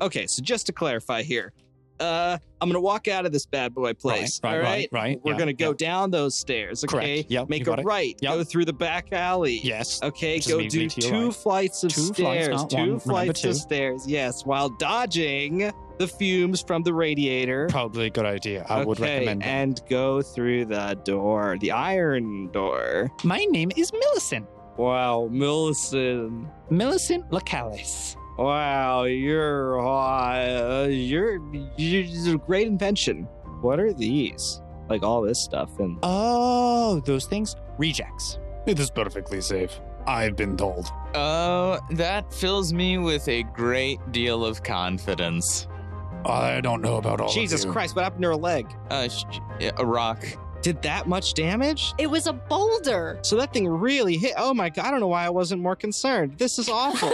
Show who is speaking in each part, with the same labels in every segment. Speaker 1: Okay, so just to clarify here, uh, I'm gonna walk out of this bad boy place.
Speaker 2: Right,
Speaker 1: all
Speaker 2: right,
Speaker 1: right,
Speaker 2: right, right,
Speaker 1: We're
Speaker 2: yeah,
Speaker 1: gonna go
Speaker 2: yeah.
Speaker 1: down those stairs.
Speaker 2: Correct,
Speaker 1: Okay,
Speaker 2: yep, you
Speaker 1: make
Speaker 2: got
Speaker 1: a
Speaker 2: it,
Speaker 1: right,
Speaker 2: yep.
Speaker 1: go through the back alley.
Speaker 2: Yes.
Speaker 1: Okay,
Speaker 2: Which is
Speaker 1: go
Speaker 2: immediately
Speaker 1: do
Speaker 2: to your
Speaker 1: two
Speaker 2: right.
Speaker 1: flights of
Speaker 2: Two flights,
Speaker 1: stairs,
Speaker 2: not one.
Speaker 1: two
Speaker 2: Remember
Speaker 1: flights
Speaker 2: two.
Speaker 1: of stairs. Yes, while dodging the fumes from the radiator.
Speaker 2: Probably a good idea. I would
Speaker 1: Okay,
Speaker 2: recommend it.
Speaker 1: And go through the door, the iron door.
Speaker 2: My name is Millicent.
Speaker 1: Wow, Millicent.
Speaker 2: Millicent Lacalis.
Speaker 1: Wow, you're uh, you're you're a great invention. What are these? Like all this stuff and
Speaker 2: Oh, those things? Rejects.
Speaker 3: It is perfectly safe. I've been told.
Speaker 4: Oh, that fills me with a great deal of confidence.
Speaker 3: I don't know about all of
Speaker 1: Jesus
Speaker 3: you.
Speaker 1: Christ, what happened to her leg?
Speaker 4: Uh, sh- a rock.
Speaker 1: Did that much damage?
Speaker 5: It was a boulder.
Speaker 1: So that thing really hit. Oh my god, I don't know why I wasn't more concerned. This is awful.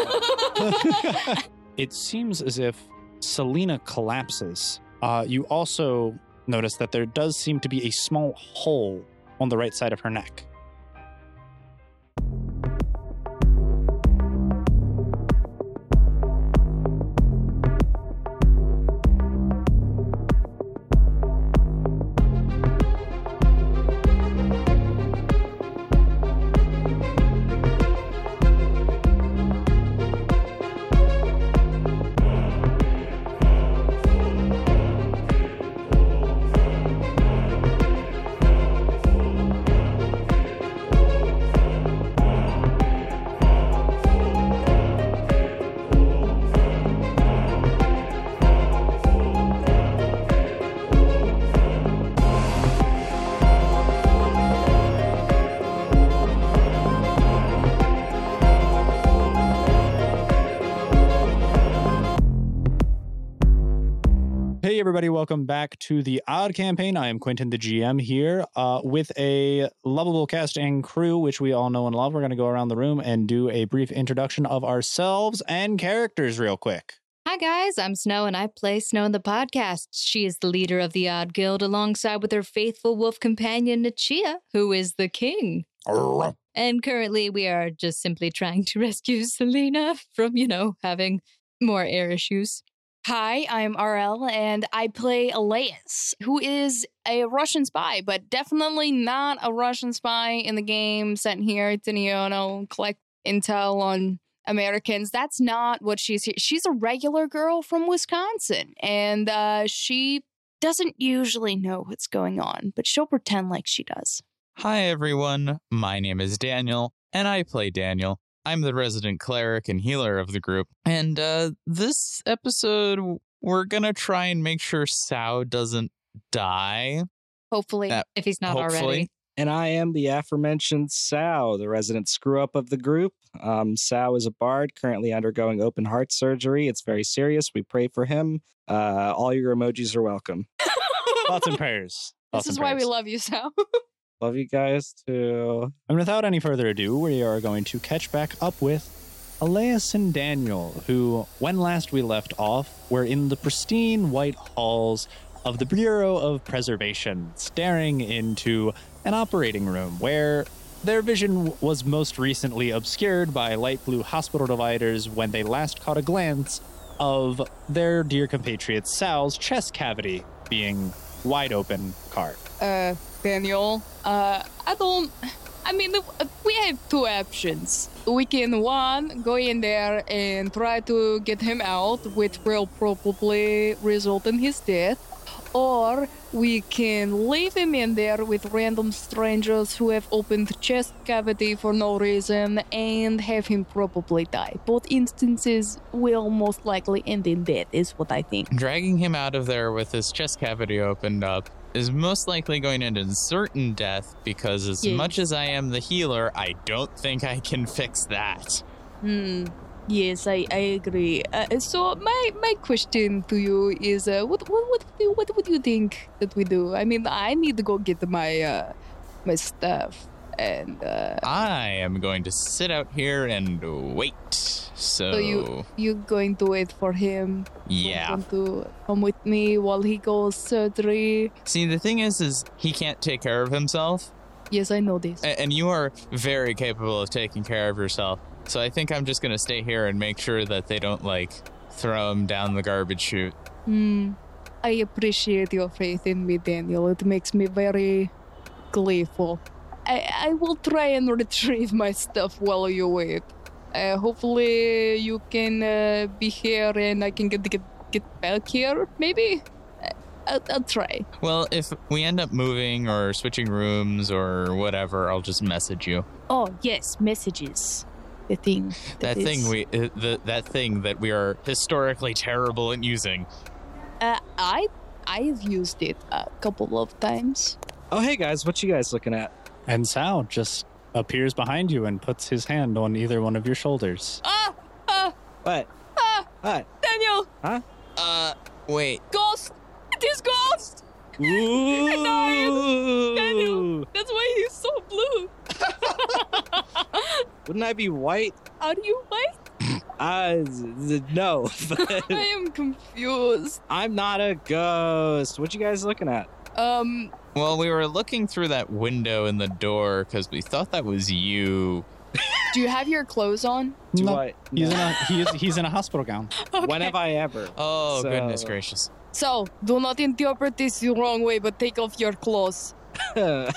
Speaker 2: It seems as if Selena collapses. Uh, you also notice that there does seem to be a small hole on the right side of her neck. Hey, everybody, welcome back to the Odd Campaign. I am Quentin, the GM, here uh, with a lovable cast and crew, which we all know and love. We're going to go around the room and do a brief introduction of ourselves and characters, real quick.
Speaker 5: Hi, guys. I'm Snow, and I play Snow in the podcast. She is the leader of the Odd Guild alongside with her faithful wolf companion, Nichia, who is the king.
Speaker 3: Arrgh.
Speaker 5: And currently, we are just simply trying to rescue Selena from, you know, having more air issues.
Speaker 6: Hi, I'm RL, and I play Elias, who is a Russian spy, but definitely not a Russian spy in the game sent here to Neono, collect intel on Americans. That's not what she's here. She's a regular girl from Wisconsin, and uh, she doesn't usually know what's going on, but she'll pretend like she does.
Speaker 4: Hi, everyone. My name is Daniel, and I play Daniel. I'm the resident cleric and healer of the group. And uh, this episode, we're going to try and make sure Sao doesn't die.
Speaker 6: Hopefully.
Speaker 4: That-
Speaker 5: If he's not
Speaker 4: Hopefully.
Speaker 5: already.
Speaker 1: And I am the aforementioned Sal, the resident screw up of the group. Um, Sal is a bard currently undergoing open heart surgery. It's very serious. We pray for him. Uh, all your emojis are welcome.
Speaker 2: Thoughts and prayers.
Speaker 6: this
Speaker 2: Thoughts
Speaker 6: is
Speaker 2: and
Speaker 6: why we
Speaker 2: prayers.
Speaker 6: love you, so.
Speaker 1: Love you guys too.
Speaker 2: And without any further ado, we are going to catch back up with Elias and Daniel, who, when last we left off, were in the pristine white halls of the Bureau of Preservation, staring into an operating room where their vision was most recently obscured by light blue hospital dividers when they last caught a glance of their dear compatriot Sal's chest cavity being wide open carved.
Speaker 6: uh, Daniel, uh, I don't. I mean, uh, we have two options. We can one go in there and try to get him out, which will probably result in his death, or we can leave him in there with random strangers who have opened chest cavity for no reason and have him probably die. Both instances will most likely end in death, is what I think.
Speaker 4: Dragging him out of there with his chest cavity opened up is most likely going to end in certain death because, as
Speaker 6: Yes.
Speaker 4: much as I am the healer, I don't think I can fix that.
Speaker 6: Hmm. Yes, I, I agree. Uh, so my, my question to you is, uh, what what what do you, what would you think that we do? I mean, I need to go get my uh, my stuff, and uh,
Speaker 4: I am going to sit out here and wait. So,
Speaker 6: so you you going to wait for him?
Speaker 4: Oh. yeah.
Speaker 6: Going to come with me while he goes surgery.
Speaker 4: See, the thing is, is he can't take care of himself,
Speaker 6: Yes, I know this.
Speaker 4: a- and you are very capable of taking care of yourself. So I think I'm just gonna stay here and make sure that they don't like throw him down the garbage chute.
Speaker 6: Hmm. I appreciate your faith in me, Daniel. It makes me very gleeful. I, I will try and retrieve my stuff while you wait. Uh, hopefully, you can uh, be here and I can get get, get back here, maybe? I- I'll, I'll try.
Speaker 4: Well, if we end up moving or switching rooms or whatever, I'll just message you.
Speaker 7: Oh, yes, messages.
Speaker 6: The thing.
Speaker 4: That
Speaker 6: is-
Speaker 4: thing we uh, the, that thing that we are historically terrible at using.
Speaker 6: Uh, I, I've used it a couple of times.
Speaker 1: Oh, hey guys, what you guys looking at?
Speaker 2: And Sal just appears behind you and puts his hand on either one of your shoulders.
Speaker 4: Oh,
Speaker 6: Ah! Ah!
Speaker 1: What?
Speaker 6: Ah!
Speaker 1: What?
Speaker 6: Daniel!
Speaker 4: Uh, wait.
Speaker 6: Ghost! It is Ghost!
Speaker 1: Ooh.
Speaker 6: That's why he's so blue.
Speaker 1: Wouldn't I be white?
Speaker 6: Are you white?
Speaker 1: Uh, th- no,
Speaker 6: I
Speaker 1: but
Speaker 6: am confused.
Speaker 1: I'm not a ghost. What you guys looking at?
Speaker 6: Um,
Speaker 4: Well, we were looking through that window in the door because we thought that was you.
Speaker 6: do you have your clothes on?
Speaker 1: Do
Speaker 2: No,
Speaker 1: I?
Speaker 2: He's
Speaker 1: no.
Speaker 2: in a he is, he's in a hospital gown.
Speaker 1: When have I ever?
Speaker 4: Oh
Speaker 1: So-
Speaker 4: goodness gracious!
Speaker 6: So, do not interpret this the wrong way, but take off your clothes.
Speaker 1: Elias.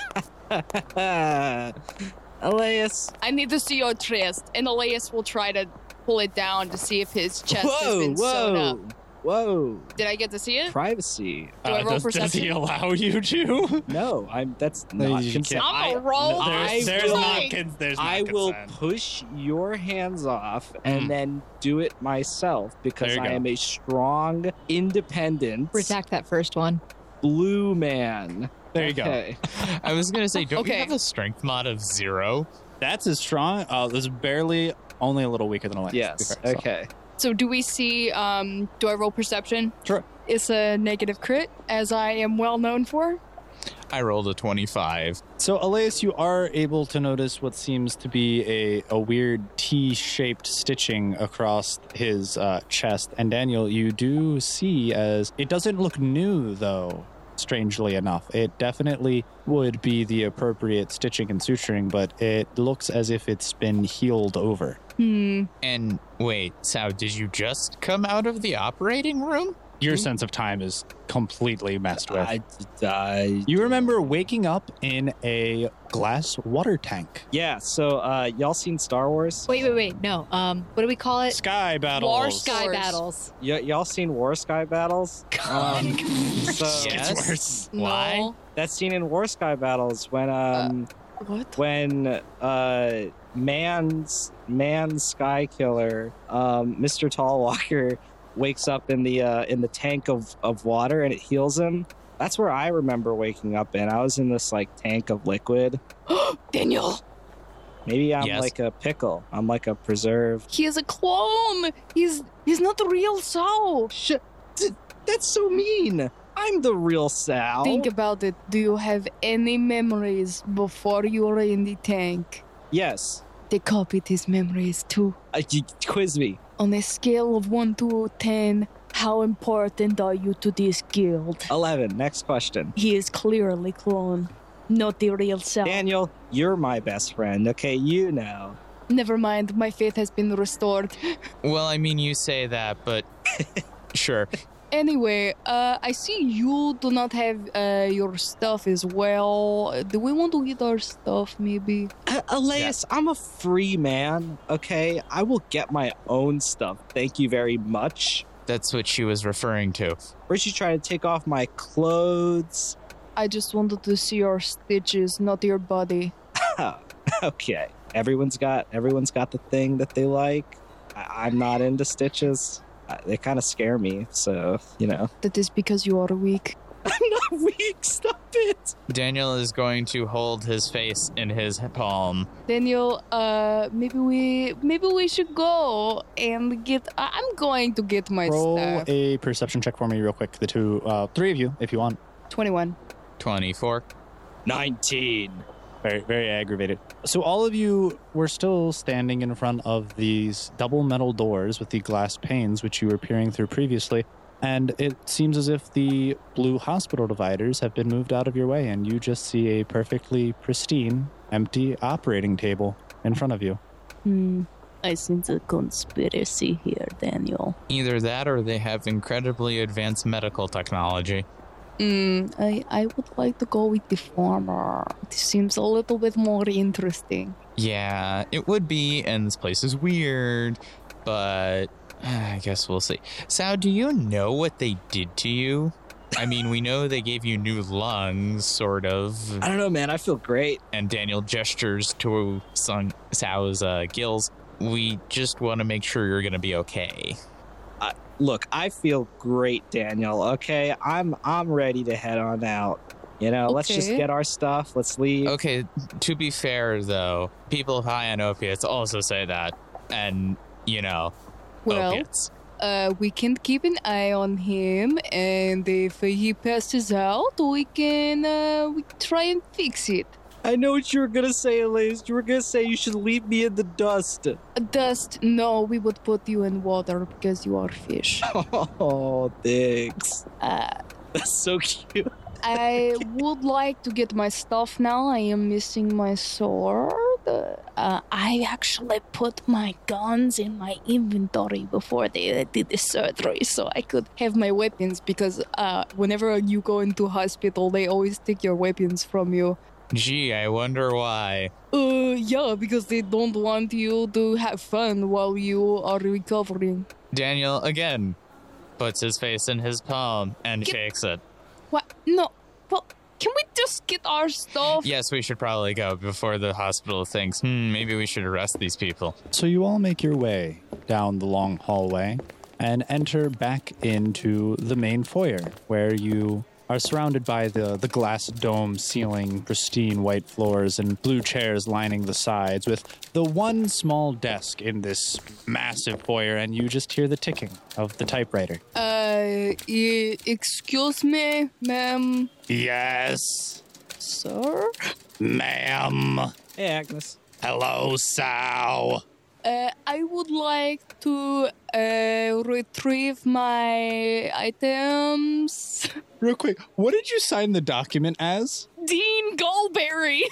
Speaker 6: I need to see your chest, and Elias will try to pull it down to see if his chest has
Speaker 1: whoa,
Speaker 6: been sewn up.
Speaker 1: whoa, whoa.
Speaker 6: Did I get to see it?
Speaker 1: Privacy.
Speaker 6: Do I roll
Speaker 2: does, does
Speaker 6: perception?
Speaker 2: he allow you to?
Speaker 1: No, I'm. That's
Speaker 2: No,
Speaker 1: not
Speaker 2: you can't.
Speaker 1: consent.
Speaker 6: I'm
Speaker 1: I-
Speaker 6: gonna roll.
Speaker 1: no,
Speaker 6: I
Speaker 1: there's- there's
Speaker 6: will-
Speaker 1: not
Speaker 3: cons- there's
Speaker 1: I will
Speaker 3: consent.
Speaker 1: push your hands off
Speaker 4: Mm.
Speaker 1: and then do it myself because
Speaker 2: Hmm. There you
Speaker 1: I
Speaker 2: go.
Speaker 1: am a strong, independent,
Speaker 5: Redact that first one.
Speaker 1: blue man.
Speaker 2: There you go.
Speaker 1: Okay.
Speaker 4: I was gonna say, don't
Speaker 6: Okay.
Speaker 4: you have a strength mod of zero?
Speaker 2: That's as strong. Uh, this is barely only a little weaker than a lance. to be
Speaker 1: Yes.
Speaker 2: fair, so.
Speaker 1: Okay.
Speaker 6: So, do we see? Um, do I roll perception?
Speaker 2: Sure.
Speaker 6: It's a negative crit, as I am well known for.
Speaker 4: I rolled a twenty-five.
Speaker 2: So, Elias, you are able to notice what seems to be a, a weird T shaped stitching across his uh, chest. And, Daniel, you do see as it doesn't look new, though, strangely enough. It definitely would be the appropriate stitching and suturing, but it looks as if it's been healed over.
Speaker 6: Hmm.
Speaker 4: And wait, Sal, did you just come out of the operating room?
Speaker 2: Your sense of time is completely messed with.
Speaker 1: I, I,
Speaker 2: you remember waking up in a glass water tank.
Speaker 1: yeah. So, uh, y'all seen Star Wars?
Speaker 5: Wait, wait, wait. No. Um, what do we call it?
Speaker 2: Sky battles.
Speaker 5: Sky
Speaker 6: Wars.
Speaker 5: battles.
Speaker 1: Y- y'all seen War Sky Battles? Um, so
Speaker 4: Yeah. Yes.
Speaker 2: It's worse.
Speaker 4: Why?
Speaker 6: No.
Speaker 1: that scene in War Sky Battles when
Speaker 5: Uh,
Speaker 1: um
Speaker 6: What?
Speaker 1: when uh man's man Sky Killer um Mr. Tallwalker wakes up in the uh in the tank of of water and it heals him. That's where I remember waking up in. I was in this like tank of liquid.
Speaker 6: Daniel.
Speaker 1: Maybe I'm
Speaker 4: Yes.
Speaker 1: like a pickle. I'm like a preserve.
Speaker 6: He is a clone. He's he's not the real Sao.
Speaker 1: Sh- d- that's so mean. I'm the real Sal.
Speaker 6: Think about it. Do you have any memories before you were in the tank?
Speaker 1: yes.
Speaker 6: They copied his memories too.
Speaker 1: Uh, you, quiz me.
Speaker 6: On a scale of one to ten,
Speaker 7: How important are you to this guild?
Speaker 1: 11. Next question.
Speaker 7: He is clearly clone, not the real self.
Speaker 1: Daniel, you're my best friend. Okay, you know.
Speaker 6: never mind. My faith has been restored.
Speaker 4: Well, I mean, you say that, but sure.
Speaker 6: Anyway, uh, I see you do not have uh, your stuff as well. Do we want to get our stuff? Maybe.
Speaker 1: Uh, Elias, I'm a free man. Okay, I will get my own stuff. Thank you very much.
Speaker 4: That's what she was referring to.
Speaker 1: Or she trying to take off my clothes.
Speaker 6: I just wanted to see your stitches, not your body.
Speaker 1: Okay, everyone's got everyone's got the thing that they like. I, I'm not into stitches. Uh, they kind of scare me. So you know,
Speaker 6: That is because you are weak.
Speaker 1: I'm not weak. Stop it.
Speaker 4: Daniel is going to hold his face in his palm.
Speaker 6: Daniel, uh, maybe we maybe we should go and get. I- I'm going to get my
Speaker 2: Roll
Speaker 1: eh.
Speaker 6: stuff.
Speaker 2: a perception check for me, real quick. The two, uh, three of you, if you want.
Speaker 6: Twenty-one.
Speaker 4: 24.
Speaker 1: Nineteen.
Speaker 2: Very, very aggravated. So all of you were still standing in front of these double metal doors with the glass panes, which you were peering through previously. And it seems as if the blue hospital dividers have been moved out of your way, and you just see a perfectly pristine, empty operating table in front of you.
Speaker 6: Hmm.
Speaker 7: mm, I sense a conspiracy here, Daniel.
Speaker 4: Either that or they have incredibly advanced medical technology.
Speaker 6: Mm, I, I would like to go with the former. It seems a little bit more interesting.
Speaker 4: Yeah, it would be, and this place is weird, but eh, I guess we'll see. Sal, do you know what they did to you? I mean, we know they gave you new lungs, sort of,
Speaker 1: I don't know, man. I feel great.
Speaker 4: and Daniel gestures to Sun Sal's uh, gills. We just want to make sure you're going to be okay.
Speaker 1: Look, I feel great, Daniel. Okay, I'm I'm ready to head on out. You know, let's just
Speaker 6: Okay.
Speaker 1: get our stuff. Let's leave.
Speaker 4: Okay, to be fair though, people high on opiates also say that, and you know,
Speaker 6: Well,
Speaker 4: opiates.
Speaker 6: uh, we can keep an eye on him, and if he passes out, we can uh, we try and fix it.
Speaker 1: I know what you were gonna say, Elise. You were gonna say you should leave me in the dust.
Speaker 6: Dust, no, we would put you in water because you are fish.
Speaker 1: Oh, thanks.
Speaker 6: Uh,
Speaker 1: That's so cute.
Speaker 6: I would like to get my stuff now. I am missing my sword.
Speaker 7: Uh, I actually put my guns in my inventory before they uh, did the surgery, so I could.
Speaker 6: Have my weapons because uh, whenever you go into hospital, they always take your weapons from you.
Speaker 4: Gee, I wonder why.
Speaker 6: Uh, yeah, because they don't want you to have fun while you are recovering.
Speaker 4: Daniel again puts his face in his palm and shakes it.
Speaker 6: What? No. Well, can we just get our stuff?
Speaker 4: Yes, we should probably go before the hospital thinks, hmm, maybe we should arrest these people.
Speaker 2: So you all make your way down the long hallway and enter back into the main foyer where you are surrounded by the, the glass dome ceiling, pristine white floors, and blue chairs lining the sides with the one small desk in this massive foyer, and you just hear the ticking of the typewriter.
Speaker 6: Uh, e- excuse me, ma'am,
Speaker 3: Yes,
Speaker 6: sir?
Speaker 3: ma'am.
Speaker 1: Hey, Agnes.
Speaker 3: Hello, Sal.
Speaker 6: Uh, I would like to uh, retrieve my items.
Speaker 2: Real quick, what did you sign the document as?
Speaker 6: Dean Goldberry.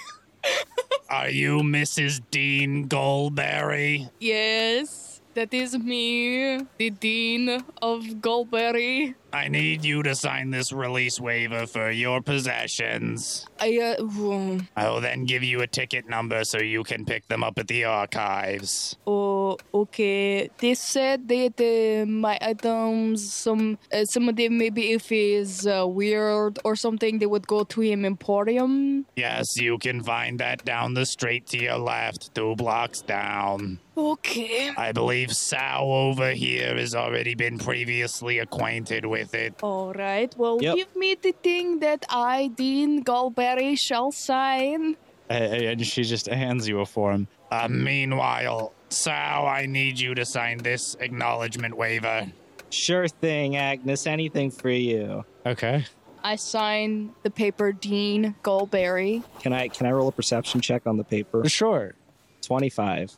Speaker 3: Are you Mrs. Dean Goldberry?
Speaker 6: yes, that is me, the Dean of Goldberry.
Speaker 3: I need you to sign this release waiver for your possessions.
Speaker 6: I uh, w-
Speaker 3: I will then give you a ticket number so you can pick them up at the archives.
Speaker 6: oh okay. They said that uh, my items, some uh, some of them maybe if it's uh, weird or something, they would go to him Emporium.
Speaker 3: Yes, you can find that down the street to your left, two blocks down.
Speaker 6: Okay.
Speaker 3: I believe Sal over here has already been previously acquainted with it.
Speaker 1: Oh.
Speaker 6: All right. Well,
Speaker 1: Yep.
Speaker 6: give me the thing that I, Dean Goldberry, shall sign.
Speaker 2: A- a- And she just hands you a form.
Speaker 3: Uh, meanwhile, Sal, I need you to sign this acknowledgement waiver.
Speaker 1: Sure thing, Agnes. Anything for you.
Speaker 2: Okay.
Speaker 6: I sign the paper, Dean Goldberry.
Speaker 1: Can I can I roll a perception check on the paper?
Speaker 2: Sure.
Speaker 1: Twenty five.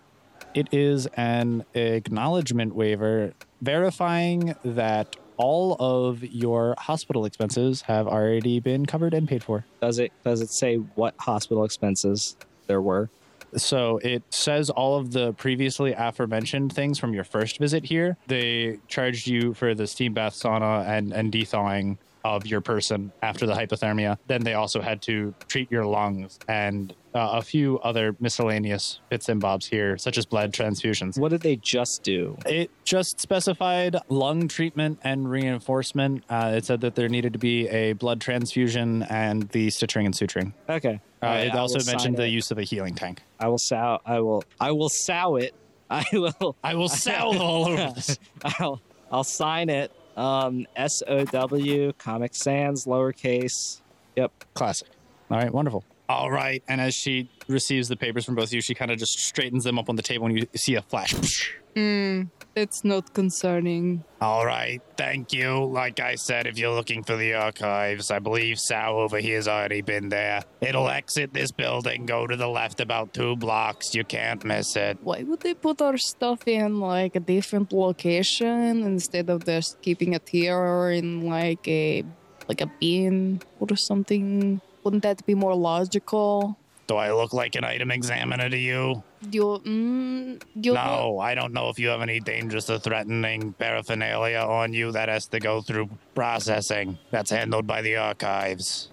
Speaker 2: It is an acknowledgement waiver verifying that all of your hospital expenses have already been covered and paid for.
Speaker 1: Does it does it say what hospital expenses there were?
Speaker 2: So it says all of the previously aforementioned things from your first visit here. They charged you for the steam bath, sauna, and, and thawing of your person after the hypothermia. Then they also had to treat your lungs and uh, a few other miscellaneous bits and bobs here, such as blood transfusions.
Speaker 1: What did they just do?
Speaker 2: It just specified lung treatment and reinforcement. Uh, it said that there needed to be a blood transfusion and the stitching and suturing.
Speaker 1: Okay.
Speaker 2: Uh,
Speaker 1: I-
Speaker 2: it
Speaker 1: I
Speaker 2: also
Speaker 1: will sign
Speaker 2: mentioned the
Speaker 1: it.
Speaker 2: use of a healing tank.
Speaker 1: I will sow. I will. I will sow it. I will.
Speaker 3: I will sell all of this.
Speaker 1: I'll. I'll sign it. Um. S O W. Comic Sans. Lowercase. Yep.
Speaker 2: Classic. All right, wonderful.
Speaker 3: All right.
Speaker 2: And as she receives the papers from both of you, she kind of just straightens them up on the table and you see a flash.
Speaker 6: Mm, that's not concerning.
Speaker 3: All right. Thank you. Like I said, if you're looking for the archives, I believe Sal over here's already been there. It'll exit this building, go to the left about two blocks. You can't miss it.
Speaker 6: Why would they put our stuff in like a different location instead of just keeping it here or in like a like a bin or something? Wouldn't that be more logical?
Speaker 3: Do I look like an item examiner to you?
Speaker 6: You, mm, you
Speaker 3: No, I don't know if you have any dangerous or threatening paraphernalia on you that has to go through processing. That's handled by the archives.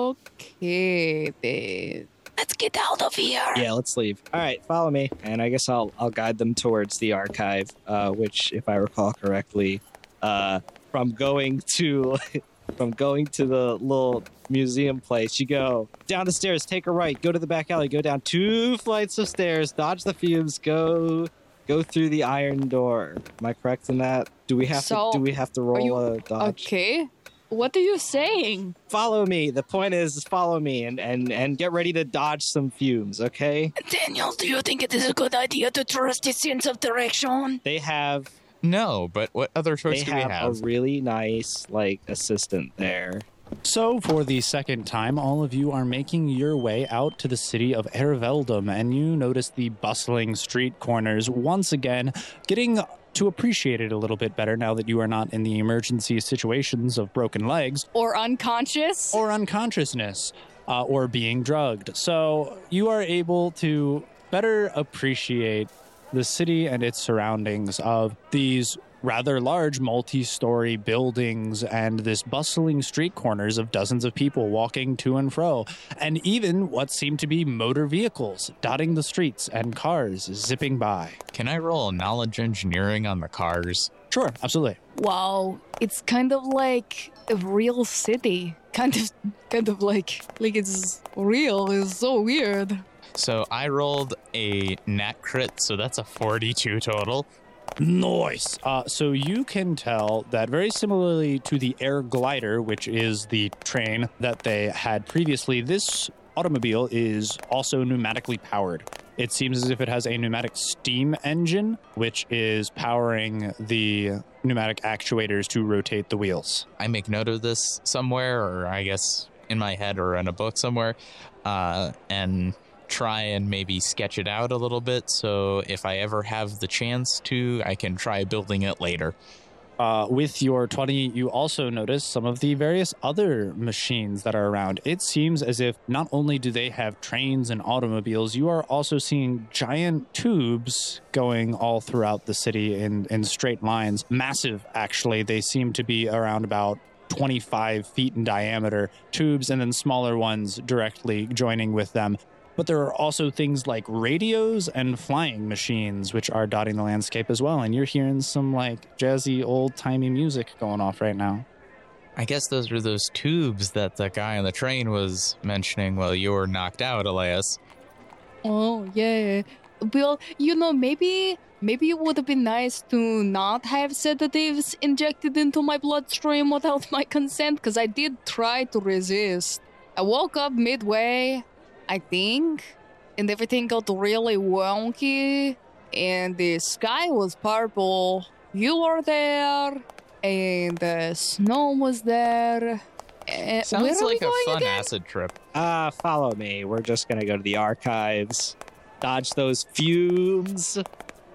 Speaker 6: Okay, then.
Speaker 7: Let's get out of here.
Speaker 1: Yeah, let's leave. All right, follow me, and I guess I'll I'll guide them towards the archive, uh, which, if I recall correctly, uh, from going to from going to the little museum place, you go down the stairs, take a right, go to the back alley, go down two flights of stairs, dodge the fumes, go go through the iron door. Am I correct in that? Do we have
Speaker 6: So,
Speaker 1: to do we have to roll
Speaker 6: you-
Speaker 1: a dodge?
Speaker 6: Okay. What are you saying?
Speaker 1: Follow me. The point is, follow me, and and and get ready to dodge some fumes. Okay?
Speaker 7: Daniel, do you think it is a good idea to trust his sense of direction?
Speaker 1: They have
Speaker 4: No, but what other choice
Speaker 1: they
Speaker 4: do we
Speaker 1: have,
Speaker 4: have?
Speaker 1: a really nice like assistant there.
Speaker 2: So, for the second time, all of you are making your way out to the city of Erveldum, and you notice the bustling street corners once again getting to appreciate it a little bit better now that you are not in the emergency situations of broken legs
Speaker 6: Or unconscious?
Speaker 2: or unconsciousness uh, or being drugged. So, you are able to better appreciate the city and its surroundings of these rather large multi-story buildings and this bustling street corners of dozens of people walking to and fro and even what seem to be motor vehicles dotting the streets and cars zipping by
Speaker 4: Can I roll knowledge engineering on the cars?
Speaker 2: sure absolutely
Speaker 6: wow, it's kind of like a real city. Kind of, kind of like, like it's real. It's so weird.
Speaker 4: So I rolled a nat crit, so that's a 42 total.
Speaker 2: Nice. Uh, so you can tell that very similarly to the air glider, which is the train that they had previously, this automobile is also pneumatically powered. It seems as if it has a pneumatic steam engine, which is powering the pneumatic actuators to rotate the wheels.
Speaker 4: I make note of this somewhere, or I guess in my head or in a book somewhere, uh, and try and maybe sketch it out a little bit. So if I ever have the chance to, I can try building it later.
Speaker 2: Uh, with your 20, you also notice some of the various other machines that are around. It seems as if not only do they have trains and automobiles, you are also seeing giant tubes going all throughout the city in, in straight lines. Massive, actually. They seem to be around about 25 feet in diameter, tubes, and then smaller ones directly joining with them. But there are also things like radios and flying machines, which are dotting the landscape as well. And you're hearing some like jazzy, old timey music going off right now.
Speaker 4: I guess those are those tubes that the guy on the train was mentioning while you were knocked out, Elias.
Speaker 6: Oh yeah. Well, you know, maybe maybe it would have been nice to not have sedatives injected into my bloodstream without my consent, because I did try to resist. I woke up midway, I think, and everything got really wonky, and the sky was purple. You were there, and the snow was there. Eh, where
Speaker 4: Sounds
Speaker 6: are we
Speaker 4: like a
Speaker 6: going
Speaker 4: fun
Speaker 6: again?
Speaker 4: acid trip.
Speaker 1: Ah, follow me. We're just gonna go to the archives, dodge those fumes.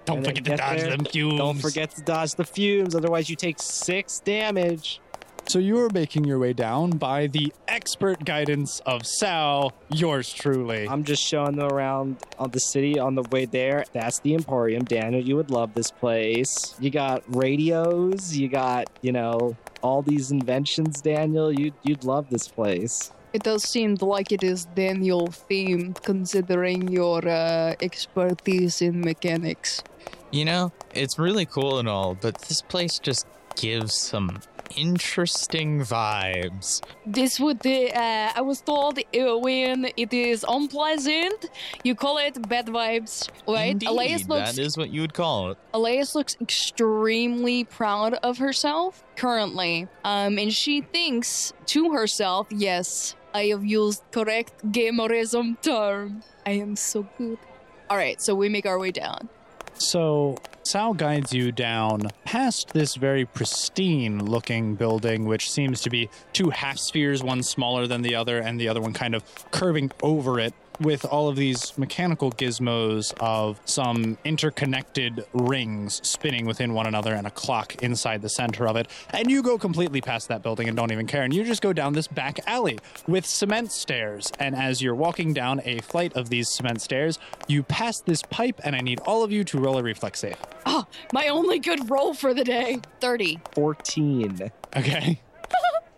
Speaker 3: Don't
Speaker 1: And then
Speaker 3: forget to
Speaker 1: get
Speaker 3: dodge
Speaker 1: there.
Speaker 3: them fumes.
Speaker 1: Don't forget to dodge the fumes, otherwise you take six damage.
Speaker 2: So you are making your way down by the expert guidance of Sal, yours truly.
Speaker 1: I'm just showing them around on the city on the way there. That's the Emporium, Daniel. You would love this place. You got radios. You got you know all these inventions, Daniel. You you'd love this place.
Speaker 6: It does seem like it is Daniel themed, considering your uh, expertise in mechanics.
Speaker 4: You know, it's really cool and all, but this place just gives some interesting vibes.
Speaker 6: This would, be, uh, I was told, uh, when it is unpleasant, you call it bad vibes, right?
Speaker 4: Indeed,
Speaker 6: Elias looks,
Speaker 4: that is what you would call it.
Speaker 6: Elias looks extremely proud of herself currently, um, and she thinks to herself, "Yes, I have used correct gamerism term. I am so good." All right, so we make our way down.
Speaker 2: So Sal guides you down past this very pristine looking building, which seems to be two half spheres, one smaller than the other, and the other one kind of curving over it. with all of these mechanical gizmos of some interconnected rings spinning within one another and a clock inside the center of it. And you go completely past that building and don't even care. And you just go down this back alley with cement stairs. And as you're walking down a flight of these cement stairs, you pass this pipe. And I need all of you to roll a reflex save.
Speaker 6: Oh, my only good roll for the day.
Speaker 5: 30.
Speaker 1: 14.
Speaker 2: Okay.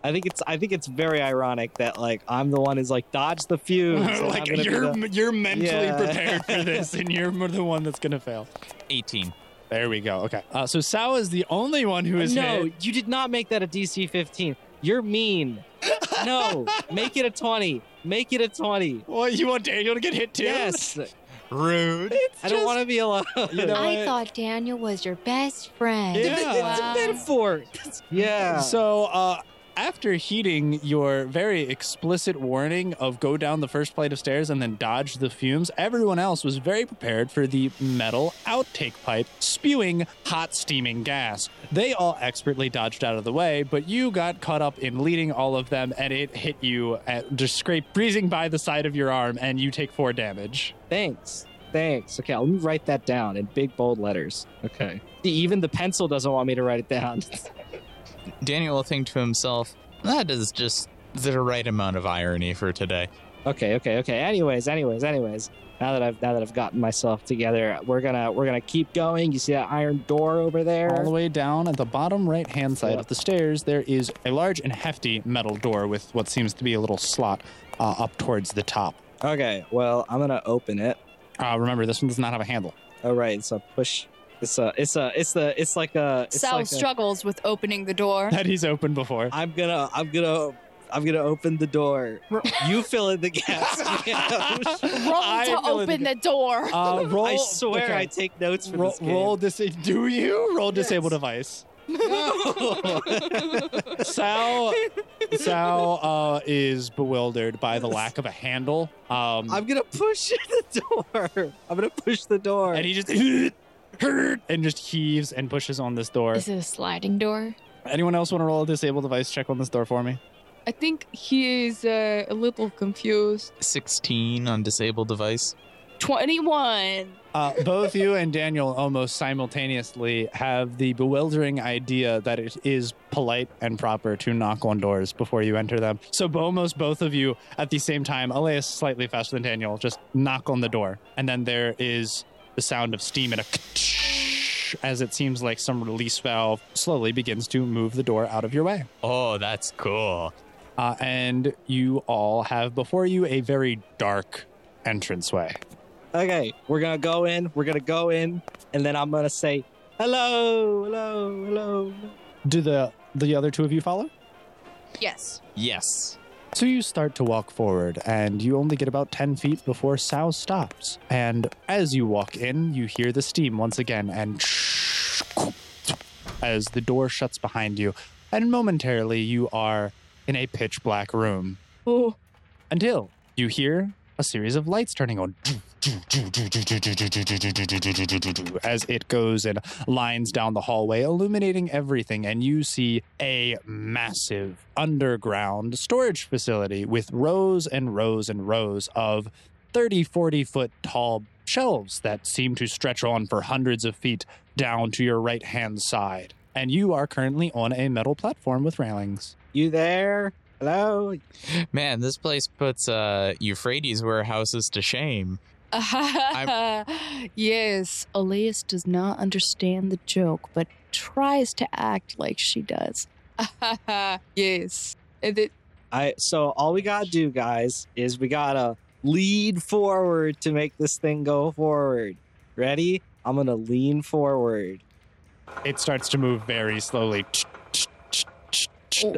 Speaker 1: I think it's I think it's very ironic that like I'm the one who's like dodge the fuse. and I'm
Speaker 2: like
Speaker 1: gonna be
Speaker 2: you're
Speaker 1: the-
Speaker 2: you're mentally
Speaker 1: Yeah.
Speaker 2: prepared for this, and you're the one that's gonna fail.
Speaker 4: 18.
Speaker 2: There we go. Okay. Uh, so Sal is the only one who is
Speaker 1: no,
Speaker 2: hit.
Speaker 1: you did not make that a DC 15. You're mean. No, make it a 20. Make it a 20.
Speaker 2: Well, you want Daniel to get hit too?
Speaker 1: Yes,
Speaker 4: Rude.
Speaker 1: I don't want to be alone.
Speaker 2: You know
Speaker 5: I
Speaker 2: what?
Speaker 5: thought Daniel was your best friend.
Speaker 2: Yeah.
Speaker 1: metaphor. Yeah.
Speaker 2: So uh, after heeding your very explicit warning of go down the first flight of stairs and then dodge the fumes, everyone else was very prepared for the metal outtake pipe spewing hot steaming gas. They all expertly dodged out of the way, but you got caught up in leading all of them, and it hit you at just scrape breezing by the side of your arm, and you take four damage.
Speaker 1: Thanks. Thanks. Okay, let me write that down in big bold letters. Okay. Even the pencil doesn't want me to write it down.
Speaker 4: Daniel will think to himself, that is just the right amount of irony for today.
Speaker 1: okay, okay, okay. Anyways, anyways, anyways. Now that I've now that I've gotten myself together, we're gonna we're gonna keep going. You see that iron door over there?
Speaker 2: All the way down at the bottom right hand side of the stairs, there is a large and hefty metal door with what seems to be a little slot uh, up towards the top.
Speaker 1: Okay. Well, I'm gonna open it.
Speaker 2: Uh, remember, this one does not have a handle.
Speaker 1: All Oh, right. So push. It's a. It's a. It's the. It's like a. It's
Speaker 6: Sal
Speaker 1: like a-
Speaker 6: struggles with opening the door.
Speaker 2: That he's opened before.
Speaker 1: I'm gonna. I'm gonna. I'm gonna open the door. You fill in the gaps.
Speaker 7: Roll
Speaker 2: I
Speaker 7: to
Speaker 2: really
Speaker 7: open the
Speaker 2: think-
Speaker 7: door.
Speaker 2: Uh, roll,
Speaker 1: I swear I take notes for
Speaker 2: roll,
Speaker 1: this game.
Speaker 2: roll dis- Do you roll disable
Speaker 6: Yes.
Speaker 2: device?
Speaker 1: No.
Speaker 2: Sal, Sal uh, is bewildered by the lack of a handle. Um,
Speaker 1: I'm gonna push the door. I'm gonna push the door.
Speaker 2: and he just and just heaves and pushes on this door.
Speaker 7: Is it a sliding door?
Speaker 2: Anyone else want to roll a disable device check on this door for me?
Speaker 6: I think he is uh, a little confused.
Speaker 4: 16 on disabled device.
Speaker 7: 21.
Speaker 2: Uh, both you and Daniel almost simultaneously have the bewildering idea that it is polite and proper to knock on doors before you enter them. So, bo- almost both of you at the same time, Elias slightly faster than Daniel, just knock on the door. And then there is the sound of steam and a as it seems like some release valve slowly begins to move the door out of your way.
Speaker 4: Oh, that's cool.
Speaker 2: Uh, and you all have before you a very dark entranceway.
Speaker 1: okay, we're gonna go in. We're gonna go in, and then I'm gonna say hello, hello, hello.
Speaker 2: Do the the other two of you follow?
Speaker 6: Yes.
Speaker 4: Yes.
Speaker 2: So you start to walk forward, and you only get about 10 feet before Sow stops. And as you walk in, you hear the steam once again, and as the door shuts behind you, and momentarily you are in a pitch black room
Speaker 6: Oh,
Speaker 2: until you hear a series of lights turning on as it goes and lines down the hallway, illuminating everything. And you see a massive underground storage facility with rows and rows and rows of 30, 40 foot tall shelves that seem to stretch on for hundreds of feet down to your right hand side. And you are currently on a metal platform with railings.
Speaker 1: You there? Hello.
Speaker 4: Man, this place puts uh, Euphrates warehouses to shame.
Speaker 6: yes.
Speaker 7: Elias does not understand the joke, but tries to act like she does.
Speaker 6: yes. And it,
Speaker 1: I. So all we gotta do, guys, is we gotta lead forward to make this thing go forward. Ready? I'm gonna lean forward.
Speaker 2: it starts to move very slowly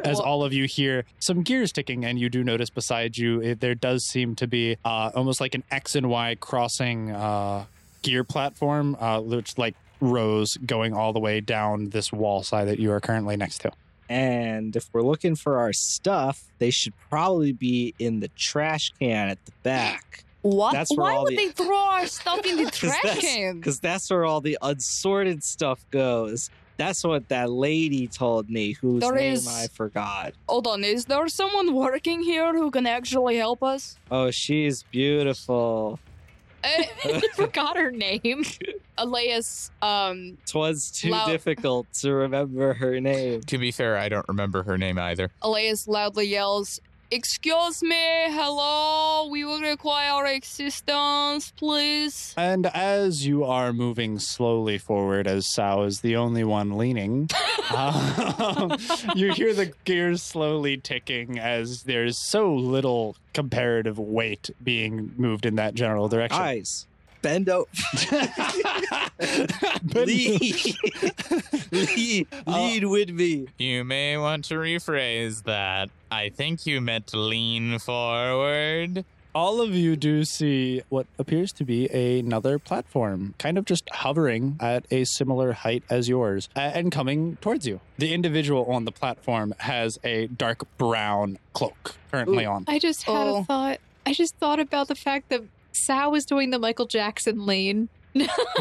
Speaker 2: as all of you hear some gears ticking and you do notice beside you it, there does seem to be uh, almost like an x and y crossing uh, gear platform uh, which like rows going all the way down this wall side that you are currently next to
Speaker 1: And if we're looking for our stuff, they should probably be in the trash can at the back.
Speaker 7: What?
Speaker 1: That's where
Speaker 6: why
Speaker 1: all
Speaker 6: would
Speaker 1: the
Speaker 6: they throw our stuff in the trash
Speaker 1: that's-
Speaker 6: can?
Speaker 1: because that's where all the unsorted stuff goes. That's what that lady told me, whose
Speaker 6: There
Speaker 1: name
Speaker 6: is-
Speaker 1: I forgot.
Speaker 6: Hold on, is there someone working here who can actually help us?
Speaker 1: Oh, she's beautiful.
Speaker 6: Eh,
Speaker 5: you forgot her name.
Speaker 6: Elias, um,
Speaker 1: Twas too
Speaker 6: Lou-
Speaker 1: difficult to remember her name.
Speaker 4: To be fair, I don't remember her name either.
Speaker 6: Elias loudly yells, Excuse me, hello, we will require assistance, please.
Speaker 2: And as you are moving slowly forward, as Sao is the only one leaning, um, you hear the gears slowly ticking as there's so little comparative weight being moved in that general direction.
Speaker 1: Guys, bend over.
Speaker 2: But-
Speaker 1: Lead. lead.
Speaker 2: Uh,
Speaker 1: Lead with me.
Speaker 4: Uh, You may want to rephrase that. I think you meant to lean forward.
Speaker 2: all of you do see what appears to be another platform, kind of just hovering at a similar height as yours a- and coming towards you. The individual on the platform has a dark brown cloak currently
Speaker 1: Ooh.
Speaker 2: on.
Speaker 8: I just had
Speaker 6: Oh.
Speaker 8: a thought. I just thought about the fact that Sal was doing the Michael Jackson lane.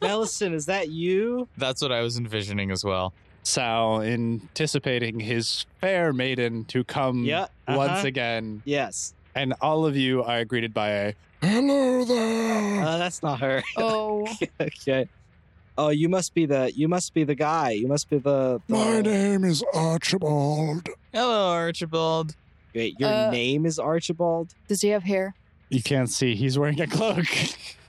Speaker 1: Mellison, is that you?
Speaker 4: That's what I was envisioning as well.
Speaker 2: Sal, anticipating his fair maiden to come
Speaker 1: Yeah. uh-huh.
Speaker 2: once again,
Speaker 1: Yes.
Speaker 2: and all of you are greeted by a hello there.
Speaker 1: Uh, that's not her.
Speaker 6: Oh,
Speaker 1: okay. Oh, you must be the you must be the guy. You must be the, the
Speaker 2: name is Archibald.
Speaker 4: Hello, Archibald.
Speaker 1: Wait, your
Speaker 6: Uh,
Speaker 1: name is Archibald?
Speaker 6: does he have hair?
Speaker 2: You can't see; he's wearing a cloak.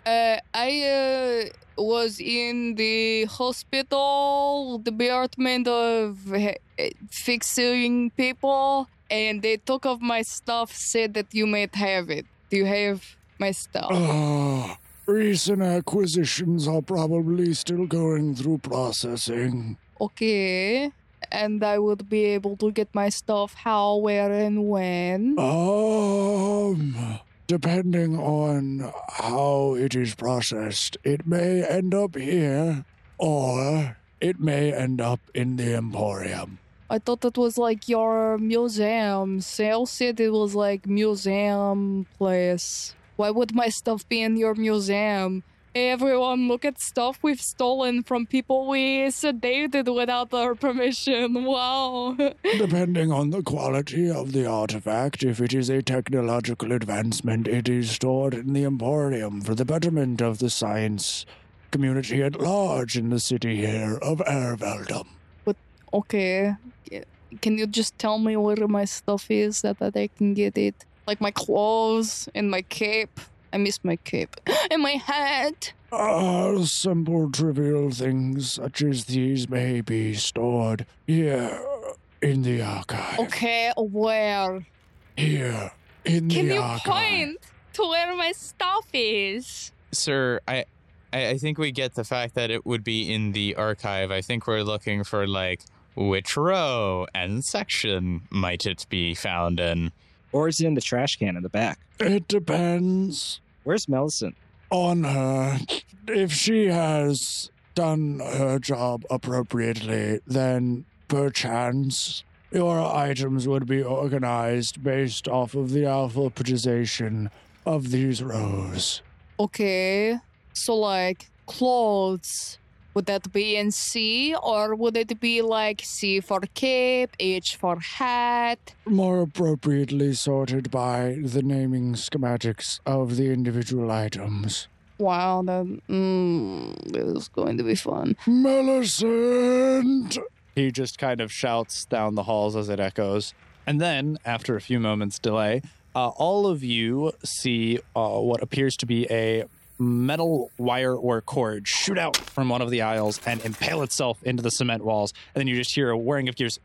Speaker 6: Uh, I uh, was in the hospital department of he- eh, fixing people, and they took off my stuff, said that you might have it. Do you have my stuff?
Speaker 9: Ah, recent acquisitions are probably still going through processing.
Speaker 6: Okay. And I would be able to get my stuff how, where, and when.
Speaker 9: Oh. Um, depending on how it is processed, it may end up here or it may end up in the Emporium.
Speaker 6: I thought that was like your museum. Sale said it was like museum place. Why would my stuff be in your museum? Everyone, look at stuff we've stolen from people we sedated without their permission. Wow.
Speaker 9: Depending on the quality of the artifact, if it is a technological advancement, it is stored in the Emporium for the betterment of the science community at large in the city here of Erveldom.
Speaker 6: okay. c- Can you just tell me where my stuff is so that I can get it? Like my clothes and my cape. I miss my cape. and my hat.
Speaker 9: Ah, simple trivial things such as these may be stored here in the archive.
Speaker 6: Okay, where?
Speaker 9: Here in
Speaker 6: Can
Speaker 9: the
Speaker 6: you
Speaker 9: archive.
Speaker 6: point to where my stuff is?
Speaker 4: Sir, I, I I think we get the fact that it would be in the archive. I think we're looking for like which row and section might it be found in.
Speaker 1: Or is it in the trash can in the back?
Speaker 9: It depends
Speaker 1: Where's Mellison?
Speaker 9: on her. If she has done her job appropriately, then perchance your items would be organized based off of the alphabetization of these rows.
Speaker 6: Okay. So like clothes. Would that be in C or would it be like C for cape, H for hat?
Speaker 9: more appropriately sorted by the naming schematics of the individual items.
Speaker 6: Wow, that mm, this is going to be fun.
Speaker 9: Millicent!
Speaker 2: He just kind of shouts down the halls as it echoes. And then, after a few moments' delay, uh, all of you see uh, what appears to be a metal wire or cord shoot out from one of the aisles and impale itself into the cement walls. And then you just hear a whirring of gears.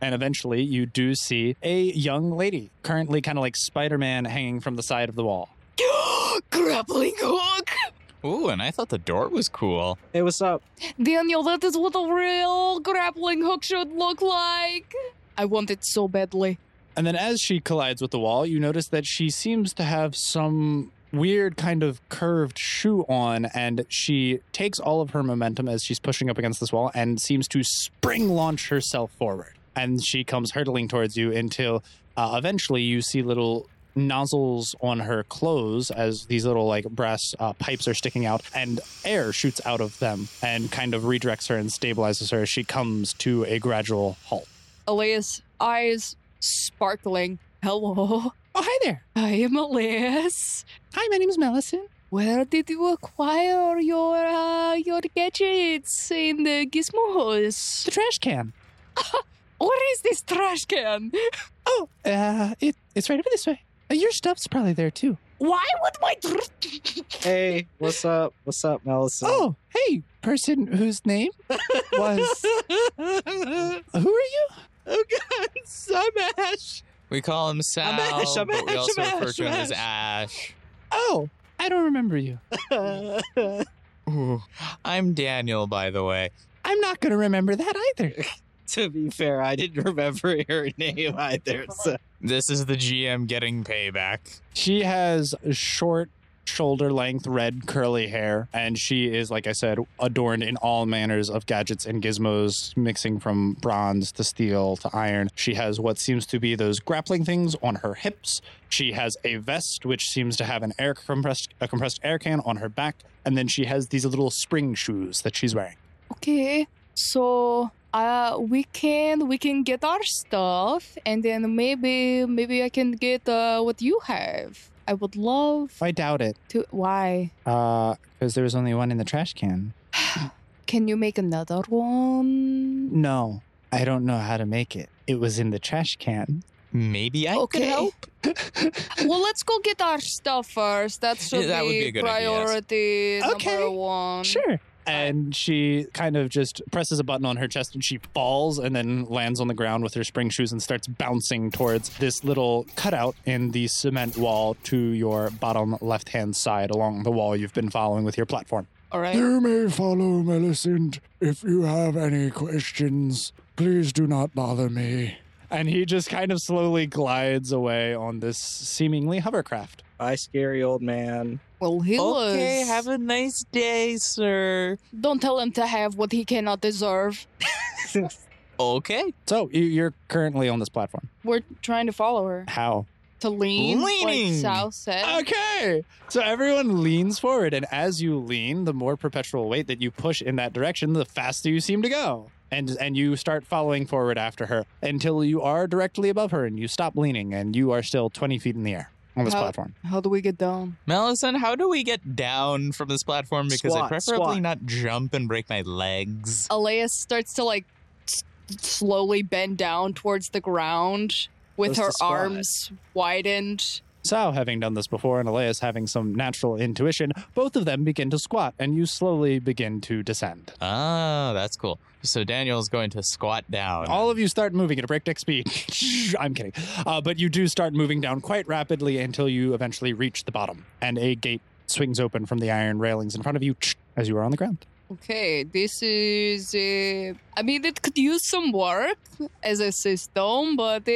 Speaker 2: And eventually, you do see a young lady, currently kind of like Spider Man, hanging from the side of the wall.
Speaker 6: Grappling hook!
Speaker 4: Ooh, and I thought the door was cool.
Speaker 1: Hey, what's up?
Speaker 6: Daniel, that is what a real grappling hook should look like. I want it so badly.
Speaker 2: And then as she collides with the wall, you notice that she seems to have some weird kind of curved shoe on and she takes all of her momentum as she's pushing up against this wall and seems to spring launch herself forward. And she comes hurtling towards you until uh, eventually you see little nozzles on her clothes as these little like brass uh, pipes are sticking out and air shoots out of them and kind of redirects her and stabilizes her as she comes to a gradual halt.
Speaker 6: Elias, eyes sparkling. Hello,
Speaker 2: Oh, hi there.
Speaker 6: I am Elias.
Speaker 2: Hi, my name is Melison.
Speaker 6: Where did you acquire your uh, your gadgets in the gizmo house?
Speaker 2: It's a trash can.
Speaker 6: What is this trash can?
Speaker 2: Oh, uh, it, it's right over this way. Uh, your stuff's probably there too.
Speaker 6: Why would my tr-
Speaker 1: Hey, what's up? What's up, Melissa?
Speaker 2: Oh, hey, person whose name was.
Speaker 4: oh
Speaker 2: Who are you?
Speaker 4: god, I'm Ash. We call him Sal,
Speaker 2: I'm Ash, I'm
Speaker 4: but we
Speaker 2: Ash,
Speaker 4: also
Speaker 2: I'm
Speaker 4: refer
Speaker 2: Ash,
Speaker 4: to him
Speaker 2: I'm
Speaker 4: as Ash.
Speaker 2: Oh, I don't remember you.
Speaker 4: Ooh. I'm Daniel, by the way.
Speaker 2: I'm not going to remember that either.
Speaker 1: to be fair, I didn't remember her name either. So.
Speaker 4: This is the GM getting payback.
Speaker 2: She has short, shoulder length red curly hair, and she is, like I said, adorned in all manners of gadgets and gizmos, mixing from bronze to steel to iron. She has what seems to be those grappling things on her hips. She has a vest which seems to have an air compressed a compressed air can on her back, and then she has these little spring shoes that she's wearing.
Speaker 6: Okay, so uh, we can we can get our stuff, and then maybe maybe I can get uh, what you have. I would love
Speaker 2: I doubt it,
Speaker 6: to. Why?
Speaker 2: because there was only one in the trash can.
Speaker 6: Can you make another one?
Speaker 2: No, I don't know how to make it. It was in the trash can.
Speaker 4: Maybe I
Speaker 6: Okay.
Speaker 4: could help.
Speaker 6: Well, let's go get our stuff first. That should
Speaker 4: that would
Speaker 6: be,
Speaker 4: be a good idea, yes.
Speaker 6: priority
Speaker 2: Okay,
Speaker 6: number one.
Speaker 2: Sure. And she kind of just presses a button on her chest and she falls and then lands on the ground with her spring shoes and starts bouncing towards this little cutout in the cement wall to your bottom left hand side along the wall you've been following with your platform.
Speaker 6: All right.
Speaker 9: You may follow Millicent. If you have any questions, please do not bother me.
Speaker 2: And he just kind of slowly glides away on this seemingly hovercraft.
Speaker 1: Bye, scary old man.
Speaker 6: Well, he
Speaker 4: Okay,
Speaker 6: was.
Speaker 4: have a nice day, sir.
Speaker 6: Don't tell him to have what he cannot deserve.
Speaker 4: Okay.
Speaker 2: So you- you're currently on this platform.
Speaker 6: We're trying to follow her
Speaker 2: How?
Speaker 6: to lean.
Speaker 4: Leaning.
Speaker 6: Like Sal said.
Speaker 2: Okay. So everyone leans forward, and as you lean, the more perpetual weight that you push in that direction, the faster you seem to go. And and you start following forward after her until you are directly above her and you stop leaning and you are still twenty feet in the air on this
Speaker 6: How-
Speaker 2: platform.
Speaker 6: How do we get
Speaker 1: Um,
Speaker 6: down?
Speaker 4: Mellison, how do we get down from this platform? Because I
Speaker 1: Squat,
Speaker 4: preferably
Speaker 1: squat.
Speaker 4: not jump and break my legs.
Speaker 6: Elias starts to like s- slowly bend down towards the ground with
Speaker 1: Goes to
Speaker 6: her
Speaker 1: squat.
Speaker 6: arms widened.
Speaker 2: So having done this before and Elias having some natural intuition, both of them begin to squat and you slowly begin to descend.
Speaker 4: Ah, that's cool. So Daniel's going to squat down.
Speaker 2: All of you start moving at a breakneck speed. I'm kidding. Uh, but you do start moving down quite rapidly until you eventually reach the bottom. And a gate swings open from the iron railings in front of you as you are on the ground.
Speaker 6: Okay, this is. Uh, I mean, it could use some work as a system, but uh,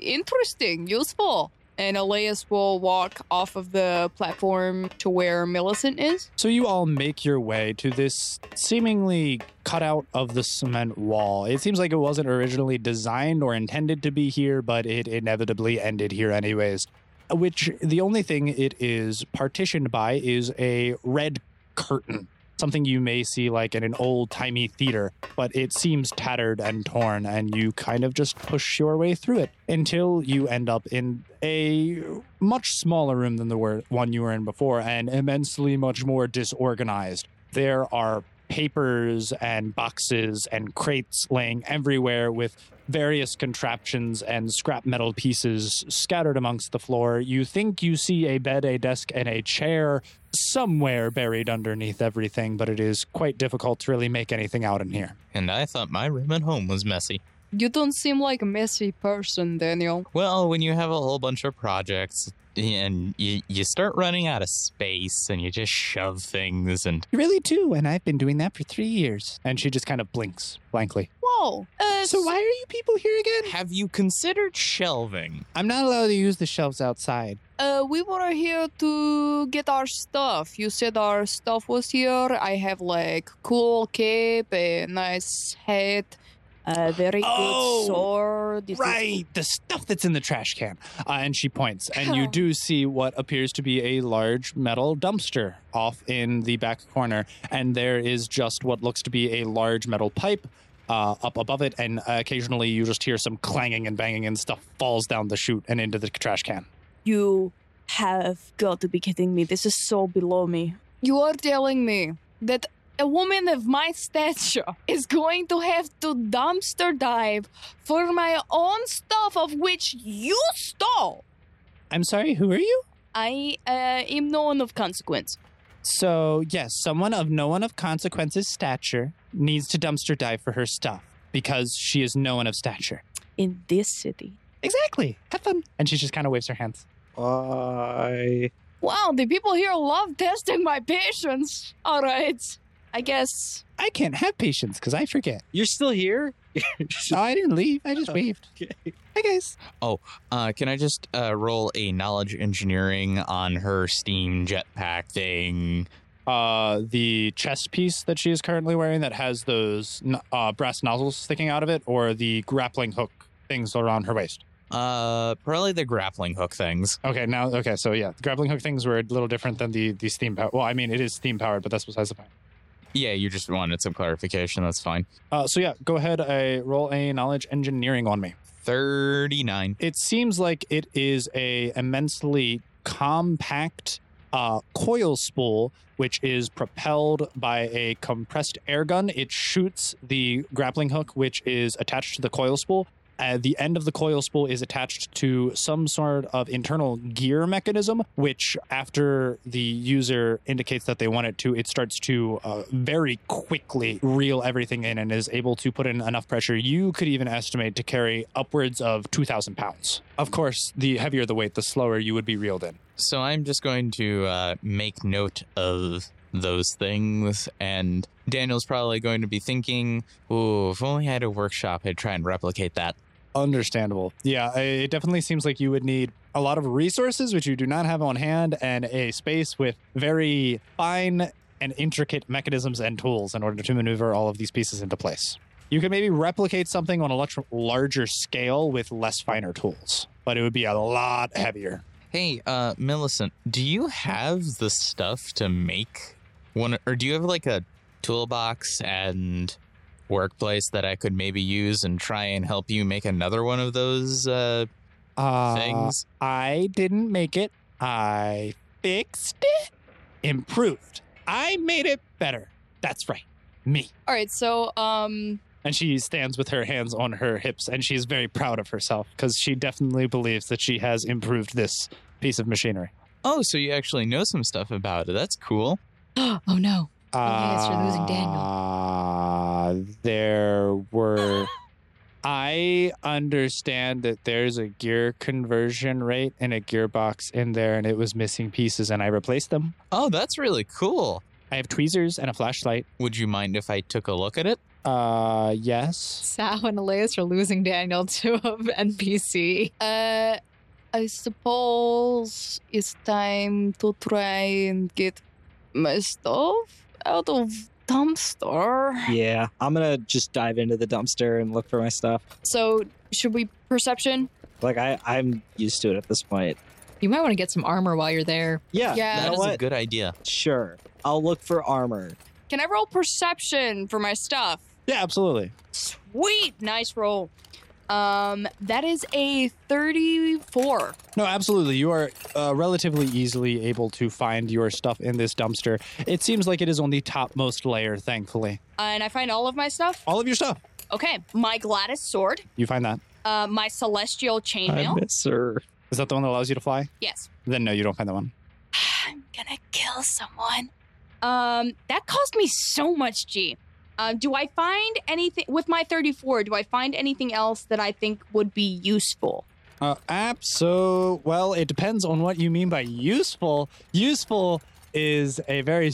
Speaker 6: interesting, useful. And Elias will walk off of the platform to where Millicent is.
Speaker 2: So you all make your way to this seemingly cutout of the cement wall. It seems like it wasn't originally designed or intended to be here, but it inevitably ended here, anyways. Which the only thing it is partitioned by is a red curtain, something you may see like in an old timey theater, but it seems tattered and torn, and you kind of just push your way through it until you end up in a much smaller room than the wor- one you were in before and immensely much more disorganized. There are papers and boxes and crates laying everywhere with various contraptions and scrap metal pieces scattered amongst the floor. You think you see a bed, a desk, and a chair somewhere buried underneath everything, but it is quite difficult to really make anything out in here.
Speaker 4: and I thought my room at home was messy.
Speaker 6: You don't seem like a messy person, Daniel.
Speaker 4: Well, when you have a whole bunch of projects and you, you start running out of space and you just shove things and
Speaker 2: You really do, and I've been doing that for three years. And she just kind of blinks blankly.
Speaker 6: Whoa. Uh,
Speaker 2: So why are you people here again?
Speaker 4: have you considered shelving?
Speaker 2: I'm not allowed to use the shelves outside.
Speaker 6: Uh, we were here to get our stuff. You said our stuff was here. I have like cool cape, a nice hat,
Speaker 7: a very
Speaker 2: Oh,
Speaker 7: good sword. This is-
Speaker 2: Right, the stuff that's in the trash can. Uh, and she points, and you do see what appears to be a large metal dumpster off in the back corner. And there is just what looks to be a large metal pipe uh, up above it. And uh, occasionally you just hear some clanging and banging, and stuff falls down the chute and into the trash can.
Speaker 7: you have got to be kidding me. This is so below me.
Speaker 6: You are telling me that a woman of my stature is going to have to dumpster dive for my own stuff of which you stole.
Speaker 2: I'm sorry, who are you?
Speaker 7: I uh, am no one of consequence.
Speaker 2: So, yes, someone of no one of consequences stature needs to dumpster dive for her stuff because she is no one of stature.
Speaker 7: In this city.
Speaker 2: Exactly. Have fun. And she just kind of waves her hands.
Speaker 1: I
Speaker 6: Wow, the people here love testing my patience. All right, I guess.
Speaker 2: I can't have patience because I forget.
Speaker 1: You're still here? Oh.
Speaker 2: No, I didn't leave. I just waved. Hi, guys.
Speaker 4: Uh, can I just uh, roll a knowledge engineering on her steam jetpack thing?
Speaker 2: Uh, the chest piece that she is currently wearing that has those n- uh, brass nozzles sticking out of it, or the grappling hook things around her waist.
Speaker 4: Uh, probably the grappling hook things.
Speaker 2: Okay, now okay, so yeah, the grappling hook things were a little different than the the steam power. Well, I mean, it is steam powered, but that's besides the point.
Speaker 4: Yeah, you just wanted some clarification. That's fine.
Speaker 2: Uh, so yeah, go ahead. I roll a knowledge engineering on me.
Speaker 4: Thirty-nine.
Speaker 2: it seems like it is a immensely compact uh, coil spool which is propelled by a compressed air gun it shoots the grappling hook which is attached to the coil spool uh, the end of the coil spool is attached to some sort of internal gear mechanism which after the user indicates that they want it to it starts to uh, very quickly reel everything in and is able to put in enough pressure you could even estimate to carry upwards of 2000 pounds of course the heavier the weight the slower you would be reeled in
Speaker 4: So I'm just going to uh, make note of those things, and Daniel's probably going to be thinking, "Ooh, if only I had a workshop, I'd try and replicate that."
Speaker 2: Understandable. Yeah, i- it definitely seems like you would need a lot of resources, which you do not have on hand, and a space with very fine and intricate mechanisms and tools in order to maneuver all of these pieces into place. You could maybe replicate something on a much larger scale with less finer tools, but it would be a lot heavier.
Speaker 4: Hey, uh, Millicent, do you have the stuff to make one, or do you have like a toolbox and workplace that I could maybe use and try and help you make another one of those uh,
Speaker 2: Uh,
Speaker 4: things?
Speaker 2: I didn't make it. I fixed it, improved. I made it better. That's right. Me.
Speaker 6: All right, so um,
Speaker 2: and she stands with her hands on her hips and she's very proud of herself because she definitely believes that she has improved this piece of machinery
Speaker 4: Oh, so you actually know some stuff about it. That's cool.
Speaker 5: oh no.
Speaker 2: uh,
Speaker 5: Okay, so you're losing Daniel.
Speaker 2: Ah, there were i understand that there's a gear conversion rate and a gearbox in there and it was missing pieces and i replaced them
Speaker 4: Oh, that's really cool.
Speaker 2: i have tweezers and a flashlight
Speaker 4: Would you mind if I took a look at it?
Speaker 2: uh yes
Speaker 8: Sal and Elias are losing Daniel to an NPC.
Speaker 6: uh, I suppose it's time to try and get my stuff out of dumpster.
Speaker 1: Yeah, I'm gonna just dive into the dumpster and look for my stuff.
Speaker 6: So should we perception?
Speaker 1: Like I, I'm used to it at this point.
Speaker 8: You might want to get some armor while you're there.
Speaker 1: Yeah,
Speaker 6: Yeah.
Speaker 1: you
Speaker 4: That
Speaker 1: know
Speaker 4: is a
Speaker 1: what?
Speaker 4: good idea.
Speaker 1: sure. I'll look for armor.
Speaker 6: Can I roll perception for my stuff?
Speaker 2: yeah absolutely
Speaker 6: Sweet, nice roll. Um, that is a thirty-four.
Speaker 2: No, absolutely. You are uh, relatively easily able to find your stuff in this dumpster. It seems like it is on the topmost layer, thankfully.
Speaker 6: and I find all of my stuff.
Speaker 2: All of your stuff.
Speaker 6: Okay, my Gladys sword,
Speaker 2: You find that.
Speaker 6: uh, my celestial
Speaker 1: I
Speaker 6: chainmail.
Speaker 1: miss her.
Speaker 2: Is that the one that allows you to fly?
Speaker 6: Yes.
Speaker 2: Then no, you don't find that one.
Speaker 7: I'm gonna kill someone.
Speaker 6: Um, that cost me so much G. Uh, do I find anything with my 34? Do I find anything else that I think would be useful?
Speaker 2: Uh, abso. Well, it depends on what you mean by useful. Useful is a very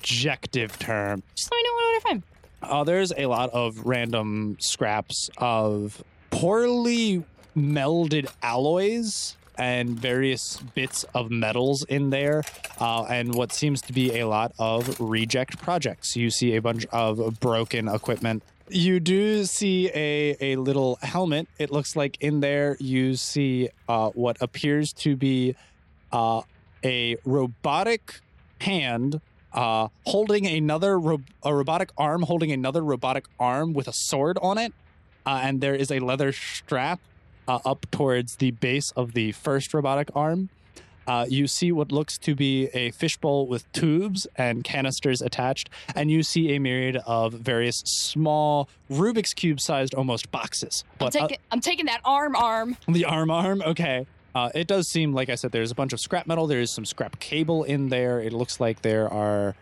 Speaker 2: subjective term.
Speaker 6: Just let me know what I find.
Speaker 2: Uh, there's a lot of random scraps of poorly melded alloys and various bits of metals in there, uh, and what seems to be a lot of reject projects. You see a bunch of broken equipment You do see a, a little helmet. It looks like in there you see uh, what appears to be uh, a robotic hand uh, holding another ro- a robotic arm holding another robotic arm with a sword on it, uh, and there is a leather strap uh, up towards the base of the first robotic arm. Uh, you see what looks to be a fishbowl with tubes and canisters attached, and you see a myriad of various small Rubik's Cube sized almost boxes.
Speaker 6: I'm,
Speaker 2: uh,
Speaker 6: taking, I'm taking that arm, arm.
Speaker 2: the arm arm, okay. Uh, it does seem, like I said, there's a bunch of scrap metal. There is some scrap cable in there. It looks like there are.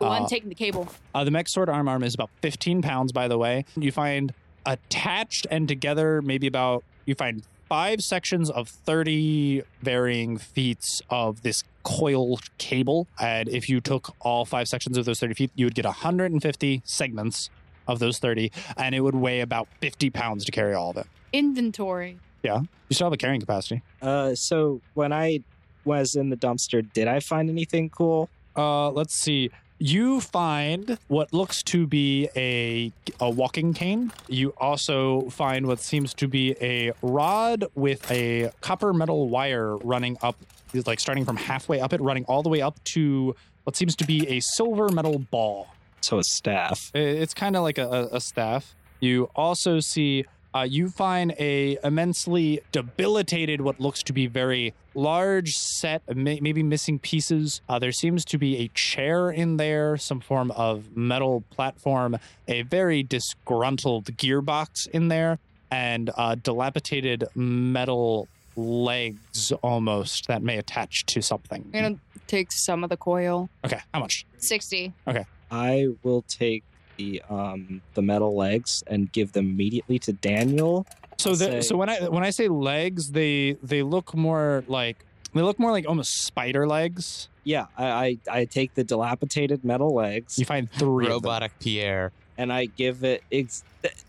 Speaker 6: Oh,
Speaker 2: uh,
Speaker 6: I'm taking the cable.
Speaker 2: uh, the mech sword arm arm is about 15 pounds, by the way. You find attached and together, maybe about, you find five sections of 30 varying feet of this coil cable. And if you took all five sections of those 30 feet, you would get 150 segments of those 30, and it would weigh about 50 pounds to carry all of it.
Speaker 8: Inventory.
Speaker 2: You still have a carrying capacity.
Speaker 1: Uh, so when I was in the dumpster, did I find anything cool?
Speaker 2: Uh, let's see. You find what looks to be a a walking cane. You also find what seems to be a rod with a copper metal wire running up, is like starting from halfway up it, running all the way up to what seems to be a silver metal ball.
Speaker 1: So a staff.
Speaker 2: I- It's kind of like a, a- a staff. You also see uh, you find a immensely debilitated what looks to be very large set may, maybe missing pieces uh, there seems to be a chair in there some form of metal platform a very disgruntled gearbox in there and uh, dilapidated metal legs almost that may attach to something
Speaker 6: I'm going to take some of the coil.
Speaker 2: okay how much
Speaker 5: 60.
Speaker 1: I will take the um the metal legs and give them immediately to Daniel.
Speaker 2: So the,
Speaker 1: say-
Speaker 2: so when I when I say legs, they they look more like they look more like almost spider legs.
Speaker 1: Yeah, I I, I take the dilapidated metal legs
Speaker 2: You find three of them.
Speaker 4: Robotic Pierre.
Speaker 1: and I give it. Ex-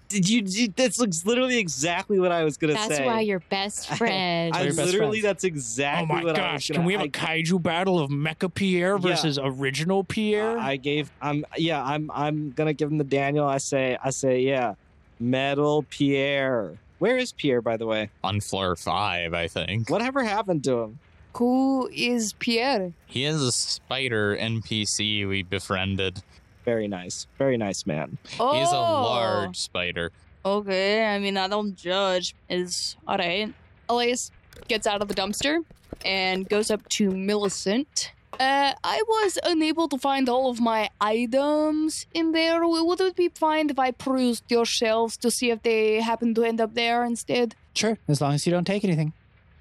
Speaker 1: did you? you- This looks literally exactly what I was gonna
Speaker 5: That's
Speaker 1: say.
Speaker 5: why you're best
Speaker 1: I-
Speaker 5: friend.
Speaker 1: I
Speaker 2: They're best
Speaker 1: literally,
Speaker 2: friends.
Speaker 1: that's exactly.
Speaker 9: oh my
Speaker 1: what I was
Speaker 9: gosh!
Speaker 1: gonna,
Speaker 9: Can we have
Speaker 1: I-
Speaker 9: a kaiju battle of Mecha Pierre
Speaker 1: Yeah.
Speaker 9: versus original Pierre?
Speaker 1: I gave I'm yeah, I'm I'm gonna give him the Daniel. I say I say, yeah. Metal Pierre. Where is Pierre, by the way?
Speaker 4: on floor five, I think.
Speaker 1: Whatever happened to him?
Speaker 6: Who is Pierre?
Speaker 4: He is a spider NPC we befriended.
Speaker 1: Very nice. Very nice man.
Speaker 6: Oh,
Speaker 4: He's a large spider.
Speaker 6: Okay, I mean, I don't judge. It's all right. Elias gets out of the dumpster and goes up to Millicent. Uh, I was unable to find all of my items in there. Would it be fine if I perused your shelves to see if they happen to end up there instead?
Speaker 2: Sure, as long as you don't take anything.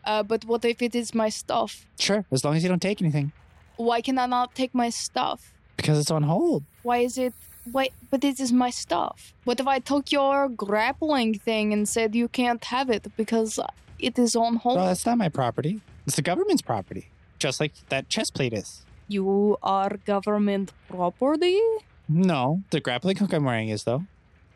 Speaker 6: Uh, but what if it is my stuff?
Speaker 2: Sure, as long as you don't take anything
Speaker 6: Why can I not take my stuff?
Speaker 2: because it's on hold.
Speaker 6: Why is it? Wait, but this is my stuff. What if I took your grappling thing and said you can't have it because it is on hold?
Speaker 2: Well, that's not my property. It's the government's property, just like that chest plate is.
Speaker 6: You are government property?
Speaker 2: No, the grappling hook I'm wearing is though.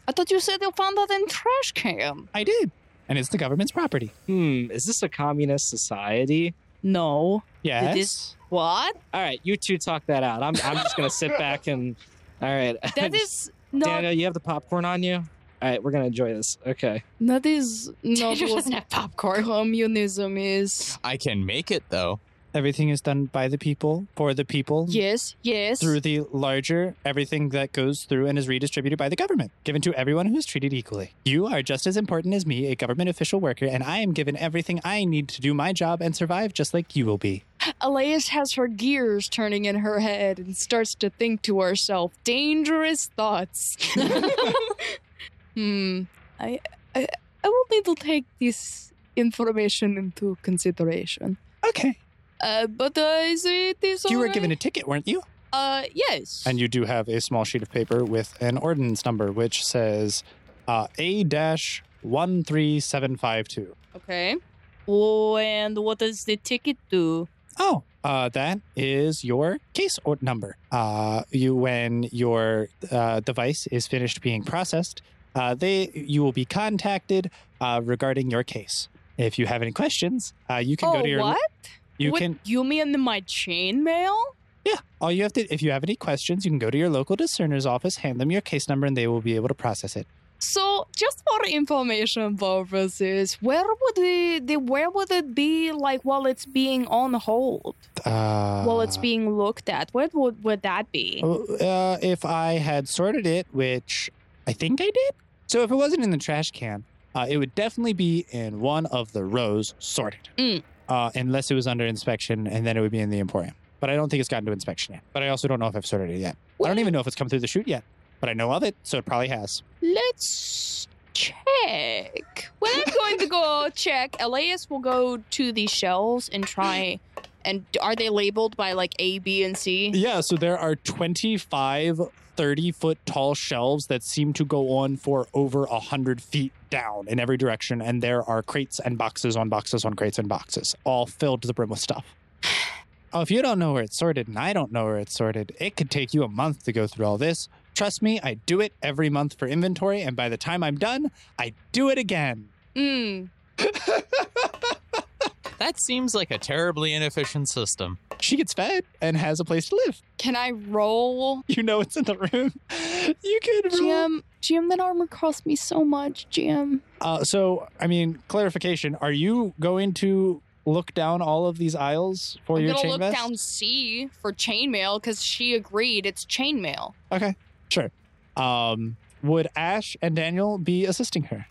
Speaker 6: I thought you said you found that in trash can.
Speaker 2: I did, and it's the government's property.
Speaker 1: Hmm, is this a communist society?
Speaker 6: No.
Speaker 2: Yes.
Speaker 6: is- What?
Speaker 1: All right, you two talk that out. I'm I'm just gonna sit back and all right.
Speaker 6: That is not.
Speaker 1: Daniel, you have the popcorn on you? All right, we're gonna enjoy this. Okay.
Speaker 6: That is not
Speaker 5: Daniel
Speaker 6: what
Speaker 5: doesn't have popcorn.
Speaker 6: communism is.
Speaker 4: I can make it though.
Speaker 2: Everything is done by the people for the people.
Speaker 6: Yes, yes.
Speaker 2: Through the larger everything that goes through and is redistributed by the government, given to everyone who is treated equally. You are just as important as me, a government official worker, and I am given everything I need to do my job and survive just like you will be.
Speaker 6: Elias has her gears turning in her head and starts to think to herself dangerous thoughts. hmm. I, I, I will need to take this information into consideration.
Speaker 2: Okay.
Speaker 6: Uh, but uh, is it is
Speaker 2: You were
Speaker 6: alright?
Speaker 2: given a ticket, weren't you?
Speaker 6: Uh, yes.
Speaker 2: And you do have a small sheet of paper with an ordinance number which says uh, A 13752.
Speaker 6: okay. Oh, and what does the ticket do?
Speaker 2: Oh, uh, that is your case or number. Uh, you when your uh, device is finished being processed, uh, they you will be contacted uh, regarding your case. If you have any questions, uh, you can
Speaker 6: oh,
Speaker 2: go to your
Speaker 6: what?
Speaker 2: you
Speaker 6: what?
Speaker 2: can
Speaker 6: You mean my chainmail?
Speaker 2: All you have to, if you have any questions, you can go to your local discerner's office, hand them your case number, and they will be able to process it.
Speaker 6: So, just for information purposes,
Speaker 7: Where would the, the where would it be like while it's being on hold?
Speaker 2: Uh,
Speaker 7: while it's being looked at? Where would would that be?
Speaker 2: Uh, if I had sorted it, which I think I did. So if it wasn't in the trash can, uh, it would definitely be in one of the rows sorted.
Speaker 6: Mm.
Speaker 2: Uh, unless it was under inspection, and then it would be in the emporium. But I don't think it's gotten to inspection yet. But I also don't know if I've sorted it yet. I don't even know if it's come through the chute yet. But I know of it, so it probably has.
Speaker 6: let's check.
Speaker 7: Well, I'm going to go check. Elias will go to the shelves and try.
Speaker 6: And are they labeled by like A, B, and C?
Speaker 2: Yeah, so there are 25 30 foot tall shelves that seem to go on for over 100 feet down in every direction. And there are crates and boxes on boxes on crates and boxes, all filled to the brim with stuff. Oh, if you don't know where it's sorted and I don't know where it's sorted, it could take you a month to go through all this. Trust me, I do it every month for inventory. And by the time I'm done, I do it again.
Speaker 6: Mm.
Speaker 4: That seems like a terribly inefficient system.
Speaker 2: She gets fed and has a place to live.
Speaker 6: Can I roll?
Speaker 2: You know it's in the room. You can roll
Speaker 7: Jim, Jim, that armor cost me so much, Jim.
Speaker 2: Uh, so, I mean, clarification: Are you going to look down all of these aisles for
Speaker 6: I'm
Speaker 2: your
Speaker 6: gonna
Speaker 2: chain
Speaker 6: look
Speaker 2: vest?
Speaker 6: down C for chainmail because she agreed it's chainmail.
Speaker 2: Um, would Ash and Daniel be assisting her?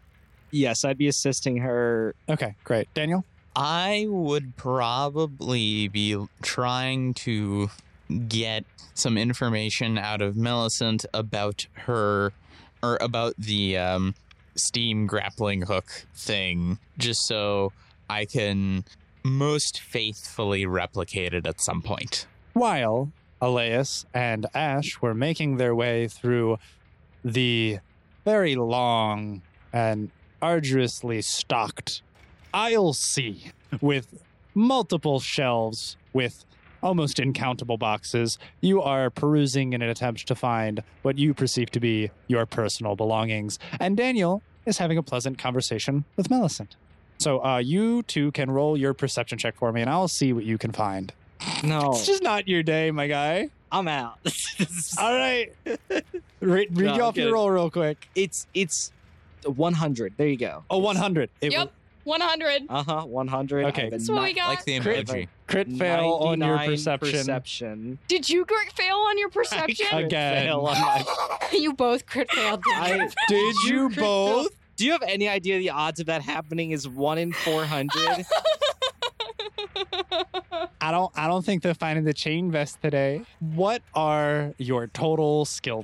Speaker 1: Yes, I'd be assisting her.
Speaker 2: Okay, great. Daniel,
Speaker 4: I would probably be trying to get some information out of Millicent about her or about the um, steam grappling hook thing, just so I can most faithfully replicate it at some point.
Speaker 2: while Elias and Ash were making their way through the very long and arduously stocked aisle C with multiple shelves with almost incountable boxes, you are perusing in an attempt to find what you perceive to be your personal belongings. And Daniel is having a pleasant conversation with Millicent. So uh, you two can roll your perception check for me, and I'll see what you can find.
Speaker 1: No,
Speaker 2: It's just not your day, my guy.
Speaker 1: I'm out.
Speaker 2: All right. Read, read
Speaker 1: No,
Speaker 2: you
Speaker 1: I'm
Speaker 2: off your
Speaker 1: kidding.
Speaker 2: roll real quick.
Speaker 1: it's it's 100. There you go.
Speaker 2: Oh, 100. It
Speaker 6: Yep. 100.
Speaker 1: Uh huh. 100.
Speaker 2: Okay.
Speaker 1: I've been
Speaker 6: That's what we
Speaker 1: knocked-
Speaker 6: got.
Speaker 4: Like the
Speaker 2: Crit-
Speaker 4: emoji.
Speaker 2: was crit fail on your
Speaker 1: 99
Speaker 2: perception.
Speaker 1: perception.
Speaker 6: Did you crit fail on your perception?
Speaker 2: Again.
Speaker 1: Fail on my-
Speaker 8: you both crit failed.
Speaker 1: I-
Speaker 2: Did you
Speaker 1: crit fail?
Speaker 2: both?
Speaker 1: Do you have any idea the odds of that happening is one in 400?
Speaker 2: I don't I don't think they're finding the chain vest today. What are your total skill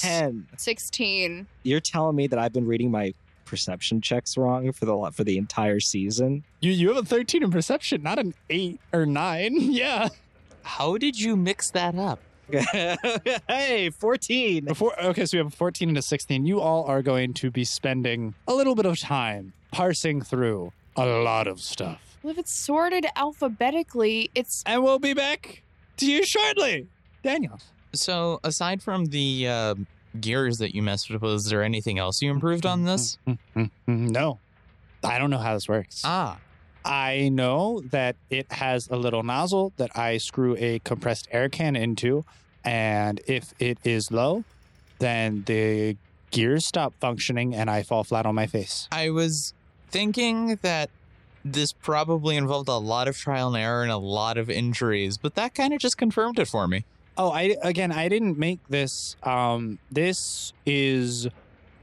Speaker 1: 10.
Speaker 6: 16.
Speaker 1: You're telling me that I've been reading my perception checks wrong for the for the entire season?
Speaker 2: You you have a 13 in perception, not an 8 or 9. Yeah.
Speaker 4: How did you mix that up?
Speaker 1: hey, 14.
Speaker 2: Before okay, so we have a 14 and a 16. You all are going to be spending a little bit of time parsing through a lot of stuff.
Speaker 6: Well, if it's sorted alphabetically, it's
Speaker 2: And we'll be back to you shortly. Daniel.
Speaker 4: So, aside from the uh, gears that you messed with, was there anything else you improved on this?
Speaker 2: No. I don't know how this works.
Speaker 4: Ah,
Speaker 2: I know that it has a little nozzle that I screw a compressed air can into, and if it is low, then the gears stop functioning and I fall flat on my face.
Speaker 4: I was thinking that this probably involved a lot of trial and error and a lot of injuries, but that kind of just confirmed it for me.
Speaker 2: Oh, I again, I didn't make this. Um, this is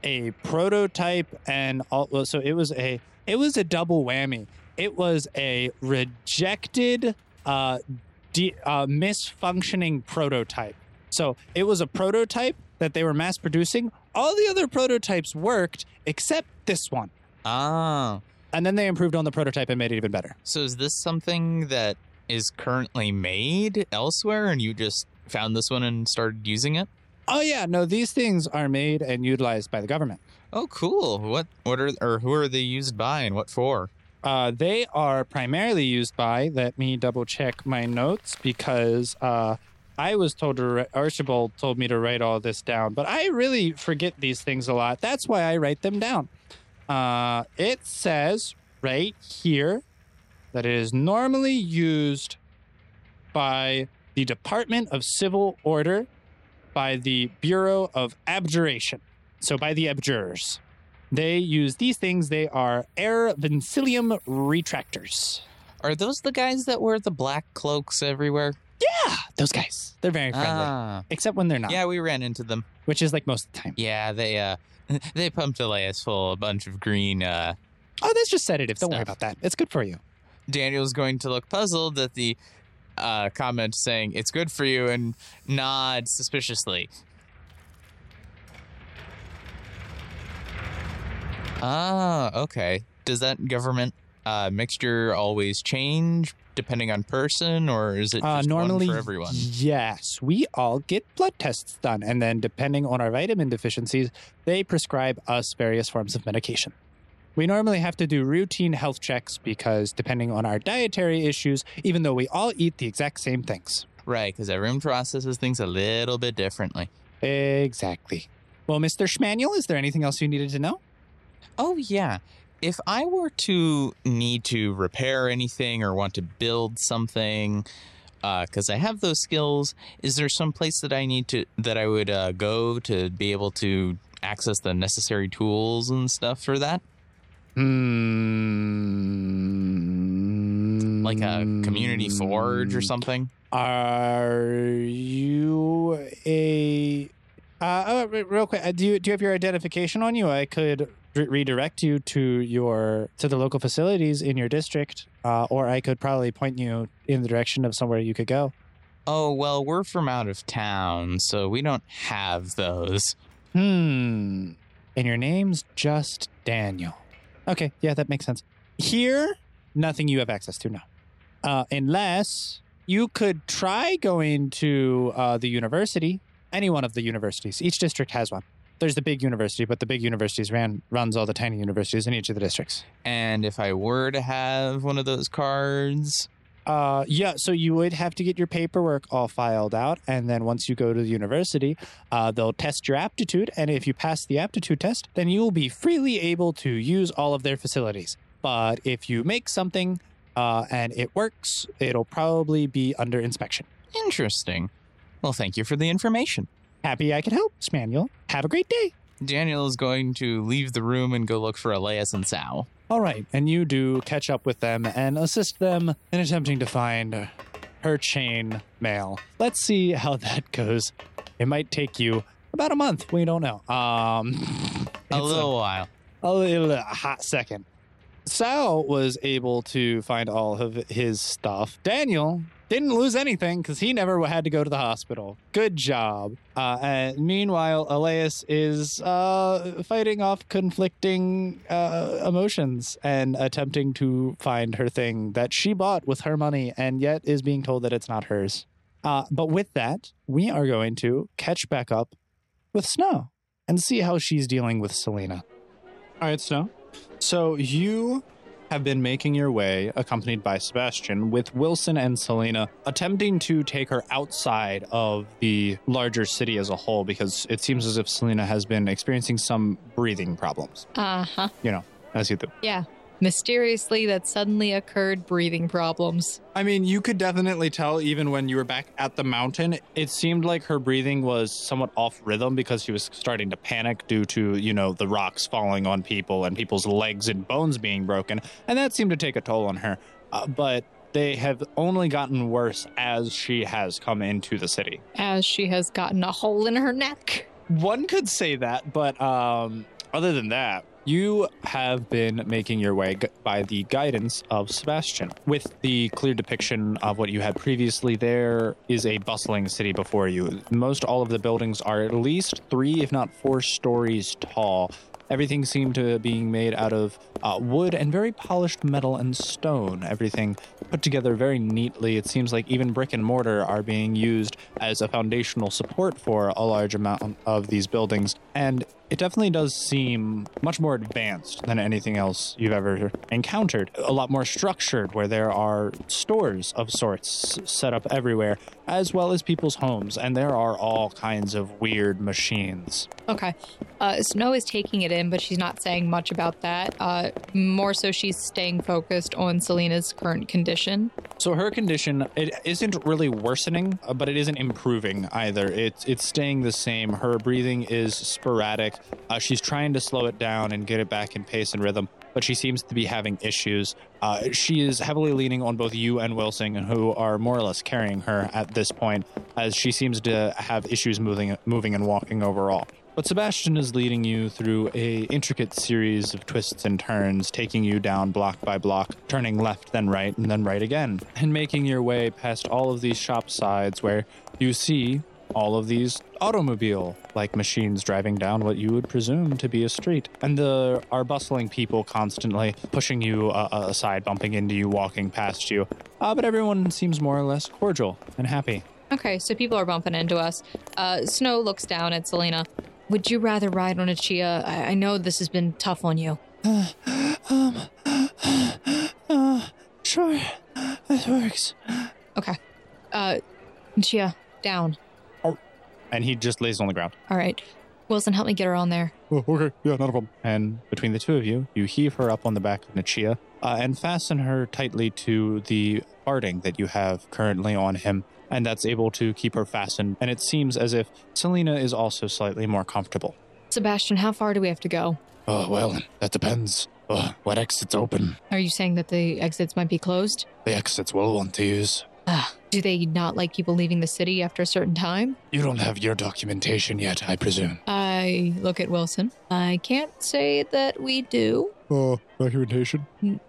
Speaker 2: a prototype, and all, well, so it was a it was a double whammy. It was a rejected, uh, de- uh, misfunctioning prototype. So it was a prototype that they were mass producing. All the other prototypes worked except this one,
Speaker 4: Ah,
Speaker 2: and then they improved on the prototype and made it even better.
Speaker 4: so is this something that is currently made elsewhere and you just found this one and started using it?
Speaker 2: Oh yeah, no, these things are made and utilized by the government.
Speaker 4: Oh, cool. What what are or who are they used by and what for?
Speaker 2: Uh, they are primarily used by. Let me double check my notes because uh, I was told to. Write, Archibald told me to write all this down, but I really forget these things a lot. That's why I write them down. Uh, it says right here that it is normally used by the Department of Civil Order by the Bureau of Abjuration. So by the abjurers. They use these things. They are air vincilium retractors.
Speaker 4: Are those the guys that wear the black cloaks everywhere?
Speaker 2: Those guys. They're very friendly.
Speaker 4: Ah.
Speaker 2: Except when they're not.
Speaker 4: Yeah, we ran into them.
Speaker 2: Which is like most of the time.
Speaker 4: Yeah, they uh they pumped Elias full of a bunch of green uh
Speaker 2: Oh, that's just sedative. Don't worry
Speaker 4: Stuff.
Speaker 2: about that. It's good for you.
Speaker 4: Daniel's going to look puzzled at the uh comment saying it's good for you and nod suspiciously. Ah, okay. Does that government uh mixture always change depending on person or is it just
Speaker 2: Uh, normally,
Speaker 4: one for everyone?
Speaker 2: yes, we all get blood tests done, and then depending on our vitamin deficiencies, they prescribe us various forms of medication. We normally have to do routine health checks because, depending on our dietary issues, even though we all eat the exact same things.
Speaker 4: Right, because everyone processes things a little bit differently.
Speaker 2: Exactly. Well, Mr. Schmanuel, is there anything else you needed to know?
Speaker 4: Oh, yeah. If I were to need to repair anything or want to build something, because I have those skills, is there some place that I need to that I would uh, go to be able to access the necessary tools and stuff for that,
Speaker 2: Hmm. Mm.
Speaker 4: like a community forge or something?
Speaker 2: Are you a? Uh, oh, re- real quick, uh, do you do you have your identification on you? I could re- redirect you to your to the local facilities in your district, uh, or I could probably point you in the direction of somewhere you could go.
Speaker 4: Oh well, we're from out of town, so we don't have those.
Speaker 2: Hmm. And your name's just Daniel. Okay, yeah, that makes sense. Here, nothing you have access to now, uh, unless you could try going to uh, the university. Any one of the universities. Each district has one. There's the big university, but the big universities ran runs all the tiny universities in each of the districts.
Speaker 4: And if I were to have one of those cards,
Speaker 2: Uh, yeah, so you would have to get your paperwork all filed out, and then once you go to the university, uh, they'll test your aptitude, and if you pass the aptitude test, then you will be freely able to use all of their facilities. But if you make something uh, and it works, it'll probably be under inspection.
Speaker 4: interesting. Well, thank you for the information.
Speaker 2: Happy I could help, Spaniel. Have a great day.
Speaker 4: Daniel is going to leave the room and go look for Elias and Sal.
Speaker 2: All right, and you do catch up with them and assist them in attempting to find her chain mail. Let's see how that goes. It might take you about a month. We don't know. Um,
Speaker 4: A
Speaker 2: it's
Speaker 4: little while.
Speaker 2: a little hot second. Sal was able to find all of his stuff. Daniel didn't lose anything because he never had to go to the hospital. Good job. Uh, and meanwhile, Elias is uh, fighting off conflicting uh, emotions and attempting to find her thing that she bought with her money and yet is being told that it's not hers. Uh, but with that, we are going to catch back up with Snow and see how she's dealing with Selena. All right, Snow. So you have been making your way, accompanied by Sebastian, with Wilson and Selena, attempting to take her outside of the larger city as a whole because it seems as if Selena has been experiencing some breathing problems,
Speaker 8: Uh
Speaker 5: Uh-huh.
Speaker 8: huh.
Speaker 2: as you do.
Speaker 8: Mysteriously, that suddenly occurred breathing problems.
Speaker 2: I mean, you could definitely tell even when you were back at the mountain, it seemed like her breathing was somewhat off rhythm because she was starting to panic due to, you know, the rocks falling on people and people's legs and bones being broken. And that seemed to take a toll on her. Uh, but they have only gotten worse as she has come into the city.
Speaker 8: As she has gotten a hole in her neck.
Speaker 2: One could say that, but um, other than that, you have been making your way gu- by the guidance of Sebastian. With the clear depiction of what you had previously, there is a bustling city before you. Most all of the buildings are at least three, if not four stories tall. Everything seemed to being made out of uh, wood and very polished metal and stone. Everything put together very neatly. It seems like even brick and mortar are being used as a foundational support for a large amount of these buildings. And it definitely does seem much more advanced than anything else you've ever encountered. A lot more structured, where there are stores of sorts set up everywhere, as well as people's homes, and there are all kinds of weird machines.
Speaker 5: Okay. Uh, Snow is taking it in, but she's not saying much about that. Uh, more so, she's staying focused on Selena's current condition.
Speaker 2: So her condition it isn't really worsening, uh, but it isn't improving either. It's it's staying the same. Her breathing is sporadic. Uh, she's trying to slow it down and get it back in pace and rhythm, but she seems to be having issues. Uh, she is heavily leaning on both you and Wilson, who are more or less carrying her at this point, as she seems to have issues moving moving and walking overall. But Sebastian is leading you through a intricate series of twists and turns, taking you down block by block, turning left then right and then right again, and making your way past all of these shop sides where you see all of these automobile like machines driving down what you would presume to be a street. And there are bustling people constantly pushing you uh, uh, aside, bumping into you, walking past you. Uh, but everyone seems more or less cordial and happy.
Speaker 5: Okay, so people are bumping into us. Uh, Snow looks down at Selena. Would you rather ride on a Chia? I, I know this has been tough on you.
Speaker 9: Um, uh, sure, this works.
Speaker 5: Okay. Uh, Chia, down.
Speaker 2: And he just lays on the ground.
Speaker 5: All right. Wilson, help me get her on there.
Speaker 9: Oh, okay, yeah, not a problem.
Speaker 2: And between the two of you, you heave her up on the back of Nichia uh, and fasten her tightly to the parting that you have currently on him. And that's able to keep her fastened. And it seems as if Selena is also slightly more comfortable.
Speaker 5: Sebastian, how far do we have to go?
Speaker 3: Oh, well, that depends. Oh, what exit's open?
Speaker 5: Are you saying that the exits might be closed?
Speaker 3: The exits we'll want to use.
Speaker 5: Do they not like people leaving the city after a certain time?
Speaker 3: You don't have your documentation yet, I presume.
Speaker 5: I look at Wilson. I can't say that we do.
Speaker 9: Uh, documentation?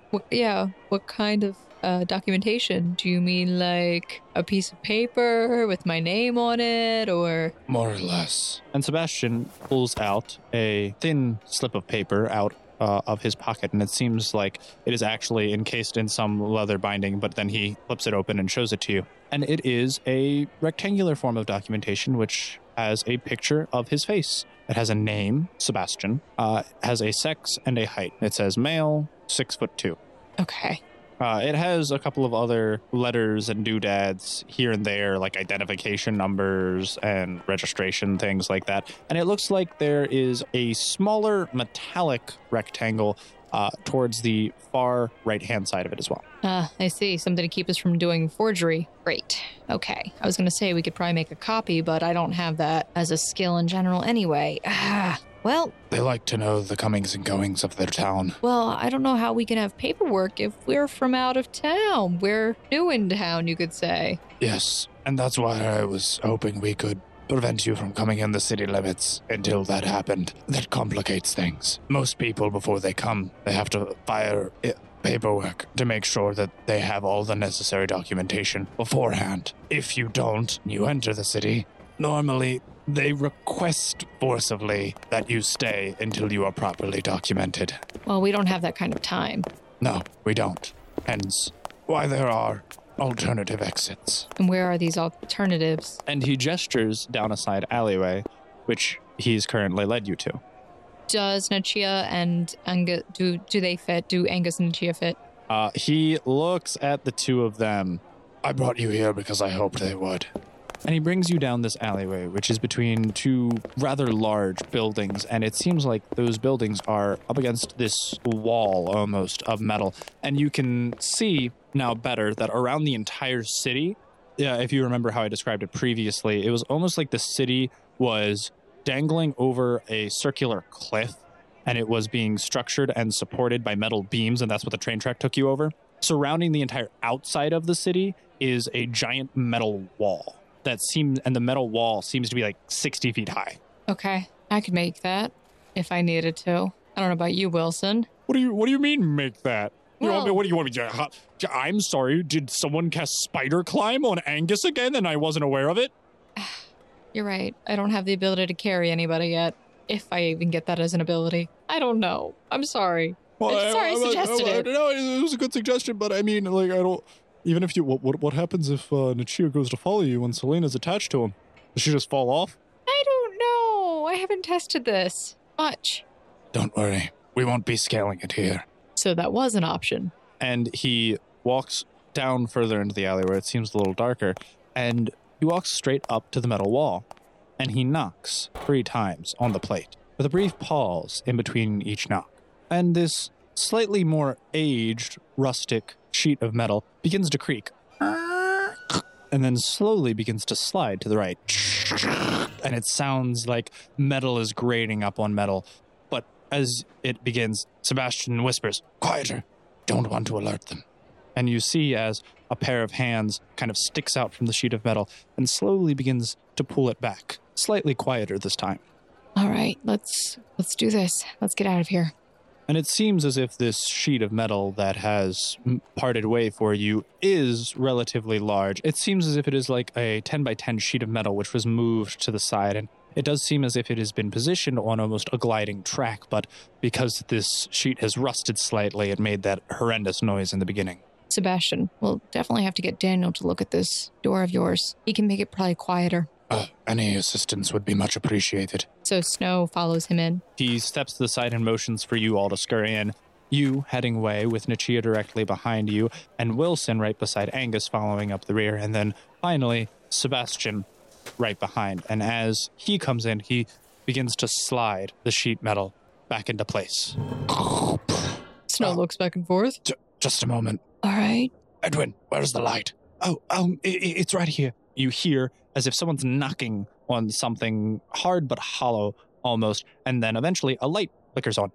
Speaker 5: What, yeah, what kind of uh, documentation? Do you mean like a piece of paper with my name on it or.
Speaker 3: More or less.
Speaker 2: And Sebastian pulls out a thin slip of paper out uh, of his pocket, and it seems like it is actually encased in some leather binding, but then he flips it open and shows it to you. And it is a rectangular form of documentation which has a picture of his face. It has a name, Sebastian, uh, it has a sex and a height. It says male, six foot two.
Speaker 5: Okay.
Speaker 2: Uh, it has a couple of other letters and doodads here and there, like identification numbers and registration things like that. And it looks like there is a smaller metallic rectangle uh, towards the far right hand side of it as well.
Speaker 5: Ah, I see. Something to keep us from doing forgery. Great. Okay. I was going to say we could probably make a copy, but I don't have that as a skill in general anyway. Ah, well,
Speaker 3: They like to know the comings and goings of their town.
Speaker 5: Well, I don't know how we can have paperwork if we're from out of town. We're new in town, you could say.
Speaker 3: Yes, and that's why I was hoping we could prevent you from coming in the city limits until that happened. That complicates things. Most people, before they come, they have to fire i- paperwork to make sure that they have all the necessary documentation beforehand. If you don't, you enter the city. Normally, they request forcibly that you stay until you are properly documented.
Speaker 5: Well, we don't have that kind of time,
Speaker 3: No, we don't. Hence, why there are alternative exits.
Speaker 5: and where are these alternatives?
Speaker 2: And he gestures down a side alleyway, which he's currently led you to.
Speaker 5: Does Nachia and Angus do do they fit? Do Angus and Nachia fit?
Speaker 2: Uh, he looks at the two of them
Speaker 3: I brought you here because I hoped they would.
Speaker 2: And he brings you down this alleyway, which is between two rather large buildings. And it seems like those buildings are up against this wall almost of metal. And you can see now better that around the entire city, yeah, if you remember how I described it previously, it was almost like the city was dangling over a circular cliff and it was being structured and supported by metal beams. And that's what the train track took you over. Surrounding the entire outside of the city is a giant metal wall that seems and the metal wall seems to be like 60 feet high
Speaker 5: Okay, I could make that if I needed to. I don't know about you, Wilson.
Speaker 2: what do you what do you mean make that you want me-
Speaker 5: Well-
Speaker 2: what do you want me to huh? J- i'm sorry did someone cast spider climb on angus again and i wasn't aware of it
Speaker 5: You're right. I don't have the ability to carry anybody yet. If I even get that as an ability, I don't know. I'm sorry. I'm sorry I suggested it.
Speaker 9: No, it was a good suggestion, but I mean, like, I don't. Even if you, what, what, what happens if uh, Nichia goes to follow you and Selena's attached to him? Does she just fall off?
Speaker 5: I don't know. I haven't tested this. much.
Speaker 10: Don't worry, we won't be scaling it here.
Speaker 5: So that was an option.
Speaker 2: and he walks down further into the alley where it seems a little darker and he walks straight up to the metal wall and he knocks three times on the plate with a brief pause in between each knock and this slightly more aged rustic sheet of metal begins to creak and then slowly begins to slide to the right and it sounds like metal is grating up on metal but as it begins sebastian whispers
Speaker 10: Quieter. Don't want to alert them.
Speaker 2: and you see as a pair of hands kind of sticks out from the sheet of metal and slowly begins to pull it back, slightly quieter this time.
Speaker 5: All right, let's let's do this. Let's get out of here.
Speaker 2: And it seems as if this sheet of metal that has m- parted way for you is relatively large. It seems as if it is like a 10 by 10 sheet of metal which was moved to the side and it does seem as if it has been positioned on almost a gliding track, but because this sheet has rusted slightly, it made that horrendous noise in the beginning.
Speaker 5: Sebastian, we'll definitely have to get Daniel to look at this door of yours. He can make it probably quieter.
Speaker 10: Uh, any assistance would be much appreciated.
Speaker 5: So Snow follows him in.
Speaker 2: He steps to the side and motions for you all to scurry in. You heading away with Nichia directly behind you, and Wilson right beside Angus following up the rear, and then finally Sebastian right behind. And as he comes in, he begins to slide the sheet metal back into place.
Speaker 5: Snow looks back and forth.
Speaker 10: Just a moment.
Speaker 5: All right.
Speaker 10: Edwin, where's the light?
Speaker 2: Oh, um, i i- it's right here. You hear as if someone's knocking on something hard but hollow almost, and then eventually a light flickers on.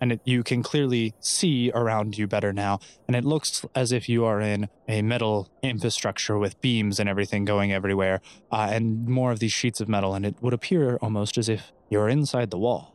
Speaker 2: And it, you can clearly see around you better now. And it looks as if you are in a metal infrastructure with beams and everything going everywhere, uh, and more of these sheets of metal. And it would appear almost as if you're inside the wall.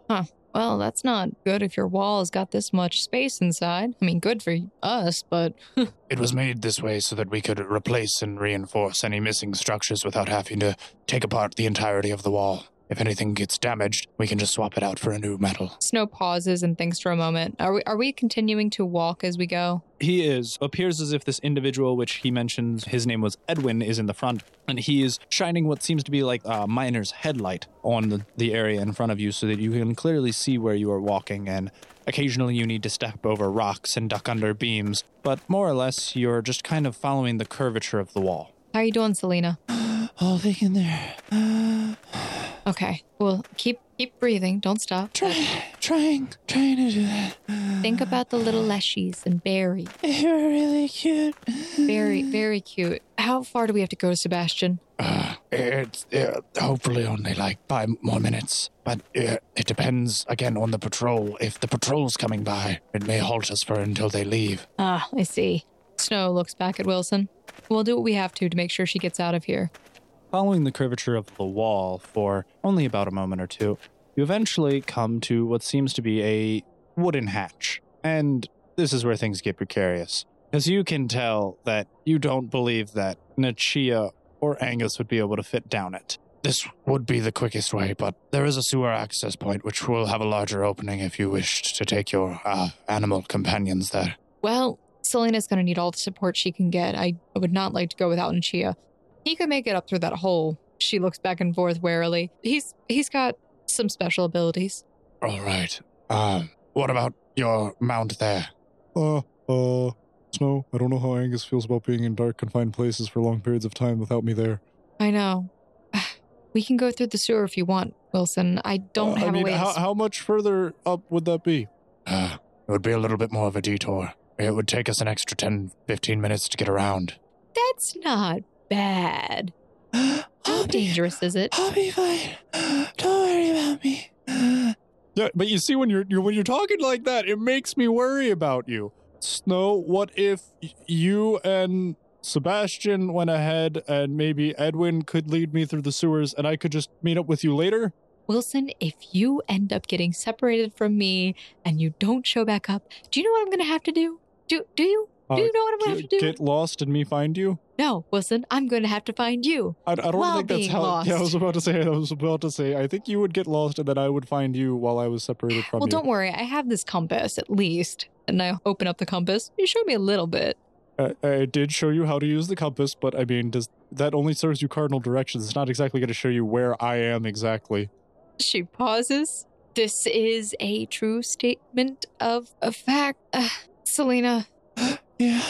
Speaker 5: Well, that's not good if your wall has got this much space inside. I mean, good for us, but
Speaker 10: It was made this way so that we could replace and reinforce any missing structures without having to take apart the entirety of the wall. If anything gets damaged, we can just swap it out for a new metal.
Speaker 5: Snow pauses and thinks for a moment. Are we are we continuing to walk as we go?
Speaker 2: He is. Appears as if this individual, which he mentions his name was Edwin, is in the front, and he is shining what seems to be like a miner's headlight on the, the area in front of you so that you can clearly see where you are walking. And occasionally you need to step over rocks and duck under beams, but more or less you're just kind of following the curvature of the wall.
Speaker 5: How you doing, Selena?
Speaker 2: All they in there.
Speaker 5: Okay. Well, keep keep breathing. Don't stop.
Speaker 2: Trying, trying to do that.
Speaker 5: Think about the little leshies and Barry.
Speaker 2: You're really cute.
Speaker 5: Very, very cute. How far do we have to go, Sebastian?
Speaker 9: Ah.
Speaker 10: Uh, it's uh, hopefully only like five more minutes, but uh, it depends again on the patrol. If the patrol's coming by, it may halt us for until they leave.
Speaker 11: Ah, I see.
Speaker 5: Snow looks back at Wilson. We'll do what we have to to make sure she gets out of here.
Speaker 2: Following the curvature of the wall for only about a moment or two, you eventually come to what seems to be a wooden hatch. And this is where things get precarious. As you can tell that you don't believe that Nichia or Angus would be able to fit down it.
Speaker 10: This would be the quickest way, but there is a sewer access point which will have a larger opening if you wished to take your uh, animal companions there.
Speaker 5: Well, Selena's going to need all the support she can get. I, I would not like to go without Nichia. He could make it up through that hole. She looks back and forth warily. He's he's got some special abilities.
Speaker 10: All right. Um, what about your mount there?
Speaker 12: Uh, uh, Snow, I don't know how Angus feels about being in dark, confined places for long periods of time without me there.
Speaker 5: I know. We can go through the sewer if you want, Wilson. I don't
Speaker 12: Uh,
Speaker 5: have
Speaker 12: I mean,
Speaker 5: a way.
Speaker 12: how,
Speaker 5: of...
Speaker 12: how much further up would that be?
Speaker 10: Uh, it would be a little bit more of a detour. It would take us an extra 10, 15 minutes to get around.
Speaker 5: That's not bad. How dangerous is it?
Speaker 2: I'll be fine. Don't worry about me.
Speaker 12: Yeah, but you see, when you're, you're when you're talking like that, it makes me worry about you. Snow, what if y- you and Sebastian went ahead and maybe Edwin could lead me through the sewers and I could just meet up with you later?
Speaker 5: Wilson, if you end up getting separated from me and you don't show back up, do you know what I'm going to have to do? Do do you?
Speaker 12: Uh,
Speaker 5: do you know what I'm going to have to do?
Speaker 12: Get lost and me find you?
Speaker 5: No, Wilson, I'm going to have to find you.
Speaker 12: I, I don't
Speaker 5: While
Speaker 12: think that's
Speaker 5: being
Speaker 12: how. Yeah, I
Speaker 5: lost.
Speaker 12: was about to say. I was about to say. I think you would get lost, and then I would find you while I was separated from
Speaker 5: Well,
Speaker 12: you.
Speaker 5: don't worry. I have this compass at least. And I open up the compass. You show me a little bit.
Speaker 12: I, I did show you how to use the compass, but I mean, does that only serves you cardinal directions? It's not exactly going to show you where I am exactly.
Speaker 5: She pauses This is a true statement of a fact. Uh, Selena,
Speaker 10: Yeah,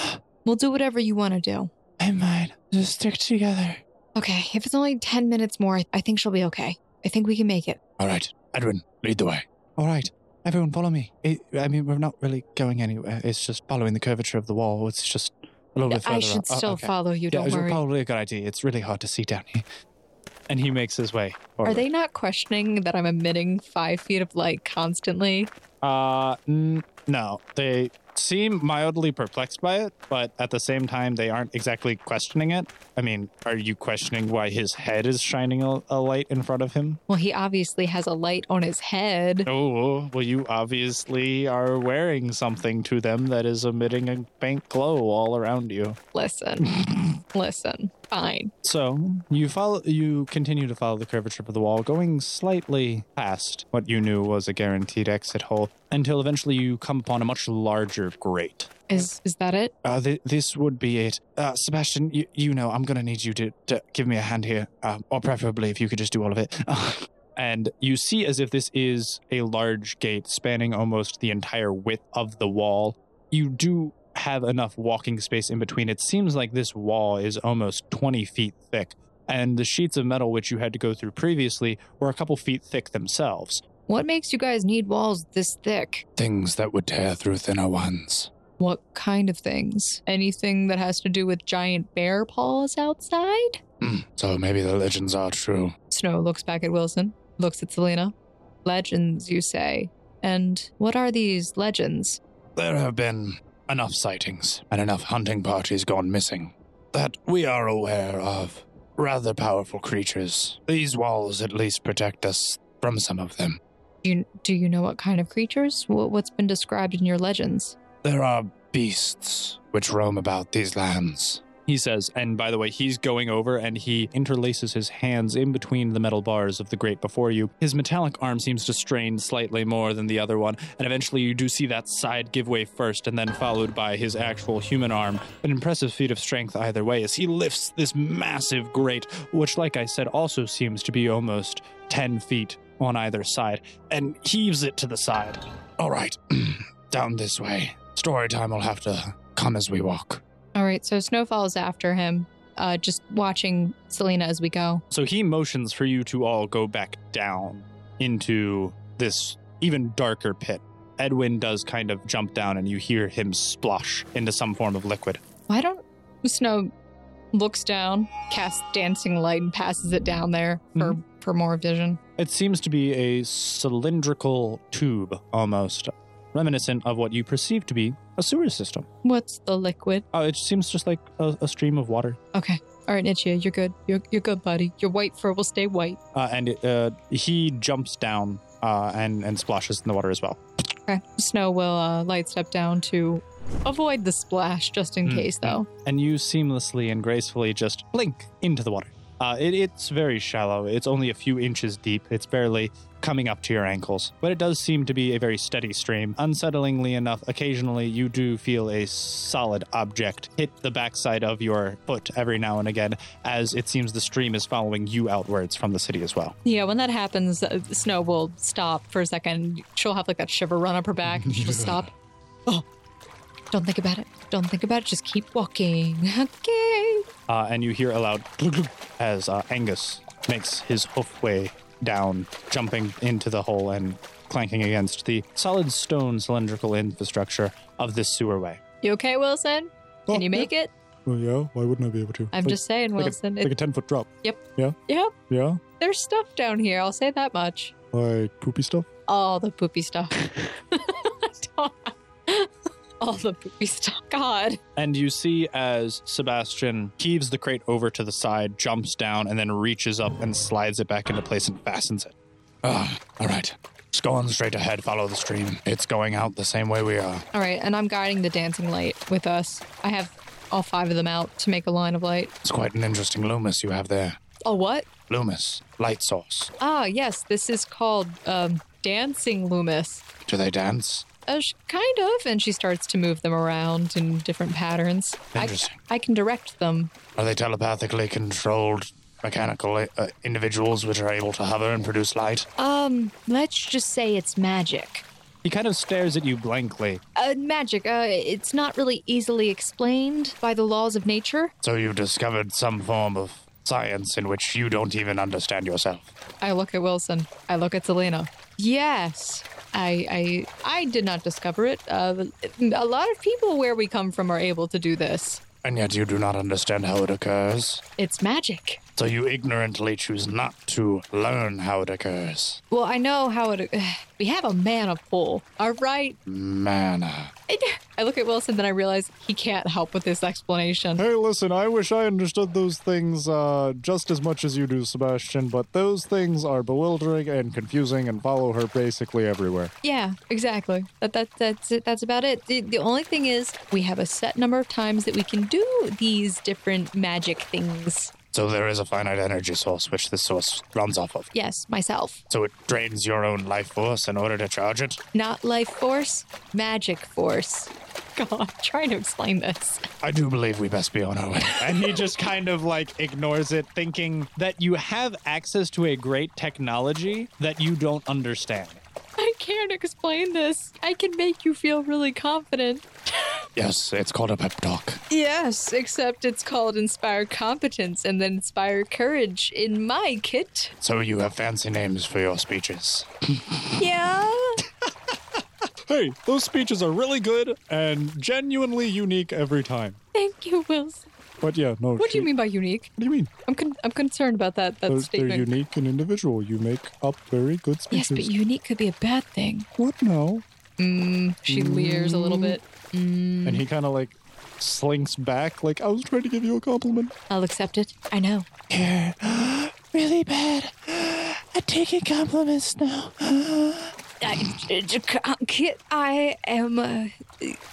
Speaker 5: we'll do whatever you want to do.
Speaker 10: I might. Just stick together.
Speaker 5: Okay, if it's only 10 minutes more, I think she'll be okay. I think we can make it.
Speaker 9: All right, Edwin, lead the way.
Speaker 10: All right, everyone, follow me. It, I mean, we're not really going anywhere. It's just following the curvature of the wall. It's just a little bit further.
Speaker 5: I should
Speaker 10: up. Oh,
Speaker 5: still
Speaker 10: okay.
Speaker 5: follow you,
Speaker 10: Yeah,
Speaker 5: don't
Speaker 10: it's
Speaker 5: worry.
Speaker 10: probably a good idea. It's really hard to see down here.
Speaker 2: And he makes his way.
Speaker 5: Are
Speaker 2: forward.
Speaker 5: they not questioning that I'm emitting five feet of light constantly?
Speaker 2: Uh, n- no. They seem mildly perplexed by it, but at the same time, they aren't exactly questioning it. I mean, are you questioning why his head is shining a, a light in front of him?
Speaker 5: Well, he obviously has a light on his head.
Speaker 2: Oh, well, you obviously are wearing something to them that is emitting a faint glow all around you.
Speaker 5: Listen, listen, fine.
Speaker 2: So you follow, you continue to follow the curvature of the wall, going slightly past what you knew was a guaranteed exit hole, until eventually you come upon a much larger grate.
Speaker 5: Is is that it?
Speaker 10: Uh, th- this would be it. Uh, Sebastian, you, you know, I'm going to need you to, to give me a hand here, um, or preferably if you could just do all of it.
Speaker 2: and you see as if this is a large gate spanning almost the entire width of the wall. You do have enough walking space in between. It seems like this wall is almost 20 feet thick, and the sheets of metal which you had to go through previously were a couple feet thick themselves.
Speaker 5: What makes you guys need walls this thick?
Speaker 9: Things that would tear through thinner ones.
Speaker 5: What kind of things? Anything that has to do with giant bear paws outside?
Speaker 9: Hmm, so maybe the legends are true.
Speaker 5: Snow looks back at Wilson, looks at Selena. Legends, you say. And what are these legends?
Speaker 9: There have been enough sightings and enough hunting parties gone missing that we are aware of rather powerful creatures. These walls at least protect us from some of them.
Speaker 5: Do you, do you know what kind of creatures? Wh- What's been described in your legends?
Speaker 9: There are beasts which roam about these lands.
Speaker 2: He says, and by the way, he's going over and he interlaces his hands in between the metal bars of the grate before you. His metallic arm seems to strain slightly more than the other one, and eventually you do see that side give way first and then followed by his actual human arm. An impressive feat of strength either way as he lifts this massive grate, which, like I said, also seems to be almost 10 feet on either side, and heaves it to the side.
Speaker 9: All right, down this way. Story time will have to come as we walk.
Speaker 5: All right, so Snow follows after him, uh, just watching Selena as we go.
Speaker 2: So he motions for you to all go back down into this even darker pit. Edwin does kind of jump down and you hear him splosh into some form of liquid.
Speaker 5: Why don't Snow looks down, casts dancing light, and passes it down there for for more vision?
Speaker 2: It seems to be a cylindrical tube almost, reminiscent of what you perceive to be a sewer system.
Speaker 5: What's the liquid?
Speaker 2: Oh, it seems just like a, a stream of water.
Speaker 5: Okay, all right, Nichia, you're good. You're you're good, buddy. Your white fur will stay white.
Speaker 2: Uh, and it, uh, he jumps down uh, and, and splashes in the water as well.
Speaker 5: Okay, Snow will uh, light step down to avoid the splash, just in
Speaker 2: Mm,
Speaker 5: case, though.
Speaker 2: and you seamlessly and gracefully just blink into the water. Uh, it, it's very shallow. It's only a few inches deep. It's barely coming up to your ankles. But it does seem to be a very steady stream. Unsettlingly enough, occasionally you do feel a solid object hit the backside of your foot every now and again, as it seems the stream is following you outwards from the city as well.
Speaker 5: Yeah, when that happens, uh, Snow will stop for a second. She'll have like that shiver run up her back, and she'll just stop. Oh, don't think about it. Don't think about it. Just keep walking. Okay.
Speaker 2: Uh, and you hear a loud glug glug as uh, Angus makes his hoof way down, jumping into the hole and clanking against the solid stone cylindrical infrastructure of this sewerway.
Speaker 5: You okay, Wilson? Can you make it?
Speaker 9: Well, yeah, why wouldn't I be able to?
Speaker 5: I'm just saying, Wilson. it,
Speaker 9: a 10 foot drop.
Speaker 5: Yep.
Speaker 9: Yeah.
Speaker 5: Yep.
Speaker 9: Yeah.
Speaker 5: There's stuff down here. I'll say that much.
Speaker 9: Like poopy stuff?
Speaker 5: All the poopy stuff. All the poopy stuff. God.
Speaker 2: And you see as Sebastian heaves the crate over to the side, jumps down, and then reaches up and slides it back into place and fastens it.
Speaker 9: Ah, all right. Just go on straight ahead, follow the stream. It's going out the same way we are.
Speaker 5: All right, and I'm guiding the dancing light with us. I have all five of them out to make a line of light.
Speaker 9: It's quite an interesting Loomis you have there.
Speaker 5: Oh, what?
Speaker 9: Loomis, light source.
Speaker 5: Ah, yes. This is called um, dancing Loomis.
Speaker 9: Do they dance?
Speaker 5: Uh, sh- kind of. And she starts to move them around in different patterns. I,
Speaker 9: Interesting.
Speaker 5: I can direct them.
Speaker 9: Are they telepathically controlled
Speaker 10: mechanical uh, individuals which are able to hover and produce light?
Speaker 5: Um, let's just say it's magic.
Speaker 2: He kind of stares at you blankly.
Speaker 5: Uh, magic. Uh, it's not really easily explained by the laws of nature.
Speaker 10: So you've discovered some form of science in which you don't even understand yourself.
Speaker 5: I look at Wilson. I look at Selena. Yes, I, I, I did not discover it. Uh, a lot of people where we come from are able to do this.
Speaker 10: And yet you do not understand how it occurs.
Speaker 5: It's magic.
Speaker 10: So you ignorantly choose not to learn how it occurs.
Speaker 5: Well, I know how it. We have a mana pool. All right.
Speaker 10: Mana.
Speaker 5: I look at Wilson, then I realize he can't help with this explanation.
Speaker 12: Hey, listen, I wish I understood those things uh, just as much as you do, Sebastian, but those things are bewildering and confusing and follow her basically everywhere.
Speaker 5: Yeah, exactly. That, that that's it. That's about it. The, the only thing is, we have a set number of times that we can do these different magic things.
Speaker 10: So there is a finite energy source which this source runs off of.
Speaker 5: Yes, myself.
Speaker 10: So it drains your own life force in order to charge it?
Speaker 5: Not life force, magic force. God, I'm trying to explain this.
Speaker 10: I do believe we best be on our way.
Speaker 2: and he just kind of like ignores it, thinking that you have access to a great technology that you don't understand.
Speaker 5: I can't explain this. I can make you feel really confident.
Speaker 10: Yes, it's called a pep talk.
Speaker 5: Yes, except it's called Inspire Competence and then Inspire Courage in my kit.
Speaker 10: So you have fancy names for your speeches.
Speaker 5: Yeah.
Speaker 12: Hey, those speeches are really good and genuinely unique every time.
Speaker 5: Thank you, Wilson.
Speaker 12: But yeah, no.
Speaker 5: What do you
Speaker 12: she-
Speaker 5: mean by unique?
Speaker 12: Oh, What do you mean?
Speaker 5: I'm con- I'm concerned about that that
Speaker 12: They're, they're
Speaker 5: statement.
Speaker 12: unique and individual. You make up very good
Speaker 5: Yes,
Speaker 12: speeches.
Speaker 5: but unique could be a bad thing.
Speaker 12: What? No.
Speaker 5: Mm, she leers a little bit. Mm,
Speaker 12: And he kind of like slinks back, like I was trying to give you a compliment.
Speaker 5: I'll accept it. I know.
Speaker 10: You're really bad at taking compliments now.
Speaker 5: I, kit, I am uh,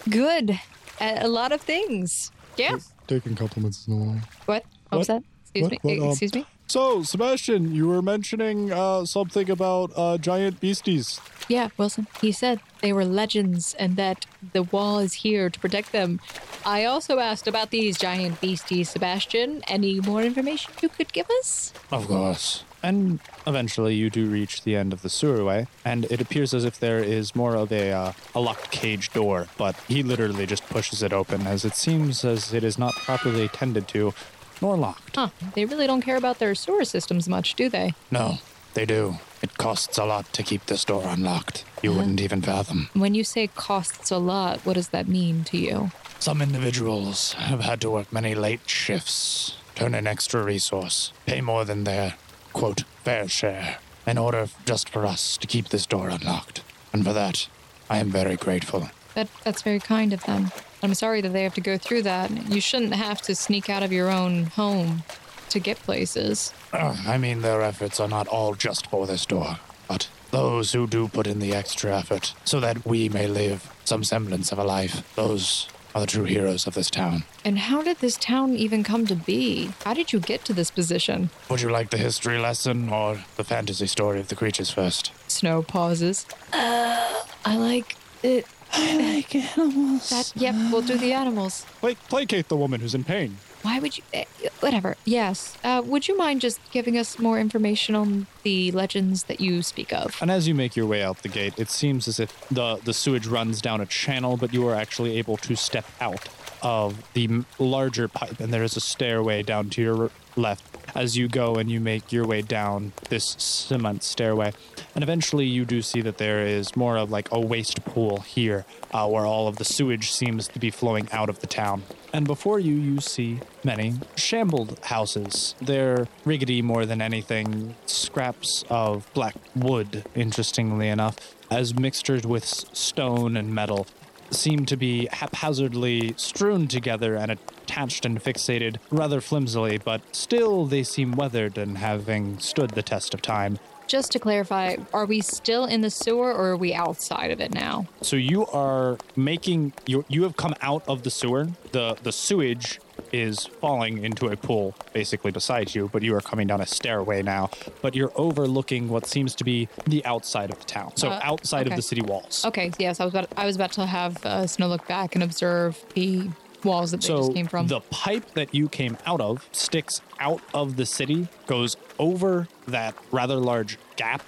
Speaker 5: good at a lot of things. Yeah.
Speaker 12: Taking compliments is no way.
Speaker 5: What? What, was that? Excuse
Speaker 12: What?
Speaker 5: me. E,
Speaker 12: What, um,
Speaker 10: uh,
Speaker 5: Excuse me.
Speaker 12: So, Sebastian, you were mentioning uh, something about uh, giant beasties.
Speaker 5: Yeah, Wilson. He said they were legends and that the wall is here to protect them. I also asked about these giant beasties, Sebastian. Any more information you could give us?
Speaker 10: Of course.
Speaker 2: And eventually, you do reach the end of the sewerway, and it appears as if there is more of a uh, a locked cage door. But he literally just pushes it open, as it seems as it is not properly tended to, nor locked.
Speaker 5: Huh. They really don't care about their sewer systems much, do they?
Speaker 10: No, they do. It costs a lot to keep this door unlocked. You wouldn't even fathom.
Speaker 5: When you say costs a lot, what does that mean to you?
Speaker 10: Some individuals have had to work many late shifts, turn in extra resource, pay more than their, quote, fair share, in order just for us to keep this door unlocked. And for that, I am very grateful.
Speaker 5: That that's very kind of them. I'm sorry that they have to go through that. You shouldn't have to sneak out of your own home to get places.
Speaker 10: Uh, I mean, their efforts are not all just for this door, but those who do put in the extra effort so that we may live some semblance of a life, those are the true heroes of this town.
Speaker 5: And how did this town even come to be? How did you get to this position?
Speaker 10: Would you like the history lesson or the fantasy story of the creatures first?
Speaker 5: Snow pauses. Uh, I like it. I like animals. That, yep, we'll do the animals.
Speaker 12: Pla placate the woman who's in pain.
Speaker 5: Why would you? eh, whatever. Yes. Uh, would you mind just giving us more information on the legends that you speak of?
Speaker 2: And as you make your way out the gate, it seems as if the, the sewage runs down a channel, but you are actually able to step out of the m- larger pipe, and there is a stairway down to your r- left as you go and you make your way down this cement stairway. And eventually, you do see that there is more of like a waste pool here, uh, where all of the sewage seems to be flowing out of the town. And before you, you see many shambled houses. They're rickety more than anything, scraps of black wood, interestingly enough, as mixtures with s- stone and metal, seem to be haphazardly strewn together and attached and fixated rather flimsily, but still they seem weathered and having stood the test of time.
Speaker 5: Just to clarify, are we still in the sewer or are we outside of it now?
Speaker 2: So you are making you you have come out of the sewer. The the sewage is falling into a pool basically beside you, but you are coming down a stairway now, but you're overlooking what seems to be the outside of the town. So
Speaker 5: Uh,
Speaker 2: outside
Speaker 5: okay.
Speaker 2: of the city walls.
Speaker 5: Okay. Yes, I was about. I was about to have uh, Snow look back and observe the walls that they
Speaker 2: so
Speaker 5: just came from.
Speaker 2: the pipe that you came out of sticks out of the city, goes over that rather large gap.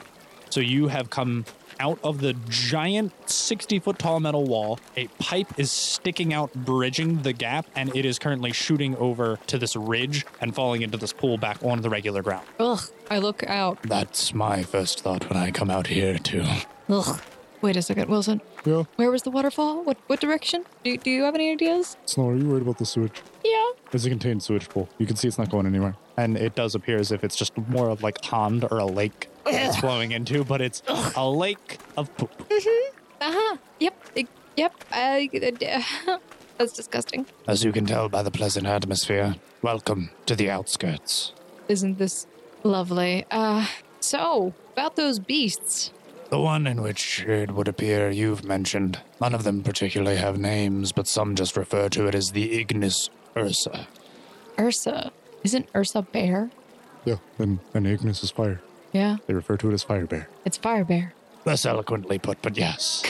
Speaker 2: So you have come out of the giant 60 foot tall metal wall. A pipe is sticking out, bridging the gap, and it is currently shooting over to this ridge and falling into this pool back on the regular ground.
Speaker 5: Ugh. I look out.
Speaker 10: That's my first thought when I come out here, too.
Speaker 5: Ugh. Wait a second, Wilson.
Speaker 12: Yeah.
Speaker 5: Where was the waterfall? What what direction? Do, do you have any ideas?
Speaker 12: Snore, are you worried about the sewage?
Speaker 5: Yeah.
Speaker 12: It's a contained sewage pool. You can see it's not going anywhere.
Speaker 2: And it does appear as if it's just more of like a pond or a lake that it's flowing into, but it's a lake of poop.
Speaker 5: Uh huh. Yep. I- yep. I, that's disgusting.
Speaker 10: As you can tell by the pleasant atmosphere, welcome to the outskirts.
Speaker 5: Isn't this lovely? Uh, so about those beasts.
Speaker 10: The one in which it would appear you've mentioned. None of them particularly have names, but some just refer to it as the Ignis Ursa.
Speaker 5: Ursa. Isn't Ursa bear?
Speaker 12: Yeah. And, and Ignis is fire.
Speaker 5: Yeah.
Speaker 12: They refer to it as fire bear.
Speaker 5: It's fire bear.
Speaker 10: Less eloquently put, but yes.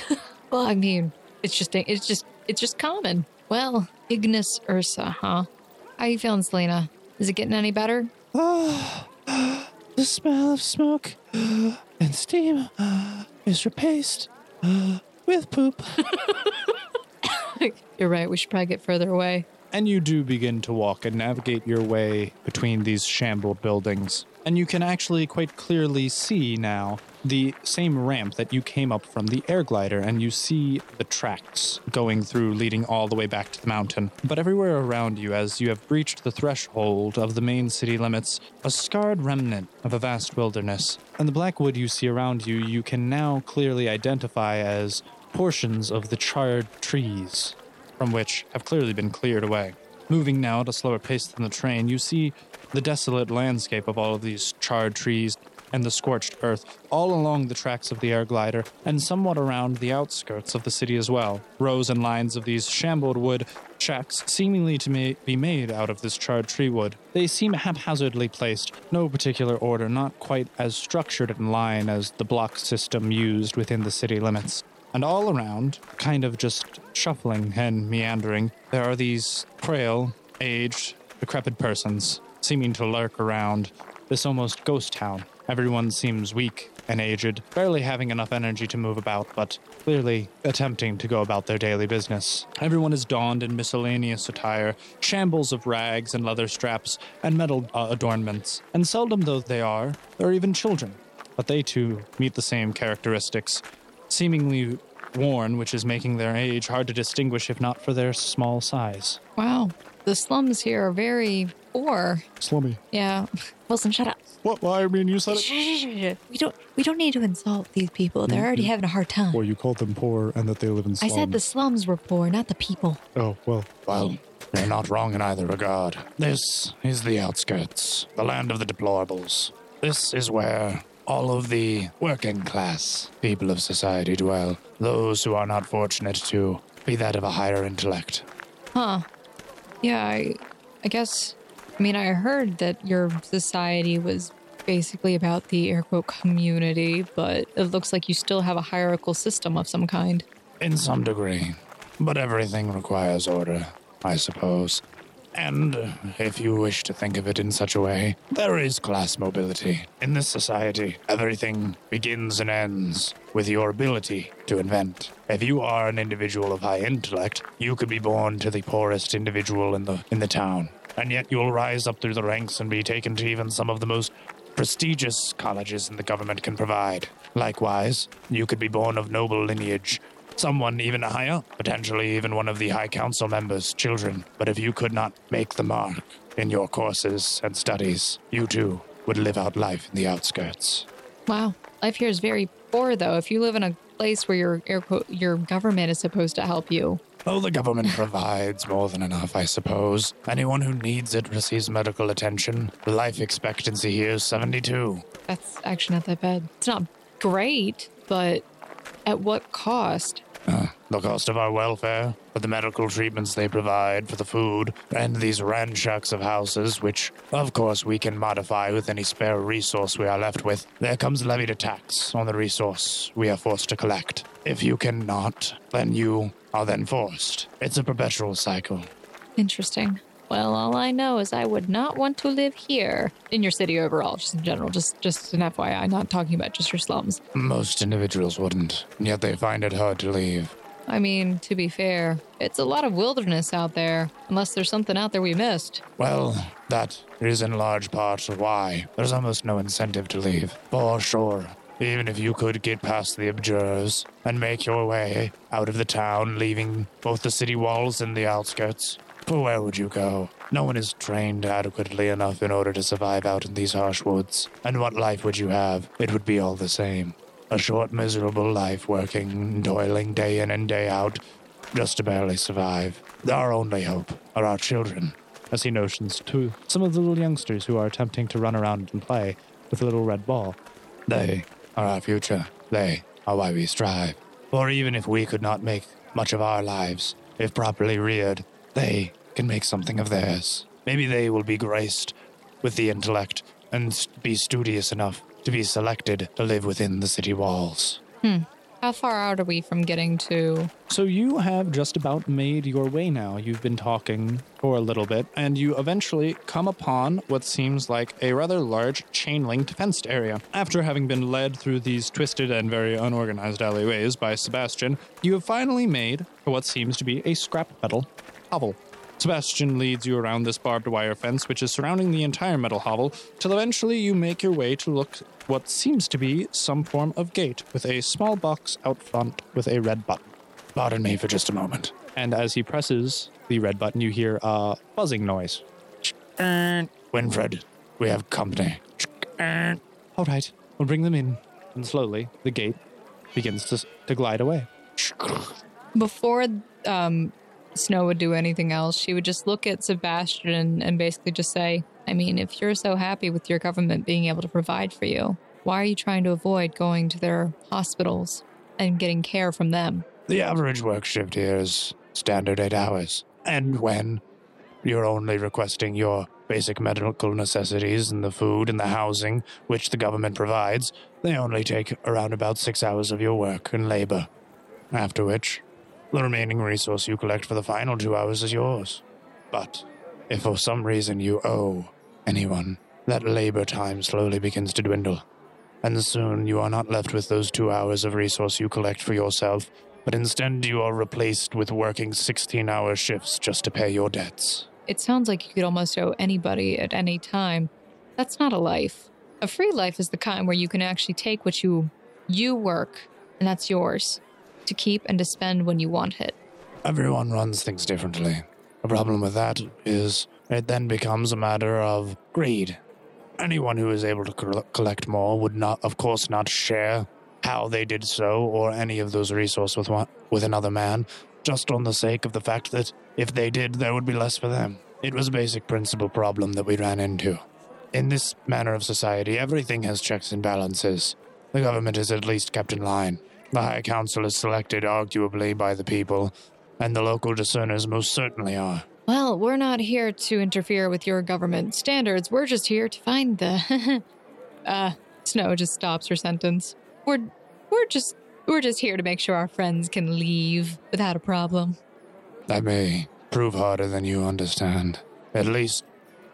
Speaker 5: Well, I mean, it's just it's just it's just common. Well, Ignis Ursa, huh? How you feeling, Selena? Is it getting any better?
Speaker 13: The smell of smoke and steam is replaced with poop.
Speaker 5: You're right. We should probably get further away.
Speaker 2: And you do begin to walk and navigate your way between these shambled buildings. And you can actually quite clearly see now the same ramp that you came up from the air glider, and you see the tracks going through, leading all the way back to the mountain. But everywhere around you, as you have breached the threshold of the main city limits, a scarred remnant of a vast wilderness. And the black wood you see around you, you can now clearly identify as portions of the charred trees from which have clearly been cleared away. Moving now at a slower pace than the train, you see the desolate landscape of all of these charred trees and the scorched earth all along the tracks of the air glider and somewhat around the outskirts of the city as well. Rows and lines of these shambled wood shacks seemingly to ma- be made out of this charred tree wood. They seem haphazardly placed, no particular order, not quite as structured in line as the block system used within the city limits. And all around, kind of just shuffling and meandering, there are these frail, aged, decrepit persons seeming to lurk around this almost ghost town. Everyone seems weak and aged, barely having enough energy to move about, but clearly attempting to go about their daily business. Everyone is donned in miscellaneous attire, shambles of rags and leather straps, and metal uh, adornments. And seldom though they are, there are even children. But they too meet the same characteristics seemingly worn, which is making their age hard to distinguish if not for their small size.
Speaker 5: Wow. The slums here are very poor.
Speaker 12: Slummy.
Speaker 5: Yeah. Wilson, shut up.
Speaker 12: What? Well, I mean, you said it.
Speaker 5: we don't we don't need to insult these people. They're already having a hard time.
Speaker 12: Well, you called them poor and that they live in
Speaker 5: I
Speaker 12: slums.
Speaker 5: said the slums were poor, not the people.
Speaker 12: Oh, well.
Speaker 10: Well, you're not wrong in either regard. This is the outskirts, the land of the deplorables. This is where all of the working class people of society dwell, those who are not fortunate to be that of a higher intellect.
Speaker 5: Huh. Yeah, I I guess I mean I heard that your society was basically about the air quote community, but it looks like you still have a hierarchical system of some kind.
Speaker 10: In some degree. But everything requires order, I suppose. And uh, if you wish to think of it in such a way, there is class mobility. In this society, everything begins and ends with your ability to invent. If you are an individual of high intellect, you could be born to the poorest individual in the in the town, and yet you'll rise up through the ranks and be taken to even some of the most prestigious colleges in the government can provide. Likewise, you could be born of noble lineage, someone even higher, potentially even one of the High Council members' children. But if you could not make the mark in your courses and studies, you too would live out life in the outskirts.
Speaker 5: Wow. Life here is very poor though. If you live in a place where your air quote your government is supposed to help you.
Speaker 10: Oh, the government provides more than enough, I suppose. Anyone who needs it receives medical attention. Life expectancy here is 72.
Speaker 5: That's actually not that bad. It's not great, but at what cost?
Speaker 10: the cost of our welfare, for the medical treatments they provide, for the food, and these ranchacks of houses, which, of course, we can modify with any spare resource we are left with. There comes levied a tax on the resource we are forced to collect. If you cannot, then you are then forced. It's a perpetual cycle.
Speaker 5: Interesting. Well, all I know is I would not want to live here in your city overall, just in general. Just, just an FYI, not talking about just your slums.
Speaker 10: Most individuals wouldn't, yet they find it hard to leave.
Speaker 5: I mean, to be fair, it's a lot of wilderness out there, unless there's something out there we missed.
Speaker 10: Well, that is in large part why there's almost no incentive to leave. For sure. Even if you could get past the abjurers and make your way out of the town, leaving both the city walls and the outskirts, but where would you go? No one is trained adequately enough in order to survive out in these harsh woods. And what life would you have? It would be all the same. A short, miserable life, working, toiling day in and day out, just to barely survive. Our only hope are our children.
Speaker 12: As he notions to some of the little youngsters who are attempting to run around and play with a little red ball.
Speaker 10: They are our future. They are why we strive. For even if we could not make much of our lives, if properly reared, they can make something of theirs. Maybe they will be graced with the intellect and s- be studious enough to be selected to live within the city walls.
Speaker 5: Hmm. How far out are we from getting to?
Speaker 2: So you have just about made your way now. You've been talking for a little bit, and you eventually come upon what seems like a rather large chain linked fenced area. After having been led through these twisted and very unorganized alleyways by Sebastian, you have finally made for what seems to be a scrap metal hovel. Sebastian leads you around this barbed wire fence, which is surrounding the entire metal hovel, till eventually you make your way to look what seems to be some form of gate, with a small box out front with a red button.
Speaker 10: Pardon me for just a moment.
Speaker 2: And as he presses the red button, you hear a buzzing noise.
Speaker 10: Winfred, we have company.
Speaker 2: All right, we'll bring them in. And slowly, the gate begins to, to glide away.
Speaker 5: Before um, Snow would do anything else, she would just look at Sebastian and basically just say, I mean, if you're so happy with your government being able to provide for you, why are you trying to avoid going to their hospitals and getting care from them?
Speaker 10: The average work shift here is standard eight hours. And when you're only requesting your basic medical necessities and the food and the housing, which the government provides, they only take around about six hours of your work and labor. After which, the remaining resource you collect for the final two hours is yours. But if for some reason you owe anyone, that labor time slowly begins to dwindle and soon you are not left with those two hours of resource you collect for yourself, but instead you are replaced with working 16 hour shifts just to pay your debts.
Speaker 5: It sounds like you could almost owe anybody at any time. That's not a life. A free life is the kind where you can actually take what you you work and that's yours to keep and to spend when you want it.
Speaker 10: Everyone runs things differently. The problem with that is it then becomes a matter of greed. Anyone who is able to col- collect more would not, of course, not share how they did so or any of those resources with one, with another man, just on the sake of the fact that if they did, there would be less for them. It was a basic principle problem that we ran into. In this manner of society, everything has checks and balances. The government is at least kept in line. The High Council is selected, arguably, by the people, and the local discerners most certainly are.
Speaker 5: Well, we're not here to interfere with your government standards. We're just here to find the uh Snow just stops her sentence. We're we're just we're just here to make sure our friends can leave without a problem.
Speaker 10: That may prove harder than you understand. At least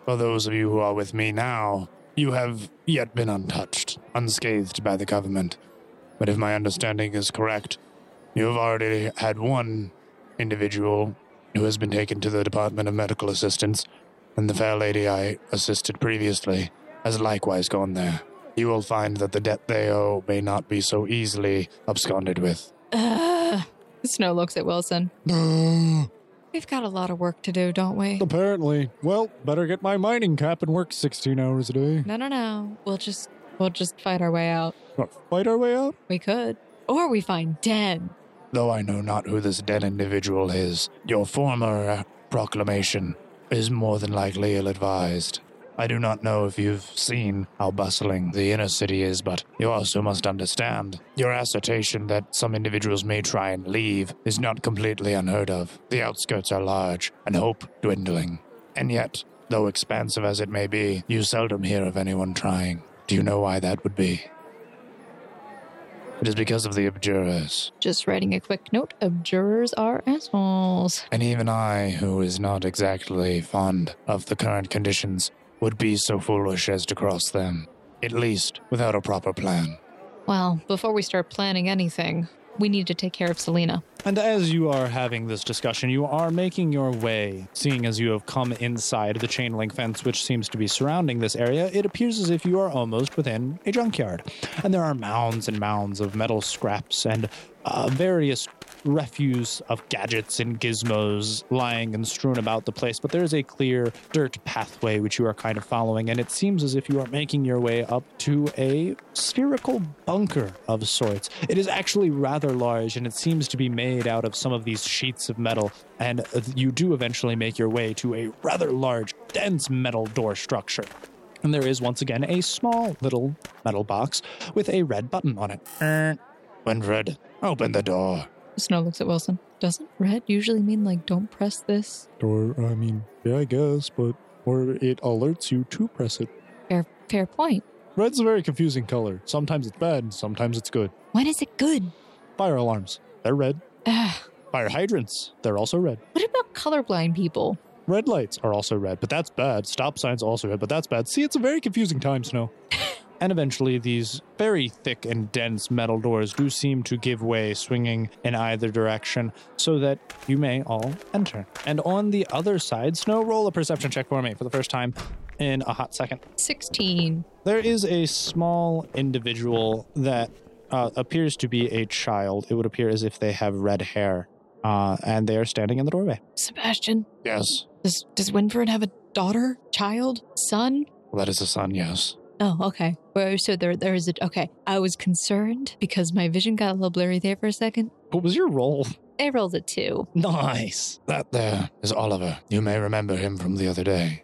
Speaker 10: for those of you who are with me now, you have yet been untouched, unscathed by the government. But if my understanding is correct, you have already had one individual who has been taken to the Department of Medical Assistance, and the fair lady I assisted previously has likewise gone there. You will find that the debt they owe may not be so easily absconded with.
Speaker 5: Ugh. Snow looks at Wilson. We've got a lot of work to do, don't we?
Speaker 12: Apparently. Well, better get my mining cap and work 16 hours a day.
Speaker 5: No, no, no. We'll just we'll just fight our way out.
Speaker 12: What, fight our way out?
Speaker 5: We could, or we find Den.
Speaker 10: Though I know not who this dead individual is, your former uh, proclamation is more than likely ill advised. I do not know if you've seen how bustling the inner city is, but you also must understand your assertion that some individuals may try and leave is not completely unheard of. The outskirts are large, and hope dwindling. And yet, though expansive as it may be, you seldom hear of anyone trying. Do you know why that would be? It is because of the abjurers.
Speaker 5: Just writing a quick note of jurors are assholes.
Speaker 10: And even I, who is not exactly fond of the current conditions, would be so foolish as to cross them, at least without a proper plan.
Speaker 5: Well, before we start planning anything, we need to take care of Selena.
Speaker 2: And as you are having this discussion, you are making your way, seeing as you have come inside the chain link fence which seems to be surrounding this area. It appears as if you are almost within a junkyard. And there are mounds and mounds of metal scraps and uh, various refuse of gadgets and gizmos lying and strewn about the place. But there is a clear dirt pathway which you are kind of following, and it seems as if you are making your way up to a spherical bunker of sorts. It is actually rather large, and it seems to be made out of some of these sheets of metal. And uh, you do eventually make your way to a rather large, dense metal door structure. And there is once again a small little metal box with a red button on it.
Speaker 10: Er, When red, open the door.
Speaker 5: Snow looks at Wilson. Doesn't red usually mean, like, don't press this?
Speaker 12: Or, I mean, yeah, I guess, but. Or it alerts you to press it.
Speaker 5: Fair, fair point.
Speaker 12: Red's a very confusing color. Sometimes it's bad, sometimes it's good.
Speaker 5: When is it good?
Speaker 12: Fire alarms, they're red.
Speaker 5: Ugh.
Speaker 12: Fire hydrants, they're also red.
Speaker 5: What about colorblind people?
Speaker 12: Red lights are also red, but that's bad. Stop signs also red, but that's bad. See, it's a very confusing time, Snow.
Speaker 2: And eventually, these very thick and dense metal doors do seem to give way, swinging in either direction, so that you may all enter. And on the other side, Snow, roll a perception check for me for the first time in a hot second.
Speaker 5: 16.
Speaker 2: There is a small individual that uh, appears to be a child. It would appear as if they have red hair, uh, and they are standing in the doorway.
Speaker 5: Sebastian,
Speaker 10: Yes.
Speaker 5: does, does Winfred have a daughter, child, son?
Speaker 10: Well, that is the sun, yes.
Speaker 5: Oh, okay. Well, so there, there is a. Okay. I was concerned because my vision got a little blurry there for a second.
Speaker 2: What was your roll?
Speaker 5: I rolled a two.
Speaker 2: Nice.
Speaker 10: That there is Oliver. You may remember him from the other day.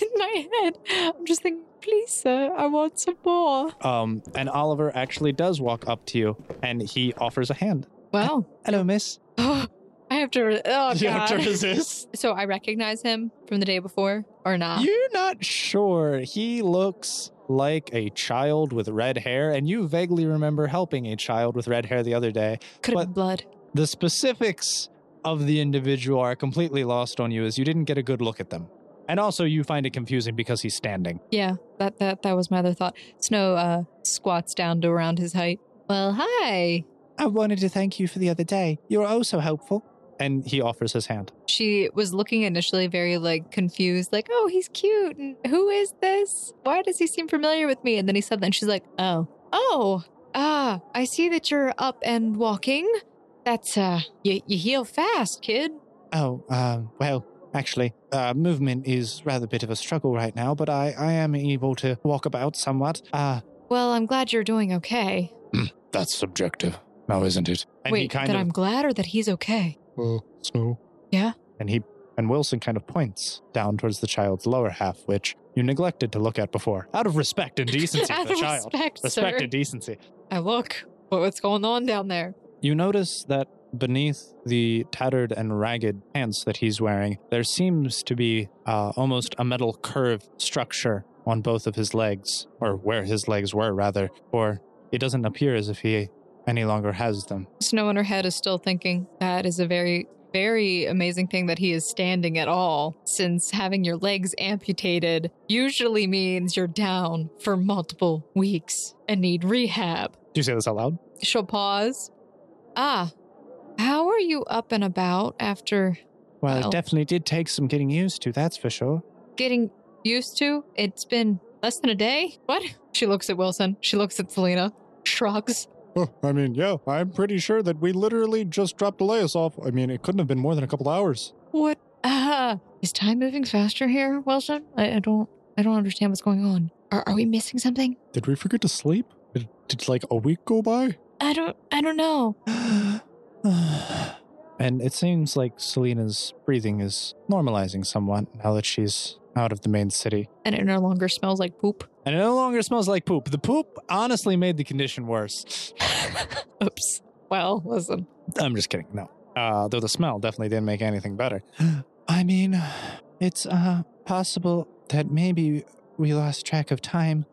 Speaker 5: In my head, I'm just thinking, please, sir, I want some more.
Speaker 2: Um, and Oliver actually does walk up to you, and he offers a hand.
Speaker 5: Wow.
Speaker 2: Hello, miss.
Speaker 5: I have to. Re- oh,
Speaker 2: You have
Speaker 5: God.
Speaker 2: to resist?
Speaker 5: So I recognize him from the day before or not?
Speaker 2: You're not sure. He looks like a child with red hair, and you vaguely remember helping a child with red hair the other day.
Speaker 5: Could have been blood.
Speaker 2: The specifics of the individual are completely lost on you as you didn't get a good look at them. And also, you find it confusing because he's standing.
Speaker 5: Yeah, that, that, that was my other thought. Snow uh, squats down to around his height. Well, hi.
Speaker 2: I wanted to thank you for the other day. You were also oh helpful. And he offers his hand.
Speaker 5: She was looking initially very like confused, like, oh, he's cute. And who is this? Why does he seem familiar with me? And then he said that, and she's like, oh, oh, ah, I see that you're up and walking. That's, uh, you, you heal fast, kid.
Speaker 2: Oh, uh, well, actually, uh, movement is rather a bit of a struggle right now, but I, I am able to walk about somewhat. Uh,
Speaker 5: Well, I'm glad you're doing okay.
Speaker 10: Mm, That's subjective. Now, isn't it?
Speaker 2: and
Speaker 5: Wait,
Speaker 2: he kind
Speaker 5: that
Speaker 2: of, uh,
Speaker 5: I'm glad or that he's okay.
Speaker 12: Well, Snow.
Speaker 5: Yeah.
Speaker 2: and he, and Wilson kind of points down towards the child's lower half, which you neglected to look at before, out of respect and decency for
Speaker 5: Out
Speaker 2: the
Speaker 5: of
Speaker 2: child.
Speaker 5: respect, sir.
Speaker 2: and decency.
Speaker 5: I look. What, what's going on down there?
Speaker 2: You notice that beneath the tattered and ragged pants that he's wearing, there seems to be uh, almost a metal curved structure on both of his legs, or where his legs were, rather, for it doesn't appear as if he any longer has them.
Speaker 5: Snow in her head is still thinking that is a very, very amazing thing that he is standing at all, since having your legs amputated usually means you're down for multiple weeks and need rehab.
Speaker 2: Do you say this out loud?
Speaker 5: She'll pause. Ah, how are you up and about after
Speaker 2: Well,
Speaker 5: Well.
Speaker 2: it definitely did take some getting used to, that's for sure.
Speaker 5: getting used to? It's been less than a day? What? She looks at Wilson. She looks at Selena, shrugs.
Speaker 12: Oh, I mean, yeah, I'm pretty sure that we literally just dropped Elias off. I mean, it couldn't have been more than a couple hours.
Speaker 5: What? Ah, is time moving faster here, Wilson? I, I don't, I don't understand what's going on. Are, are we missing something?
Speaker 12: Did we forget to sleep? Did, did like a week go by?
Speaker 5: I don't, I don't know.
Speaker 2: And it seems like Selena's breathing is normalizing somewhat now that she's out of the main city.
Speaker 5: And it no longer smells like poop.
Speaker 2: And it no longer smells like poop. The poop honestly made the condition worse.
Speaker 5: Oops. Well, listen.
Speaker 2: I'm just kidding. No. Uh, though the smell definitely didn't make anything better.
Speaker 13: I mean, it's uh possible that maybe we lost track of time,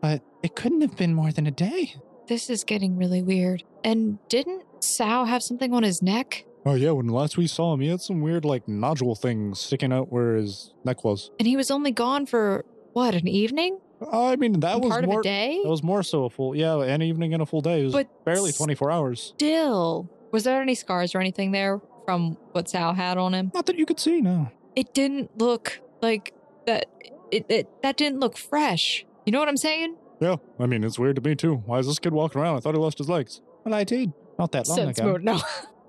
Speaker 13: but it couldn't have been more than a day.
Speaker 5: This is getting really weird. And didn't Sao have something on his neck?
Speaker 12: Oh yeah, when last we saw him, he had some weird like nodule thing sticking out where his neck was.
Speaker 5: And he was only gone for, what, an evening?
Speaker 12: I mean, that
Speaker 5: And
Speaker 12: was
Speaker 5: part of a
Speaker 12: more,
Speaker 5: day?
Speaker 12: That was more so a full, yeah, an evening and a full day. It was
Speaker 5: But
Speaker 12: barely
Speaker 5: s-
Speaker 12: 24 hours.
Speaker 5: Still. Was there any scars or anything there from what Sao had on him?
Speaker 12: Not that you could see, no.
Speaker 5: It didn't look like that. It, it that didn't look fresh. You know what I'm saying?
Speaker 12: Yeah, I mean, it's weird to me too. Why is this kid walking around? I thought he lost his legs.
Speaker 2: Well, I did. Not that long
Speaker 14: Sense
Speaker 2: ago.
Speaker 14: mode, no.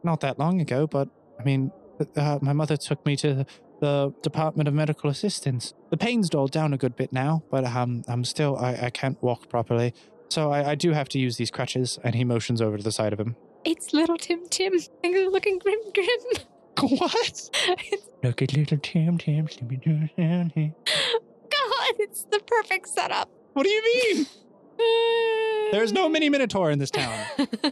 Speaker 2: Not that long ago, but I mean, uh, my mother took me to the Department of Medical Assistance. The pain's dulled down a good bit now, but um, I'm still, I, I can't walk properly. So I, I do have to use these crutches. And he motions over to the side of him.
Speaker 15: It's little Tim Tim. Things are looking grim grim.
Speaker 2: What? Look at little Tim Tim. Timmy Tim, Timmy.
Speaker 15: God, it's the perfect setup.
Speaker 2: What do you mean? There's no mini minotaur in this town.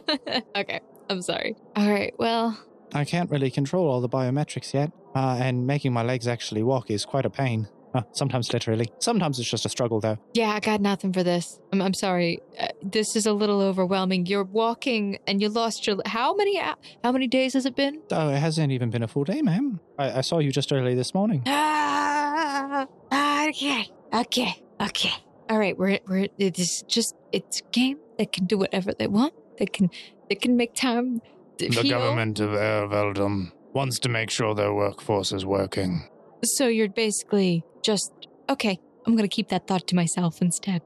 Speaker 5: okay, I'm sorry. All right, well,
Speaker 2: I can't really control all the biometrics yet, uh, and making my legs actually walk is quite a pain. Uh, sometimes literally. Sometimes it's just a struggle, though.
Speaker 5: yeah, I got nothing for this. I'm, I'm sorry. Uh, this is a little overwhelming. You're walking and you lost your. How many hou- how many days has it been?
Speaker 2: Oh, it hasn't even been a full day, ma'am. I, I saw you just early this morning.
Speaker 5: Ah, okay, okay, okay. All right, we're we're it's just it's a game that can do whatever they want. They can they can make time. To
Speaker 10: The
Speaker 5: heal.
Speaker 10: government of Erveldum wants to make sure their workforce is working.
Speaker 5: So you're basically just okay. I'm gonna keep that thought to myself instead.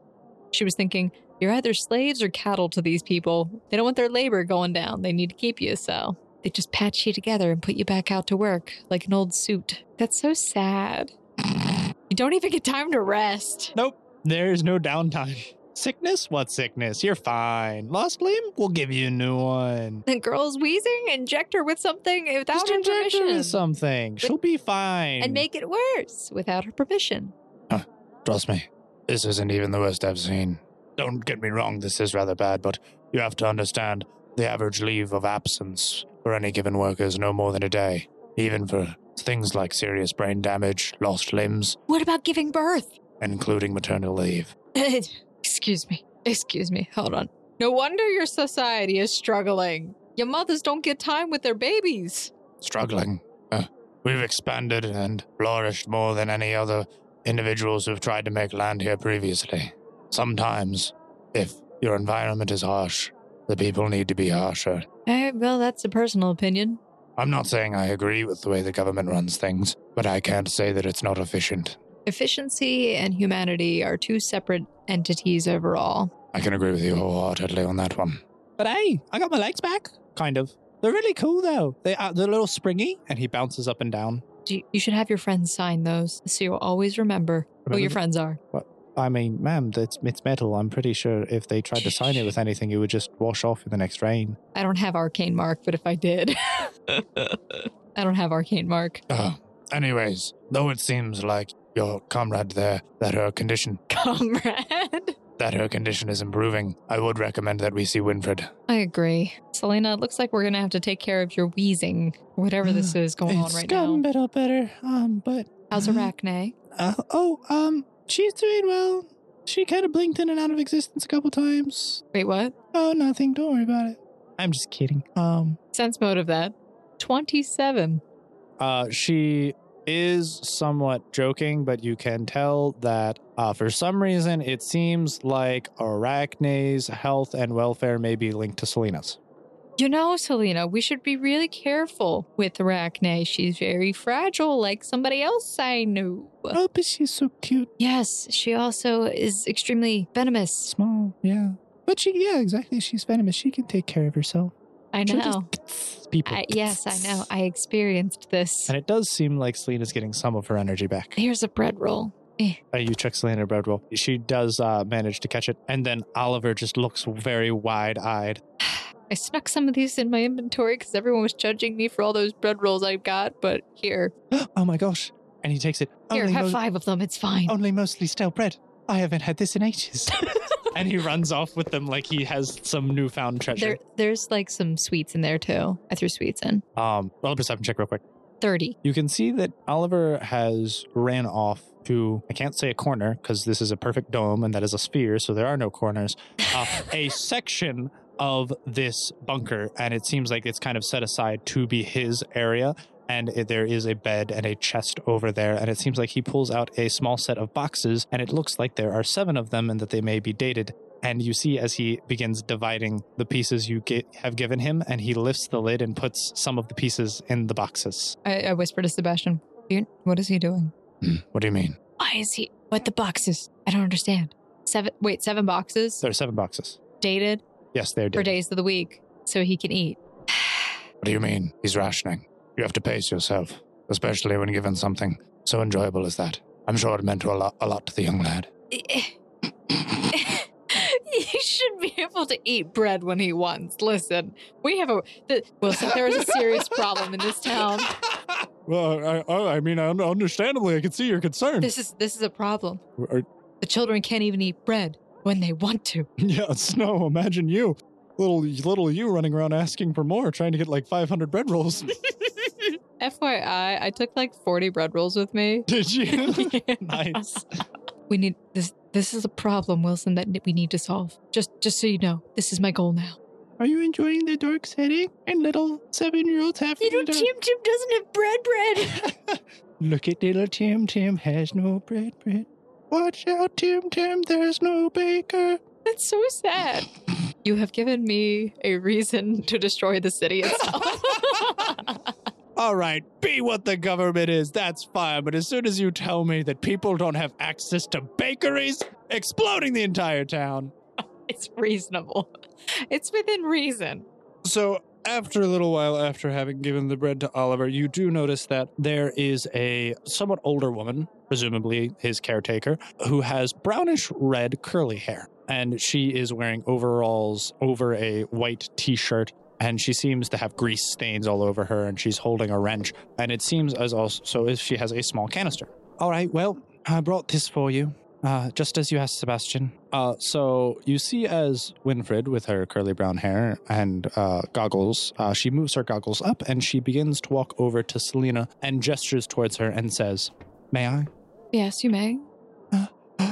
Speaker 5: She was thinking, you're either slaves or cattle to these people. They don't want their labor going down. They need to keep you, so they just patch you together and put you back out to work like an old suit. That's so sad. you don't even get time to rest.
Speaker 2: Nope. There's no downtime. Sickness? What sickness? You're fine. Lost limb? We'll give you a new one.
Speaker 5: The girl's wheezing. Inject her with something without
Speaker 2: Just
Speaker 5: her
Speaker 2: inject her
Speaker 5: permission,
Speaker 2: with something. She'll be fine.
Speaker 5: and make it worse without her permission.
Speaker 10: Trust me, this isn't even the worst I've seen. Don't get me wrong, this is rather bad, but you have to understand the average leave of absence for any given worker is no more than a day, even for things like serious brain damage, lost limbs,
Speaker 5: What about giving birth?
Speaker 10: including maternal leave.
Speaker 5: Excuse me. Excuse me. Hold on.
Speaker 14: No wonder your society is struggling.
Speaker 5: Your mothers don't get time with their babies.
Speaker 10: struggling. Uh, we've expanded and flourished more than any other individuals who've tried to make land here previously. Sometimes, if your environment is harsh, the people need to be harsher.
Speaker 5: Eh, well, that's a personal opinion.
Speaker 10: I'm not saying I agree with the way the government runs things, but I can't say that it's not efficient.
Speaker 5: Efficiency and humanity are two separate entities overall.
Speaker 10: I can agree with you wholeheartedly on that one.
Speaker 2: But hey, I got my legs back. Kind of. They're really cool, though. They, uh, they're a little springy, and he bounces up and down.
Speaker 5: Do you, you should have your friends sign those so you'll always remember, who your
Speaker 2: Remember-
Speaker 5: friends are.
Speaker 2: What? I mean, ma'am, that's it's metal. I'm pretty sure if they tried to sign it with anything, it would just wash off in the next rain.
Speaker 5: I don't have arcane mark, but if I did, I don't have arcane mark.
Speaker 10: Ah, anyways, though it seems like your comrade there, that her condition,
Speaker 5: Comrade.
Speaker 10: that her condition is improving, I would recommend that we see Winfred.
Speaker 5: I agree. Selena, it looks like we're going to have to take care of your wheezing, whatever this is going on
Speaker 2: it's
Speaker 5: right
Speaker 2: gotten
Speaker 5: now.
Speaker 2: a little better, um, but
Speaker 5: How's Arachne?
Speaker 2: uh, oh, um, she's doing well. She kind of blinked in and out of existence a couple times.
Speaker 5: Wait, what?
Speaker 2: Oh, nothing. Don't worry about it. I'm just kidding. Um,
Speaker 5: Sense mode of that. 27.
Speaker 2: Uh, she is somewhat joking, but you can tell that uh, for some reason it seems like Arachne's health and welfare may be linked to Selena's.
Speaker 5: You know, Selena, we should be really careful with Arachne. She's very fragile, like somebody else I knew.
Speaker 2: Oh, but she's so cute.
Speaker 5: Yes, she also is extremely venomous.
Speaker 2: Small, yeah. But she, yeah, exactly. She's venomous. She can take care of herself.
Speaker 5: I
Speaker 2: She'll just
Speaker 5: know.
Speaker 2: people.
Speaker 5: I, yes, I know. I experienced this.
Speaker 2: And it does seem like Selena's getting some of her energy back.
Speaker 5: Here's a bread roll. Eh.
Speaker 2: Uh, you check Selena bread roll. She does uh, manage to catch it, and then Oliver just looks very wide-eyed.
Speaker 5: I snuck some of these in my inventory because everyone was judging me for all those bread rolls I got, but here.
Speaker 2: oh my gosh! And he takes it. Oh
Speaker 5: Here,
Speaker 2: Only
Speaker 5: have
Speaker 2: mo-
Speaker 5: five of them. It's fine.
Speaker 2: Only mostly stale bread. I haven't had this in ages. and he runs off with them like he has some newfound treasure.
Speaker 5: There, there's like some sweets in there too. I threw sweets in.
Speaker 2: Um, roll a perception check real quick.
Speaker 5: 30.
Speaker 2: You can see that Oliver has ran off to, I can't say a corner because this is a perfect dome and that is a sphere, so there are no corners, uh, a section of this bunker. And it seems like it's kind of set aside to be his area. And it, there is a bed and a chest over there. And it seems like he pulls out a small set of boxes, and it looks like there are seven of them and that they may be dated. And you see as he begins dividing the pieces you get, have given him, and he lifts the lid and puts some of the pieces in the boxes.
Speaker 5: I, I whisper to Sebastian, "You- What is he doing?
Speaker 2: What do you mean?
Speaker 5: Why is he? What the boxes? I don't understand. Seven, wait, seven boxes
Speaker 2: There are seven boxes.
Speaker 5: dated
Speaker 2: Yes, they're
Speaker 5: for
Speaker 2: dated.
Speaker 5: days of the week so he can eat.
Speaker 10: What do you mean? He's rationing. You have to pace yourself, especially when given something so enjoyable as that. I'm sure it meant a lot, a lot to the young lad.
Speaker 5: he should be able to eat bread when he wants. Listen, we have a the, Wilson. There is a serious problem in this town.
Speaker 12: Well, I, I, I mean, un- understandably, I can see your concern.
Speaker 5: This is this is a problem.
Speaker 12: Are-
Speaker 5: The children can't even eat bread when they want to.
Speaker 12: yes, no, imagine you. Little, little you running around asking for more, trying to get like 500 bread rolls.
Speaker 5: FYI, I took like 40 bread rolls with me.
Speaker 12: Did you?
Speaker 2: nice.
Speaker 5: We need this. This is a problem, Wilson, that we need to solve. Just, just so you know, this is my goal now.
Speaker 13: Are you enjoying the dark setting and little seven year olds having
Speaker 16: Little
Speaker 13: the dark-
Speaker 16: Tim Tim doesn't have bread bread.
Speaker 13: Look at little Tim Tim has no bread bread. Watch out, Tim Tim, there's no baker.
Speaker 5: That's so sad. You have given me a reason to destroy the city itself.
Speaker 13: All right, be what the government is, that's fine. But as soon as you tell me that people don't have access to bakeries, exploding the entire town.
Speaker 5: it's reasonable. It's within reason.
Speaker 12: So, after a little while, after having given the bread to Oliver, you do notice that
Speaker 2: there is a somewhat older woman, presumably his caretaker, who has brownish red curly hair. And she is wearing overalls over a white t shirt. And she seems to have grease stains all over her. And she's holding a wrench. And it seems as also as she has a small canister.
Speaker 13: All right, well, I brought this for you, uh, just as you asked, Sebastian.
Speaker 2: Uh, so you see, as Winfred, with her curly brown hair and uh, goggles, uh, she moves her goggles up and she begins to walk over to Selena and gestures towards her and says, "May I?"
Speaker 5: Yes, you may. As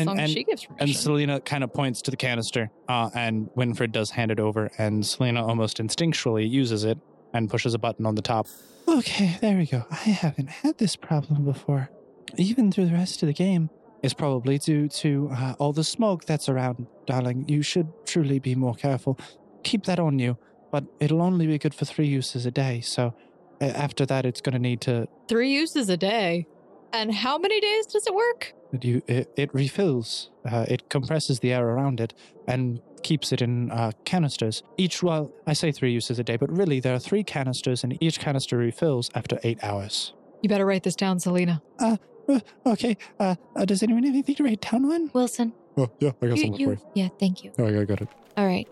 Speaker 2: and,
Speaker 5: long as
Speaker 2: and-
Speaker 5: she gives
Speaker 2: And
Speaker 5: permission.
Speaker 2: Selena kind of points to the canister, uh, and Winfred does hand it over, and Selena almost instinctually uses it and pushes a button on the top.
Speaker 13: Okay, there we go. I haven't had this problem before, even through the rest of the game. It's probably due to uh, all the smoke that's around, darling. You should truly be more careful. Keep that on you, but it'll only be good for three uses a day, so uh, after that, it's going to need to.
Speaker 5: Three uses a day. And how many days does it work?
Speaker 13: You, it, it refills, uh, it compresses the air around it, and keeps it in uh, canisters. Each, well, I say three uses a day, but really, there are three canisters, and each canister refills after eight hours.
Speaker 5: You better write this down, Selena.
Speaker 13: Uh, uh, okay. Uh, uh, does anyone have anything to write down on?
Speaker 16: Wilson,
Speaker 12: Oh, yeah, I guess
Speaker 16: you,
Speaker 12: I'll look
Speaker 16: you-
Speaker 12: for you.
Speaker 16: yeah, thank you.
Speaker 12: Oh, yeah, I got it.
Speaker 16: All right.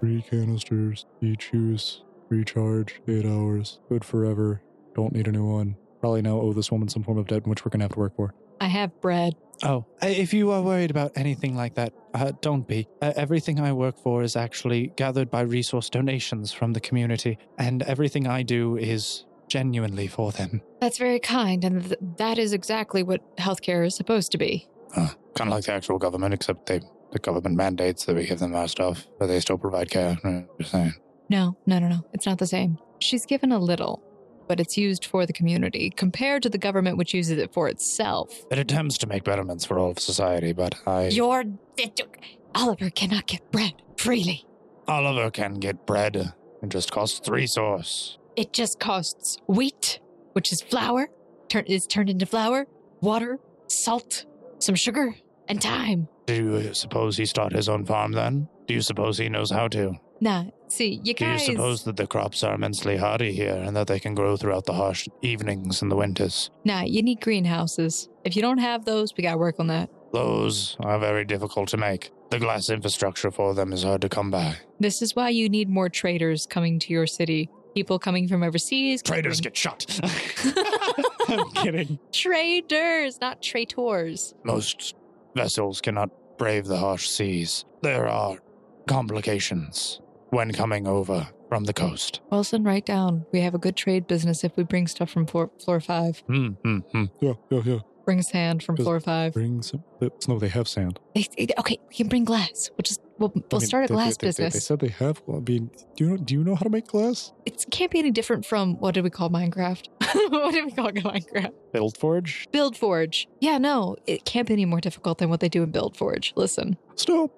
Speaker 12: Three canisters, each use, recharge, eight hours, good forever. Don't need a new one. Probably now owe this woman some form of debt, which we're gonna have to work for.
Speaker 5: I have bread.
Speaker 13: Oh, uh, if you are worried about anything like that, uh, don't be. Uh, everything I work for is actually gathered by resource donations from the community, and everything I do is genuinely for them.
Speaker 5: That's very kind, and th- that is exactly what healthcare is supposed to be.
Speaker 10: Kind of like the actual government, except they, the government mandates that we give them our stuff, but they still provide care. Mm, Just saying.
Speaker 5: No, no, no, no. It's not the same. She's given a little, but it's used for the community compared to the government, which uses it for itself.
Speaker 10: It attempts to make betterments for all of society, but I.
Speaker 16: Your Oliver cannot get bread freely.
Speaker 10: Oliver can get bread. It just costs three source.
Speaker 16: It just costs wheat, which is flour, turn is turned into flour, water, salt, some sugar, and time.
Speaker 10: Do you suppose he started his own farm then? Do you suppose he knows how to?
Speaker 5: Nah, see, you
Speaker 10: Do you
Speaker 5: guys.
Speaker 10: suppose that the crops are immensely hardy here and that they can grow throughout the harsh evenings and the winters?
Speaker 5: nah, you need greenhouses. If you don't have those, we gotta work on that.
Speaker 10: Those are very difficult to make. The glass infrastructure for them is hard to come by.
Speaker 5: This is why you need more traders coming to your city. People coming from overseas.
Speaker 10: Traders get shot.
Speaker 13: I'm kidding.
Speaker 5: Traders, not traitors.
Speaker 10: Most vessels cannot brave the harsh seas. There are complications when coming over from the coast.
Speaker 5: Wilson, write down. We have a good trade business if we bring stuff from floor, floor five.
Speaker 10: Hmm, hmm, hmm.
Speaker 12: Yeah, yeah, yeah.
Speaker 5: Bring sand from
Speaker 12: Does-
Speaker 5: floor five.
Speaker 12: Bring some. Lips. No, they have sand.
Speaker 16: They, they- okay, we can bring glass. We'll just we'll, we'll
Speaker 12: I mean,
Speaker 16: start a
Speaker 12: they-
Speaker 16: glass
Speaker 12: they, they- They,
Speaker 16: business.
Speaker 12: said they have. I mean, do you know, do you know how to make glass?
Speaker 5: It can't be any different from what did we call Minecraft? what did we call Minecraft?
Speaker 2: Build forge.
Speaker 5: Build Forge. Yeah, no, it can't be any more difficult than what they do in Build Forge. Listen,
Speaker 12: Stop.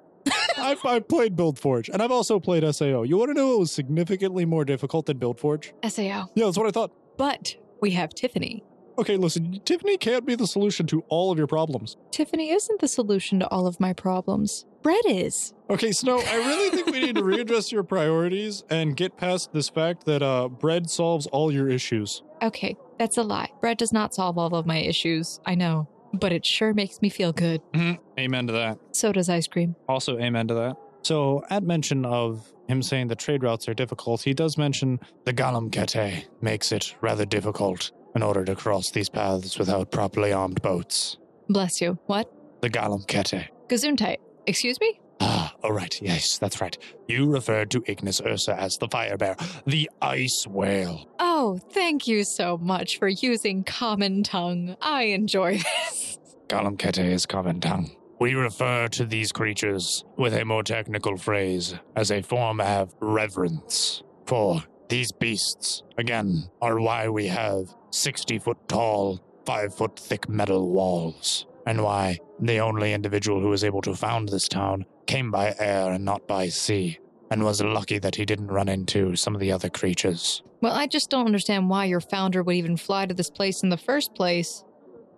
Speaker 12: I've, I've played Build Forge, and I've also played SAO. You want to know what was significantly more difficult than Build Forge?
Speaker 5: Sao.
Speaker 12: Yeah, that's what I thought.
Speaker 5: But we have Tiffany.
Speaker 12: Okay, listen, Tiffany can't be the solution to all of your problems.
Speaker 5: Tiffany isn't the solution to all of my problems. Bread is.
Speaker 12: Okay, Snow, I really think we need to readjust your priorities and get past this fact that uh, bread solves all your issues.
Speaker 5: Okay, that's a lie. Bread does not solve all of my issues. I know, but it sure makes me feel good.
Speaker 12: Mm-hmm.
Speaker 2: Amen to that.
Speaker 5: So does ice cream.
Speaker 2: Also, amen to that.
Speaker 13: So, at mention of him saying the trade routes are difficult, he does mention
Speaker 10: The Galam Kete makes it rather difficult in order to cross these paths without properly armed boats.
Speaker 5: Bless you. What?
Speaker 10: The Galam Kete.
Speaker 5: Gazuntite. Excuse me?
Speaker 10: Ah, all right. Yes, that's right. You referred to Ignis Ursa as the Fire Bear, the Ice Whale.
Speaker 5: Oh, thank you so much for using common tongue. I enjoy this.
Speaker 10: Galam Kete is common tongue. We refer to these creatures with a more technical phrase as a form of reverence. For these beasts, again, are why we have 60 foot tall, 5 foot thick metal walls, and why the only individual who was able to found this town came by air and not by sea, and was lucky that he didn't run into some of the other creatures.
Speaker 5: Well, I just don't understand why your founder would even fly to this place in the first place.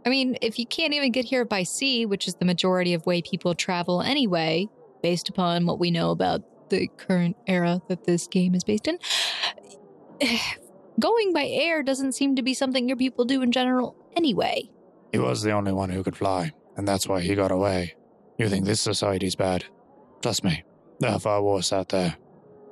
Speaker 5: I mean, if you can't even get here by sea, which is the majority of way people travel anyway, based upon what we know about the current era that this game is based in, going by air doesn't seem to be something your people do in general anyway.
Speaker 10: He was the only one who could fly, and that's why he got away. You think this society's bad? Trust me, there are far worse out there.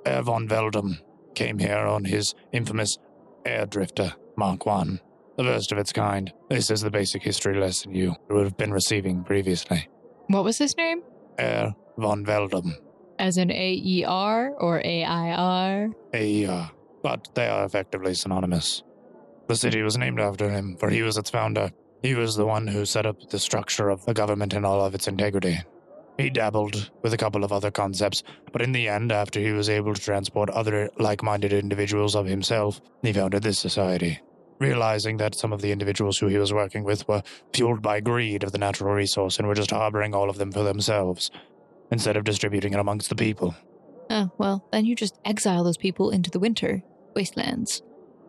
Speaker 10: Herr von Veldum came here on his infamous air drifter, Mark One, the first of its kind. This is the basic history lesson you would have been receiving previously.
Speaker 5: What was his name?
Speaker 10: Herr von Veldum,
Speaker 5: As in A E R or A I R?
Speaker 10: AER, uh, but they are effectively synonymous. The city was named after him, for he was its founder. He was the one who set up the structure of the government and all of its integrity. He dabbled with a couple of other concepts, but in the end, after he was able to transport other like minded individuals of himself, he founded this society. Realizing that some of the individuals who he was working with were fueled by greed of the natural resource and were just harboring all of them for themselves, instead of distributing it amongst the people.
Speaker 5: Oh, well, then you just exile those people into the winter wastelands.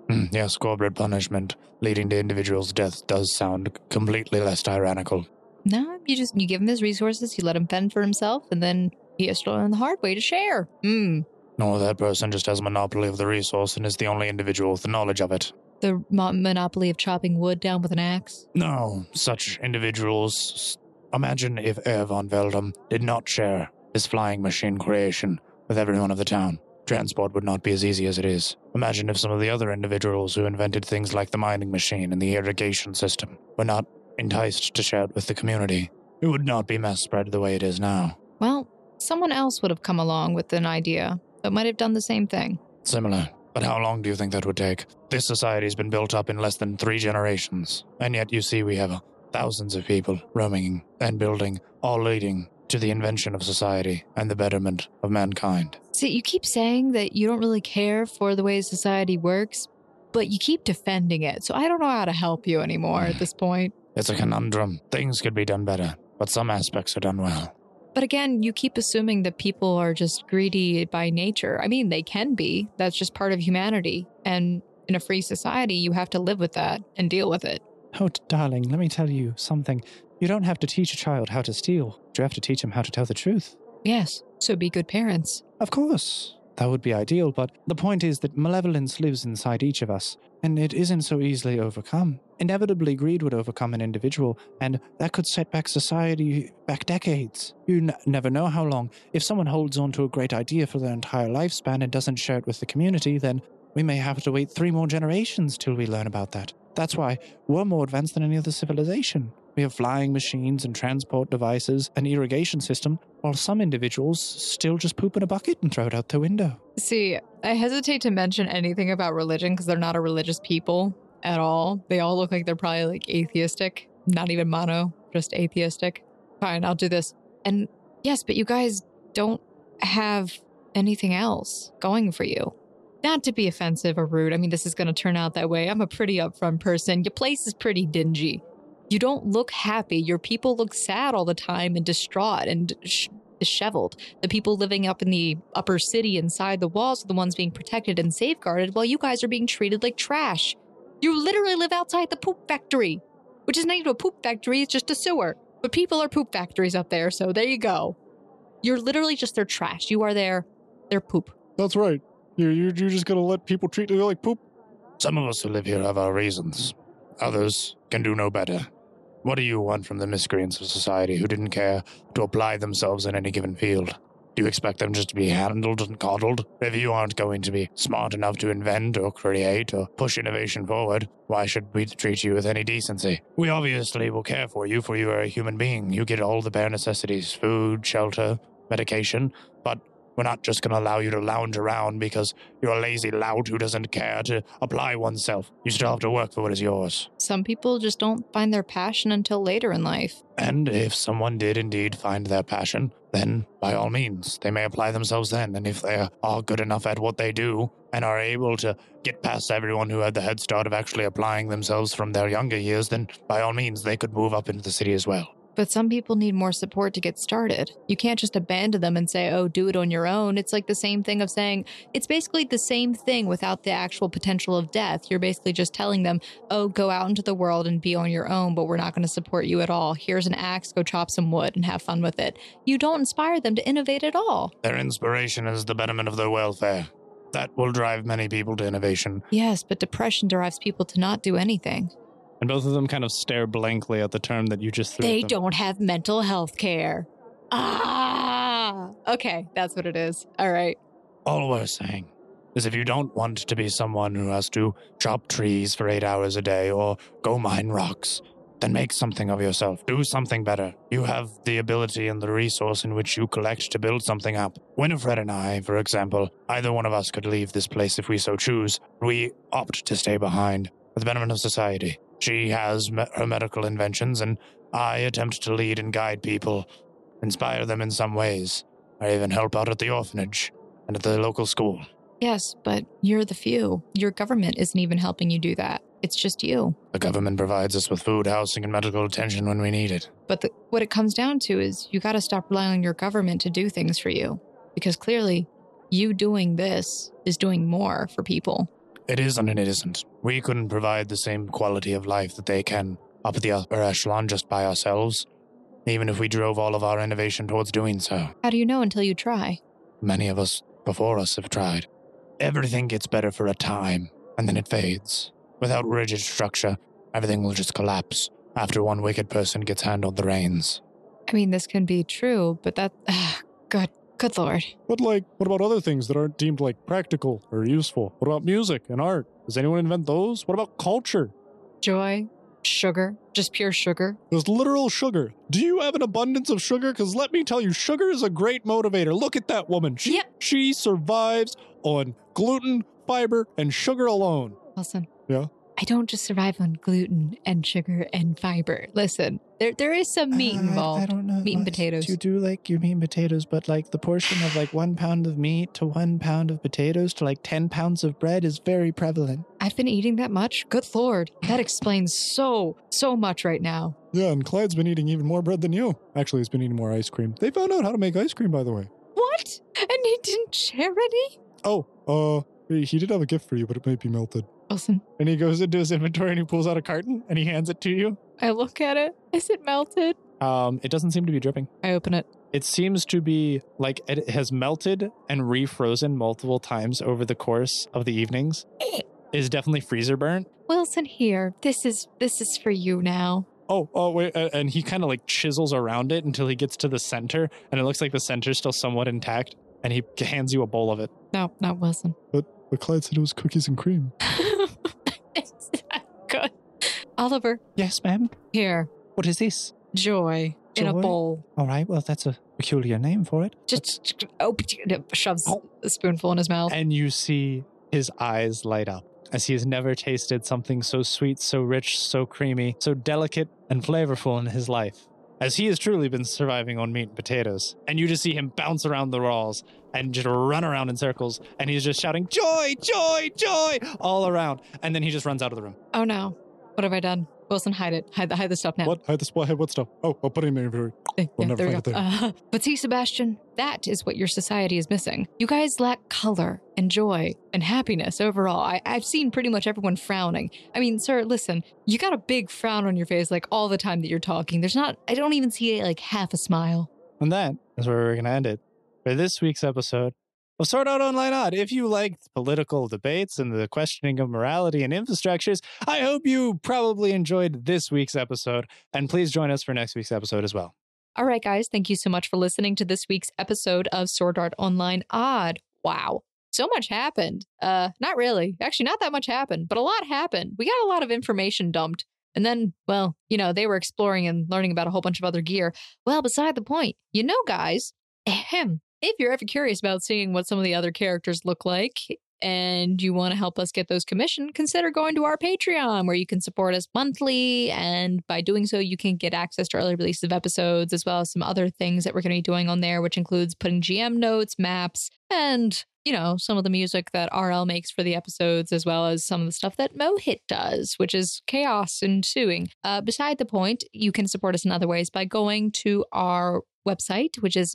Speaker 10: Mm, yes, corporate punishment leading to individuals' death does sound completely less tyrannical.
Speaker 5: No, you just you give him his resources, you let him fend for himself, and then he has to learn the hard way to share. Hmm.
Speaker 10: No, that person just has monopoly of the resource and is the only individual with the knowledge of it.
Speaker 5: The mo- monopoly of chopping wood down with an axe.
Speaker 10: No, such individuals. Imagine if Herr von Veldum did not share his flying machine creation with everyone of the town. Transport would not be as easy as it is. Imagine if some of the other individuals who invented things like the mining machine and the irrigation system were not enticed to share it with the community. It would not be mass spread the way it is now.
Speaker 5: Well, someone else would have come along with an idea that might have done the same thing.
Speaker 10: Similar. But how long do you think that would take? This society's been built up in less than three generations, and yet you see we have uh, thousands of people roaming and building, all leading to the invention of society and the betterment of mankind.
Speaker 5: See, you keep saying that you don't really care for the way society works, but you keep defending it. So I don't know how to help you anymore at this point.
Speaker 10: It's a conundrum. Things could be done better, but some aspects are done well.
Speaker 5: But again, you keep assuming that people are just greedy by nature. I mean, they can be. That's just part of humanity. And in a free society, you have to live with that and deal with it.
Speaker 13: Oh, d- darling, let me tell you something. You don't have to teach a child how to steal, but you have to teach him how to tell the truth.
Speaker 5: Yes. So be good parents.
Speaker 13: Of course. That would be ideal, but the point is that malevolence lives inside each of us, and it isn't so easily overcome. Inevitably, greed would overcome an individual, and that could set back society back decades. You n- never know how long. If someone holds on to a great idea for their entire lifespan and doesn't share it with the community, then we may have to wait three more generations till we learn about that. That's why we're more advanced than any other civilization. We have flying machines and transport devices, an irrigation system, while some individuals still just poop in a bucket and throw it out the window.
Speaker 5: See, I hesitate to mention anything about religion because they're not a religious people at all. They all look like they're probably like atheistic, not even mono, just atheistic. Fine, I'll do this. And yes, but you guys don't have anything else going for you. Not to be offensive or rude. I mean, this is going to turn out that way. I'm a pretty upfront person. Your place is pretty dingy. You don't look happy. Your people look sad all the time and distraught and sh- disheveled. The people living up in the upper city inside the walls are the ones being protected and safeguarded, while you guys are being treated like trash. You literally live outside the poop factory, which is not even a poop factory, it's just a sewer. But people are poop factories up there, so there you go. You're literally just their trash. You are their, their poop.
Speaker 9: That's right. You're, you're, you're just going to let people treat you like poop.
Speaker 10: Some of us who live here have our reasons. Others can do no better. What do you want from the miscreants of society who didn't care to apply themselves in any given field? Do you expect them just to be handled and coddled? If you aren't going to be smart enough to invent or create or push innovation forward, why should we treat you with any decency? We obviously will care for you, for you are a human being. You get all the bare necessities food, shelter, medication, but we're not just going to allow you to lounge around because you're a lazy lout who doesn't care to apply oneself. You still have to work for what is yours.
Speaker 5: Some people just don't find their passion until later in life.
Speaker 10: And if someone did indeed find their passion, then by all means, they may apply themselves then. And if they are good enough at what they do and are able to get past everyone who had the head start of actually applying themselves from their younger years, then by all means, they could move up into the city as well.
Speaker 5: But some people need more support to get started. You can't just abandon them and say, oh, do it on your own. It's like the same thing of saying, it's basically the same thing without the actual potential of death. You're basically just telling them, oh, go out into the world and be on your own, but we're not going to support you at all. Here's an axe, go chop some wood and have fun with it. You don't inspire them to innovate at all.
Speaker 10: Their inspiration is the betterment of their welfare. That will drive many people to innovation.
Speaker 5: Yes, but depression drives people to not do anything.
Speaker 2: And both of them kind of stare blankly at the term that you just threw. at
Speaker 16: They
Speaker 2: them.
Speaker 16: don't have mental health care.
Speaker 5: Ah, okay, that's what it is. All right.
Speaker 10: All we're saying is if you don't want to be someone who has to chop trees for eight hours a day or go mine rocks, then make something of yourself. Do something better. You have the ability and the resource in which you collect to build something up. Winifred and I, for example, either one of us could leave this place if we so choose. We opt to stay behind for the betterment of society. She has me- her medical inventions, and I attempt to lead and guide people, inspire them in some ways. I even help out at the orphanage and at the local school.
Speaker 5: Yes, but you're the few. Your government isn't even helping you do that. It's just you.
Speaker 10: The government provides us with food, housing, and medical attention when we need it.
Speaker 5: But the, what it comes down to is you got to stop relying on your government to do things for you because clearly you doing this is doing more for people.
Speaker 10: It is and it isn't. We couldn't provide the same quality of life that they can up the upper echelon just by ourselves, even if we drove all of our innovation towards doing so.
Speaker 5: How do you know until you try?
Speaker 10: Many of us before us have tried. Everything gets better for a time, and then it fades. Without rigid structure, everything will just collapse after one wicked person gets handled the reins.
Speaker 5: I mean, this can be true, but that. good. Good lord.
Speaker 12: But like, what about other things that aren't deemed like practical or useful? What about music and art? Does anyone invent those? What about culture?
Speaker 5: Joy, sugar, just pure sugar.
Speaker 12: There's literal sugar. Do you have an abundance of sugar? Because let me tell you, sugar is a great motivator. Look at that woman. She she survives on gluten, fiber, and sugar alone.
Speaker 5: Listen,
Speaker 12: Yeah.
Speaker 5: I don't just survive on gluten and sugar and fiber. Listen, there there is some meat involved.
Speaker 13: Uh, don't know.
Speaker 5: Meat and
Speaker 13: Like,
Speaker 5: potatoes.
Speaker 13: You do like your meat and potatoes, but like the portion of like one pound of meat to one pound of potatoes to like 10 pounds of bread is very prevalent.
Speaker 5: I've been eating that much. Good lord. That explains so, so much right now.
Speaker 12: Yeah, and Clyde's been eating even more bread than you. Actually, he's been eating more ice cream. They found out how to make ice cream, by the way.
Speaker 5: What? And he didn't share any?
Speaker 12: Oh, uh, he did have a gift for you, but it might be melted.
Speaker 5: Wilson.
Speaker 12: And he goes into his inventory and he pulls out a carton and he hands it to you.
Speaker 5: I look at it. Is it melted?
Speaker 2: Um, it doesn't seem to be dripping.
Speaker 5: I open it.
Speaker 2: It seems to be like it has melted and refrozen multiple times over the course of the evenings.
Speaker 5: Eh.
Speaker 2: It is definitely freezer burnt.
Speaker 16: Wilson here. This is this is for you now.
Speaker 2: Oh, oh, wait. a- And he kind of like chisels around it until he gets to the center, and it looks like the center's still somewhat intact. And he hands you a bowl of it.
Speaker 5: No, not Wilson.
Speaker 12: But but Clyde said it was cookies and cream.
Speaker 5: Oliver.
Speaker 13: Yes, ma'am.
Speaker 5: Here.
Speaker 13: What is this?
Speaker 5: Joy, in a
Speaker 13: Joy?
Speaker 5: bowl.
Speaker 13: All right, well, that's a peculiar name for it.
Speaker 5: Just oh, shoves
Speaker 13: Oh.
Speaker 5: a spoonful in his mouth.
Speaker 2: And you see his eyes light up as he has never tasted something so sweet, so rich, so creamy, so delicate and flavorful in his life. As he has truly been surviving on meat and potatoes. And you just see him bounce around the walls and just run around in circles. And he's just shouting, Joy, joy, joy, all around. And then he just runs out of the room.
Speaker 5: Oh no, what have I done? Wilson, hide it. Hide the hide the stuff now.
Speaker 12: What? Hide this. What? Hide what stuff? Oh, I'll put it in the inventory.
Speaker 5: Eh,
Speaker 12: We'll
Speaker 5: yeah,
Speaker 12: never
Speaker 5: there we
Speaker 12: find
Speaker 5: go.
Speaker 12: it there.
Speaker 5: Uh, but see, Sebastian, that is what your society is missing. You guys lack color and joy and happiness overall. I, I've seen pretty much everyone frowning. I mean, sir, listen, you got a big frown on your face like all the time that you're talking. There's not, I don't even see like half a smile.
Speaker 13: And that is where we're going to end it for this week's episode of Sword Art Online Odd. If you liked political debates and the questioning of morality and infrastructures, I hope you probably enjoyed this week's episode. And please join us for next week's episode as well.
Speaker 5: All right, guys, thank you so much for listening to this week's episode of Sword Art Online Odd. Wow. So much happened. Uh, not really. Actually, not that much happened, but a lot happened. We got a lot of information dumped. And then, well, you know, they were exploring and learning about a whole bunch of other gear. Well, beside the point, you know, guys, ahem, if you're ever curious about seeing what some of the other characters look like and you want to help us get those commissioned, consider going to our Patreon where you can support us monthly. And by doing so, you can get access to early release of episodes as well as some other things that we're going to be doing on there, which includes putting GM notes, maps, and you know, some of the music that RL makes for the episodes, as well as some of the stuff that Mohit does, which is chaos ensuing. Uh, beside the point, you can support us in other ways by going to our website, which is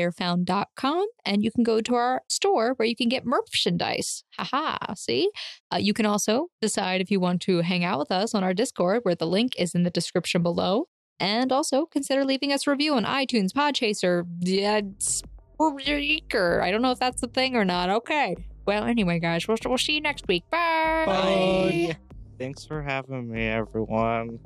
Speaker 5: missingroleplayerfound.com, and you can go to our store where you can get merchandise. Haha, see? Uh, you can also decide if you want to hang out with us on our Discord, where the link is in the description below. And also consider leaving us a review on iTunes, Podchaser, yeah, it's- Eaker. I don't know if that's the thing or not. Okay. Well, anyway, guys, we'll, we'll see you next week. Bye.
Speaker 1: Thanks for having me, everyone.